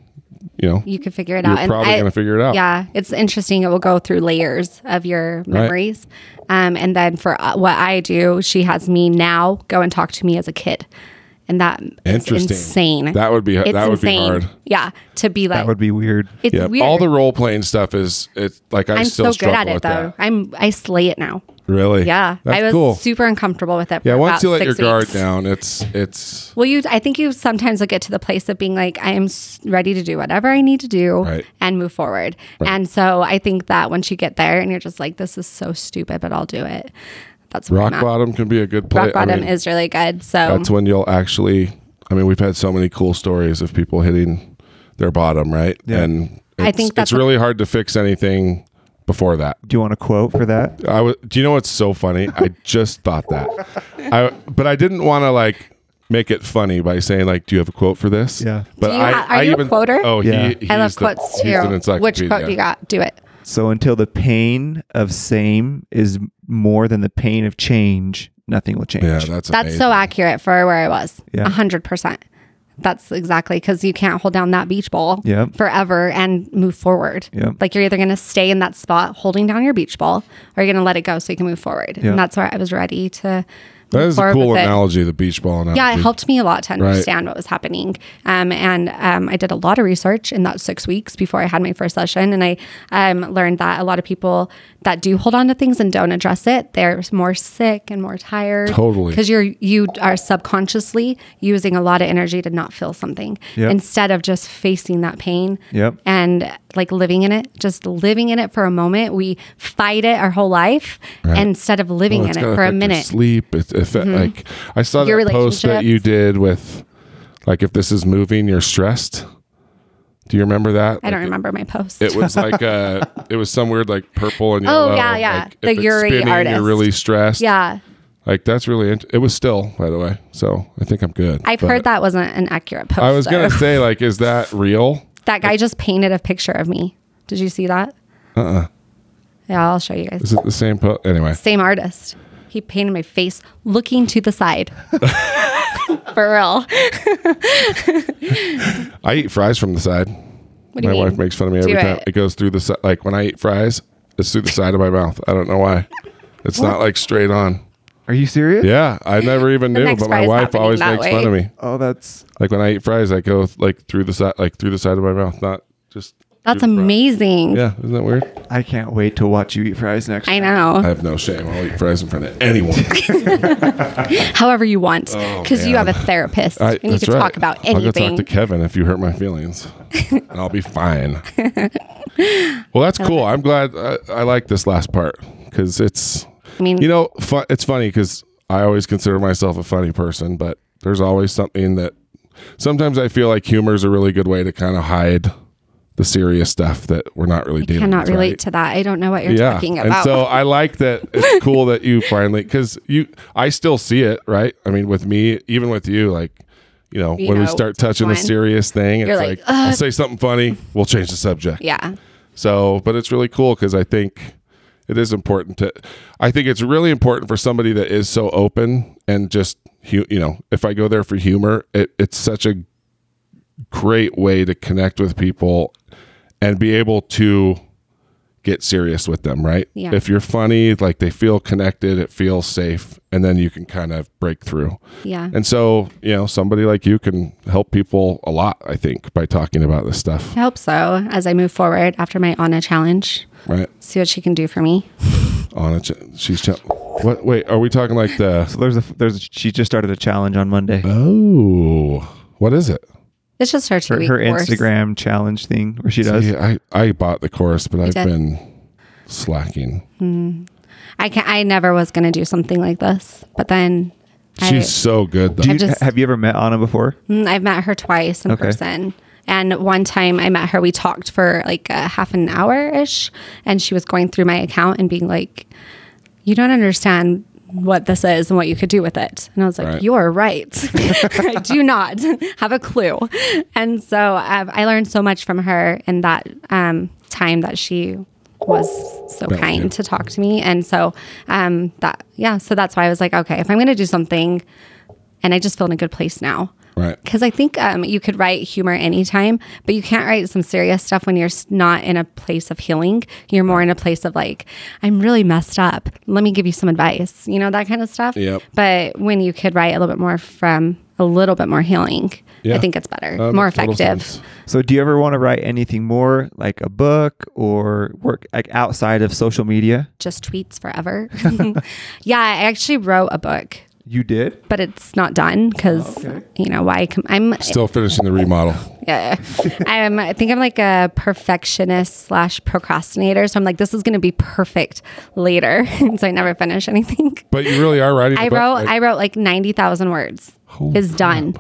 S1: you know,
S3: You can figure it
S1: you're
S3: out. And
S1: probably
S3: I-
S1: gonna figure it out.
S3: Yeah, it's interesting. It will go through layers of your memories. Um, and then for uh, what I do, she has me now go and talk to me as a kid. And that is
S1: Interesting.
S3: insane.
S1: That would be
S3: it's
S1: that would
S3: insane.
S1: be hard.
S3: Yeah, to be like,
S2: That would be weird.
S3: it's
S1: Yeah.
S3: weird.
S1: All the role playing stuff is it's like I
S3: I'm
S1: still
S3: so good
S1: struggle
S3: at it
S1: with
S3: though.
S1: that.
S3: I'm I slay it now.
S1: Really?
S3: Yeah,
S1: That's
S3: I was
S1: cool.
S3: super uncomfortable with it.
S1: yeah,
S3: for
S1: once
S3: about
S1: you let your
S3: six
S1: guard
S3: weeks.
S1: down, it's it's
S3: Well, you, I think you sometimes will get to the place of being like, I am s- ready to do whatever I need to do
S1: Right.
S3: and move forward. And so I think that once you get there and you're just like, this is so stupid, but I'll do it. That's where
S1: rock
S3: I'm at.
S1: bottom can be a good place.
S3: Rock bottom is really good. So
S1: that's when you'll actually I mean, we've had so many cool stories of people hitting their bottom, right?
S2: Yeah.
S1: And
S3: I
S1: it's,
S3: think
S1: it's
S3: that's a-
S1: really hard to fix anything before that.
S2: Do you want a quote for that?
S1: I was. Do you know what's so funny? I just thought that. I but I didn't want to like make it funny by saying like, "Do you have a quote for this?"
S2: Yeah.
S1: But
S3: Do you
S1: I.
S3: ha- are
S1: I
S3: you a
S1: even,
S3: quoter?
S1: Oh, he-
S2: Yeah.
S1: he's
S3: I love
S1: the-
S3: quotes
S1: he's an
S3: too. Which
S1: encyclopedia.
S3: quote you got? Do it.
S2: So until the pain of same is more than the pain of change, nothing will change.
S1: Yeah, that's
S3: That's
S1: amazing.
S3: so accurate for where I was.
S2: Yeah.
S3: A hundred percent. That's exactly because you can't hold down that beach ball
S2: Yep.
S3: forever and move forward.
S2: Yep.
S3: Like you're either going to stay in that spot holding down your beach ball, or you're going to let it go so you can move forward.
S2: Yeah.
S3: And that's where I was ready to
S1: That is a
S3: forward
S1: cool
S3: with it.
S1: analogy, the beach ball analogy.
S3: Yeah, it helped me a lot to
S1: Right.
S3: understand what was happening. Um, and um, I did a lot of research in that six weeks before I had my first session. And I um, learned that a lot of people that do hold on to things and don't address it, they're more sick and more tired.
S1: Totally.
S3: Because you're you are subconsciously using a lot of energy to not feel something
S2: Yep.
S3: instead of just facing that pain
S2: Yep.
S3: and like living in it, just living in it for a moment. We fight it our whole life instead of living
S1: Well,
S3: in
S1: it's
S3: it
S1: gotta
S3: for a
S1: affect your
S3: minute. Mm-hmm.
S1: Sleep. It, if it- like I saw
S3: Your
S1: that post that
S3: relationships.
S1: you did with, like, if this is moving, you're stressed. Do you remember that?
S3: I don't
S1: Like,
S3: remember my post.
S1: It was like uh it was some weird like purple and
S3: Oh,
S1: yellow.
S3: yeah, yeah.
S1: Like,
S3: The
S1: if it's
S3: Yuri
S1: spinning,
S3: artist.
S1: You're really stressed.
S3: yeah.
S1: Like that's really. Int- it was still, by the way. So I think I'm good.
S3: I've
S1: But
S3: heard that wasn't an accurate post.
S1: I was
S3: though.
S1: gonna say like, is that real?
S3: that guy just painted a picture of me. Did you see that? Uh. uh Yeah, I'll show you guys.
S1: Uh-uh. Is it the same? Po- anyway,
S3: Same artist. He painted my face looking to the side. For real.
S1: I eat fries from the side.
S3: What do
S1: My
S3: you mean?
S1: wife makes fun of me
S3: Do
S1: every time.
S3: it.
S1: It goes through the si- like when I eat fries, it's through the side of my mouth. I don't know why. It's not like straight on.
S2: Are you serious?
S1: Yeah, I never even knew,
S3: next
S1: but
S3: fry
S1: my
S3: is
S1: wife
S3: happening
S1: always
S3: that
S1: makes fun of
S3: way.
S1: me.
S2: Oh, that's
S1: Like when I eat fries, I go like through the side, like through the side of my mouth, not just.
S3: That's
S1: through the front.
S3: amazing.
S1: Yeah, isn't that weird?
S2: I can't wait to watch you eat fries next.
S3: I
S2: time.
S1: I
S3: know.
S1: have no shame. I'll eat fries in front of anyone.
S3: However you want, because you
S1: Oh, man.
S3: have a therapist
S1: I,
S3: and you
S1: that's
S3: can
S1: right.
S3: talk about
S1: I'll go talk
S3: anything.
S1: to Kevin if you hurt my feelings. and I'll be fine. well, that's cool. I'm glad I, I like this last part because it's,
S3: I mean,
S1: you know, fu- it's funny because I always consider myself a funny person, but there's always something that sometimes I feel like humor is a really good way to kind of hide the serious stuff that we're not really
S3: I
S1: dealing
S3: cannot
S1: with.
S3: relate
S1: right?
S3: to that. I don't know what you're
S1: yeah.
S3: talking
S1: And
S3: about.
S1: so I like that it's cool that you finally because you I still see it, right? I mean, with me, even with you, like you know,
S3: You
S1: when we
S3: know
S1: start
S3: what's
S1: touching a
S3: going on.
S1: serious thing, it's
S3: You're
S1: like,
S3: like,
S1: I'll say something funny, we'll change the subject.
S3: yeah.
S1: So, but it's really cool because I think it is important to. I think it's really important for somebody that is so open and just hu- you know, if I go there for humor, it, it's such a great way to connect with people and be able to get serious with them, right?
S3: Yeah.
S1: If you're funny, like they feel connected, it feels safe, and then you can kind of break through.
S3: Yeah.
S1: And so, you know, somebody like you can help people a lot, I think, by talking about this stuff,
S3: I hope so as I move forward after my Anna challenge.
S1: right?
S3: See what she can do for me.
S1: on a ch- Oh, she's ch- what wait are we talking like the
S2: So there's a there's a, she just started a challenge on Monday.
S1: Uh, oh what is it
S3: It's just her two
S2: Her,
S3: week
S2: her
S3: course.
S2: Instagram challenge thing where she does.
S1: See, uh, i i bought the course but i've
S3: did.
S1: been slacking
S3: I can I never was gonna do something like this, but then I,
S1: she's so good though
S2: Do you,
S3: just-
S2: have you ever met Anna before?
S3: Mm, I've met her twice in
S2: Okay.
S3: person. And one time I met her, we talked for like a half an hour ish, and she was going through my account and being like, You don't understand what this is and what you could do with it. And I was like,
S1: Right.
S3: You're right. I do not have a clue. And so um, I learned so much from her in that um, time that she was so
S1: Thank
S3: kind
S1: you.
S3: to talk to me. And so um, that, yeah, so that's why I was like, Okay, if I'm going to do something, and I just feel in a good place now.
S1: right
S3: Because I think um, you could write humor anytime, but you can't write some serious stuff when you're s- not in a place of healing. You're more in a place of like, I'm really messed up. Let me give you some advice, you know, that kind of stuff.
S1: Yep.
S3: But when you could write a little bit more from a little bit more healing,
S1: Yeah.
S3: I think it's better,
S1: That
S3: more
S1: makes total
S3: effective.
S1: sense.
S2: So do you ever want to write anything more, like a book or work like outside of social media?
S3: Just tweets forever. yeah, I actually wrote a book,
S2: You did.
S3: but it's not done
S1: Oh,
S3: because,
S2: Okay.
S3: you know, why? Com- I'm
S1: still finishing the remodel
S3: Yeah. I'm, I think I'm like a perfectionist slash procrastinator. So I'm like, this is going to be perfect later. And so I never finish anything.
S1: but you really are writing
S3: I
S1: about,
S3: wrote,
S1: like,
S3: I wrote like 90,000 words
S1: Holy
S3: is done.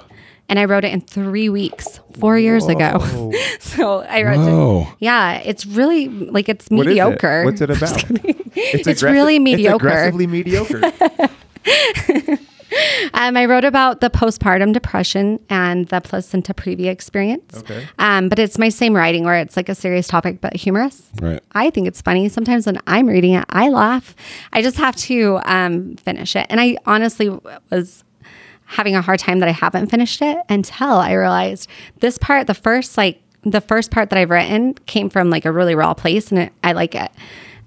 S3: And I wrote it in three weeks, four years
S2: Oh.
S3: ago. so I wrote
S1: Whoa.
S3: it. Yeah. It's really like, it's
S2: What is it?
S3: mediocre.
S2: What's it about? It's, aggressi-
S3: really mediocre.
S2: It's aggressively mediocre.
S3: Um, I wrote about the postpartum depression and the placenta previa experience.
S2: Okay.
S3: Um, but it's my same writing where it's like a serious topic, but humorous.
S1: right
S3: I think it's funny. Sometimes when I'm reading it, I laugh. I just have to um, finish it. And I honestly was having a hard time that I haven't finished it until I realized this part, the first like the first part that I've written came from like a really raw place, and it, I like it.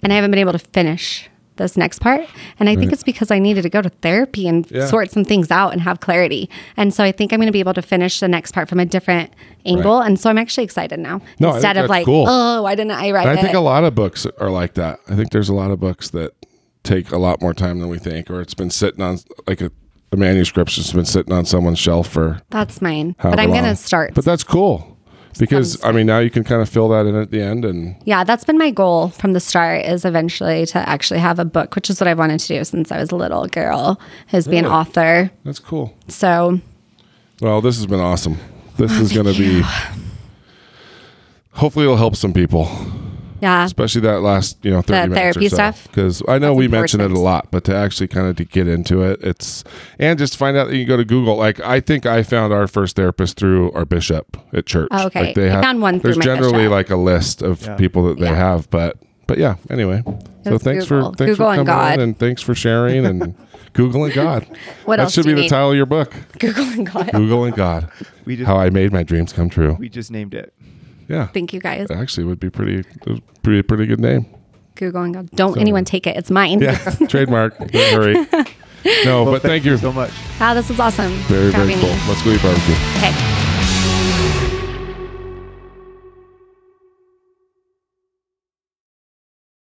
S3: And I haven't been able to finish this next part. And I think it's because I needed to go to therapy and
S1: Yeah.
S3: sort some things out and have clarity. And so I think I'm going to be able to finish the next part from a different angle. And so I'm actually excited now.
S1: No, I think
S3: Instead of
S1: that's
S3: like,
S1: cool.
S3: oh, why didn't I write
S1: And I
S3: it?
S1: think a lot of books are like that. I think there's a lot of books that take a lot more time than we think, or it's been sitting on like a, a manuscript's just been sitting on someone's shelf for
S3: That's mine.
S1: however
S3: but I'm going
S1: long.
S3: to start.
S1: But that's cool because I mean now you can kind of fill that in at the end, and
S3: yeah, that's been my goal from the start is eventually to actually have a book, which is what I wanted to do since I was a little girl, is be an
S1: Really?
S3: author.
S1: that's cool.
S3: So
S1: Well, this has been awesome. This
S3: Oh,
S1: is going to be. Hopefully, it'll help some people,
S3: yeah,
S1: especially that last you know thirty minutes
S3: therapy
S1: or so.
S3: stuff?
S1: Because I know we mention it a
S3: important.
S1: lot, but to actually kind of to get into it, it's and just find out that you go to Google. Like I think I found our first therapist through our bishop at church.
S3: Oh, okay.
S1: like they
S3: I
S1: have,
S3: found one through
S1: There's
S3: my
S1: generally
S3: bishop.
S1: like a list of
S2: Yeah.
S1: people that they
S3: Yeah.
S1: have, but but yeah. Anyway, so
S3: was
S1: thanks
S3: Google.
S1: for thanks
S3: Google
S1: for coming
S3: and God.
S1: in and thanks for sharing and Google and God.
S3: What
S1: that
S3: else
S1: should
S3: do
S1: be
S3: you
S1: the
S3: need?
S1: title of your book.
S3: Google and God.
S1: Google and God.
S2: We just-
S1: how I made my dreams come true.
S2: We just named it.
S1: yeah,
S3: Thank you guys.
S1: actually, would be pretty pretty pretty good name.
S3: Google and God. Don't anyone take it. It's mine.
S1: Yeah, trademark. Don't worry. No, but thank you
S2: so much.
S3: Wow, Ah, this is awesome.
S1: very
S3: for
S1: very
S3: having
S1: cool.
S3: me.
S1: Let's go eat barbecue.
S3: Okay.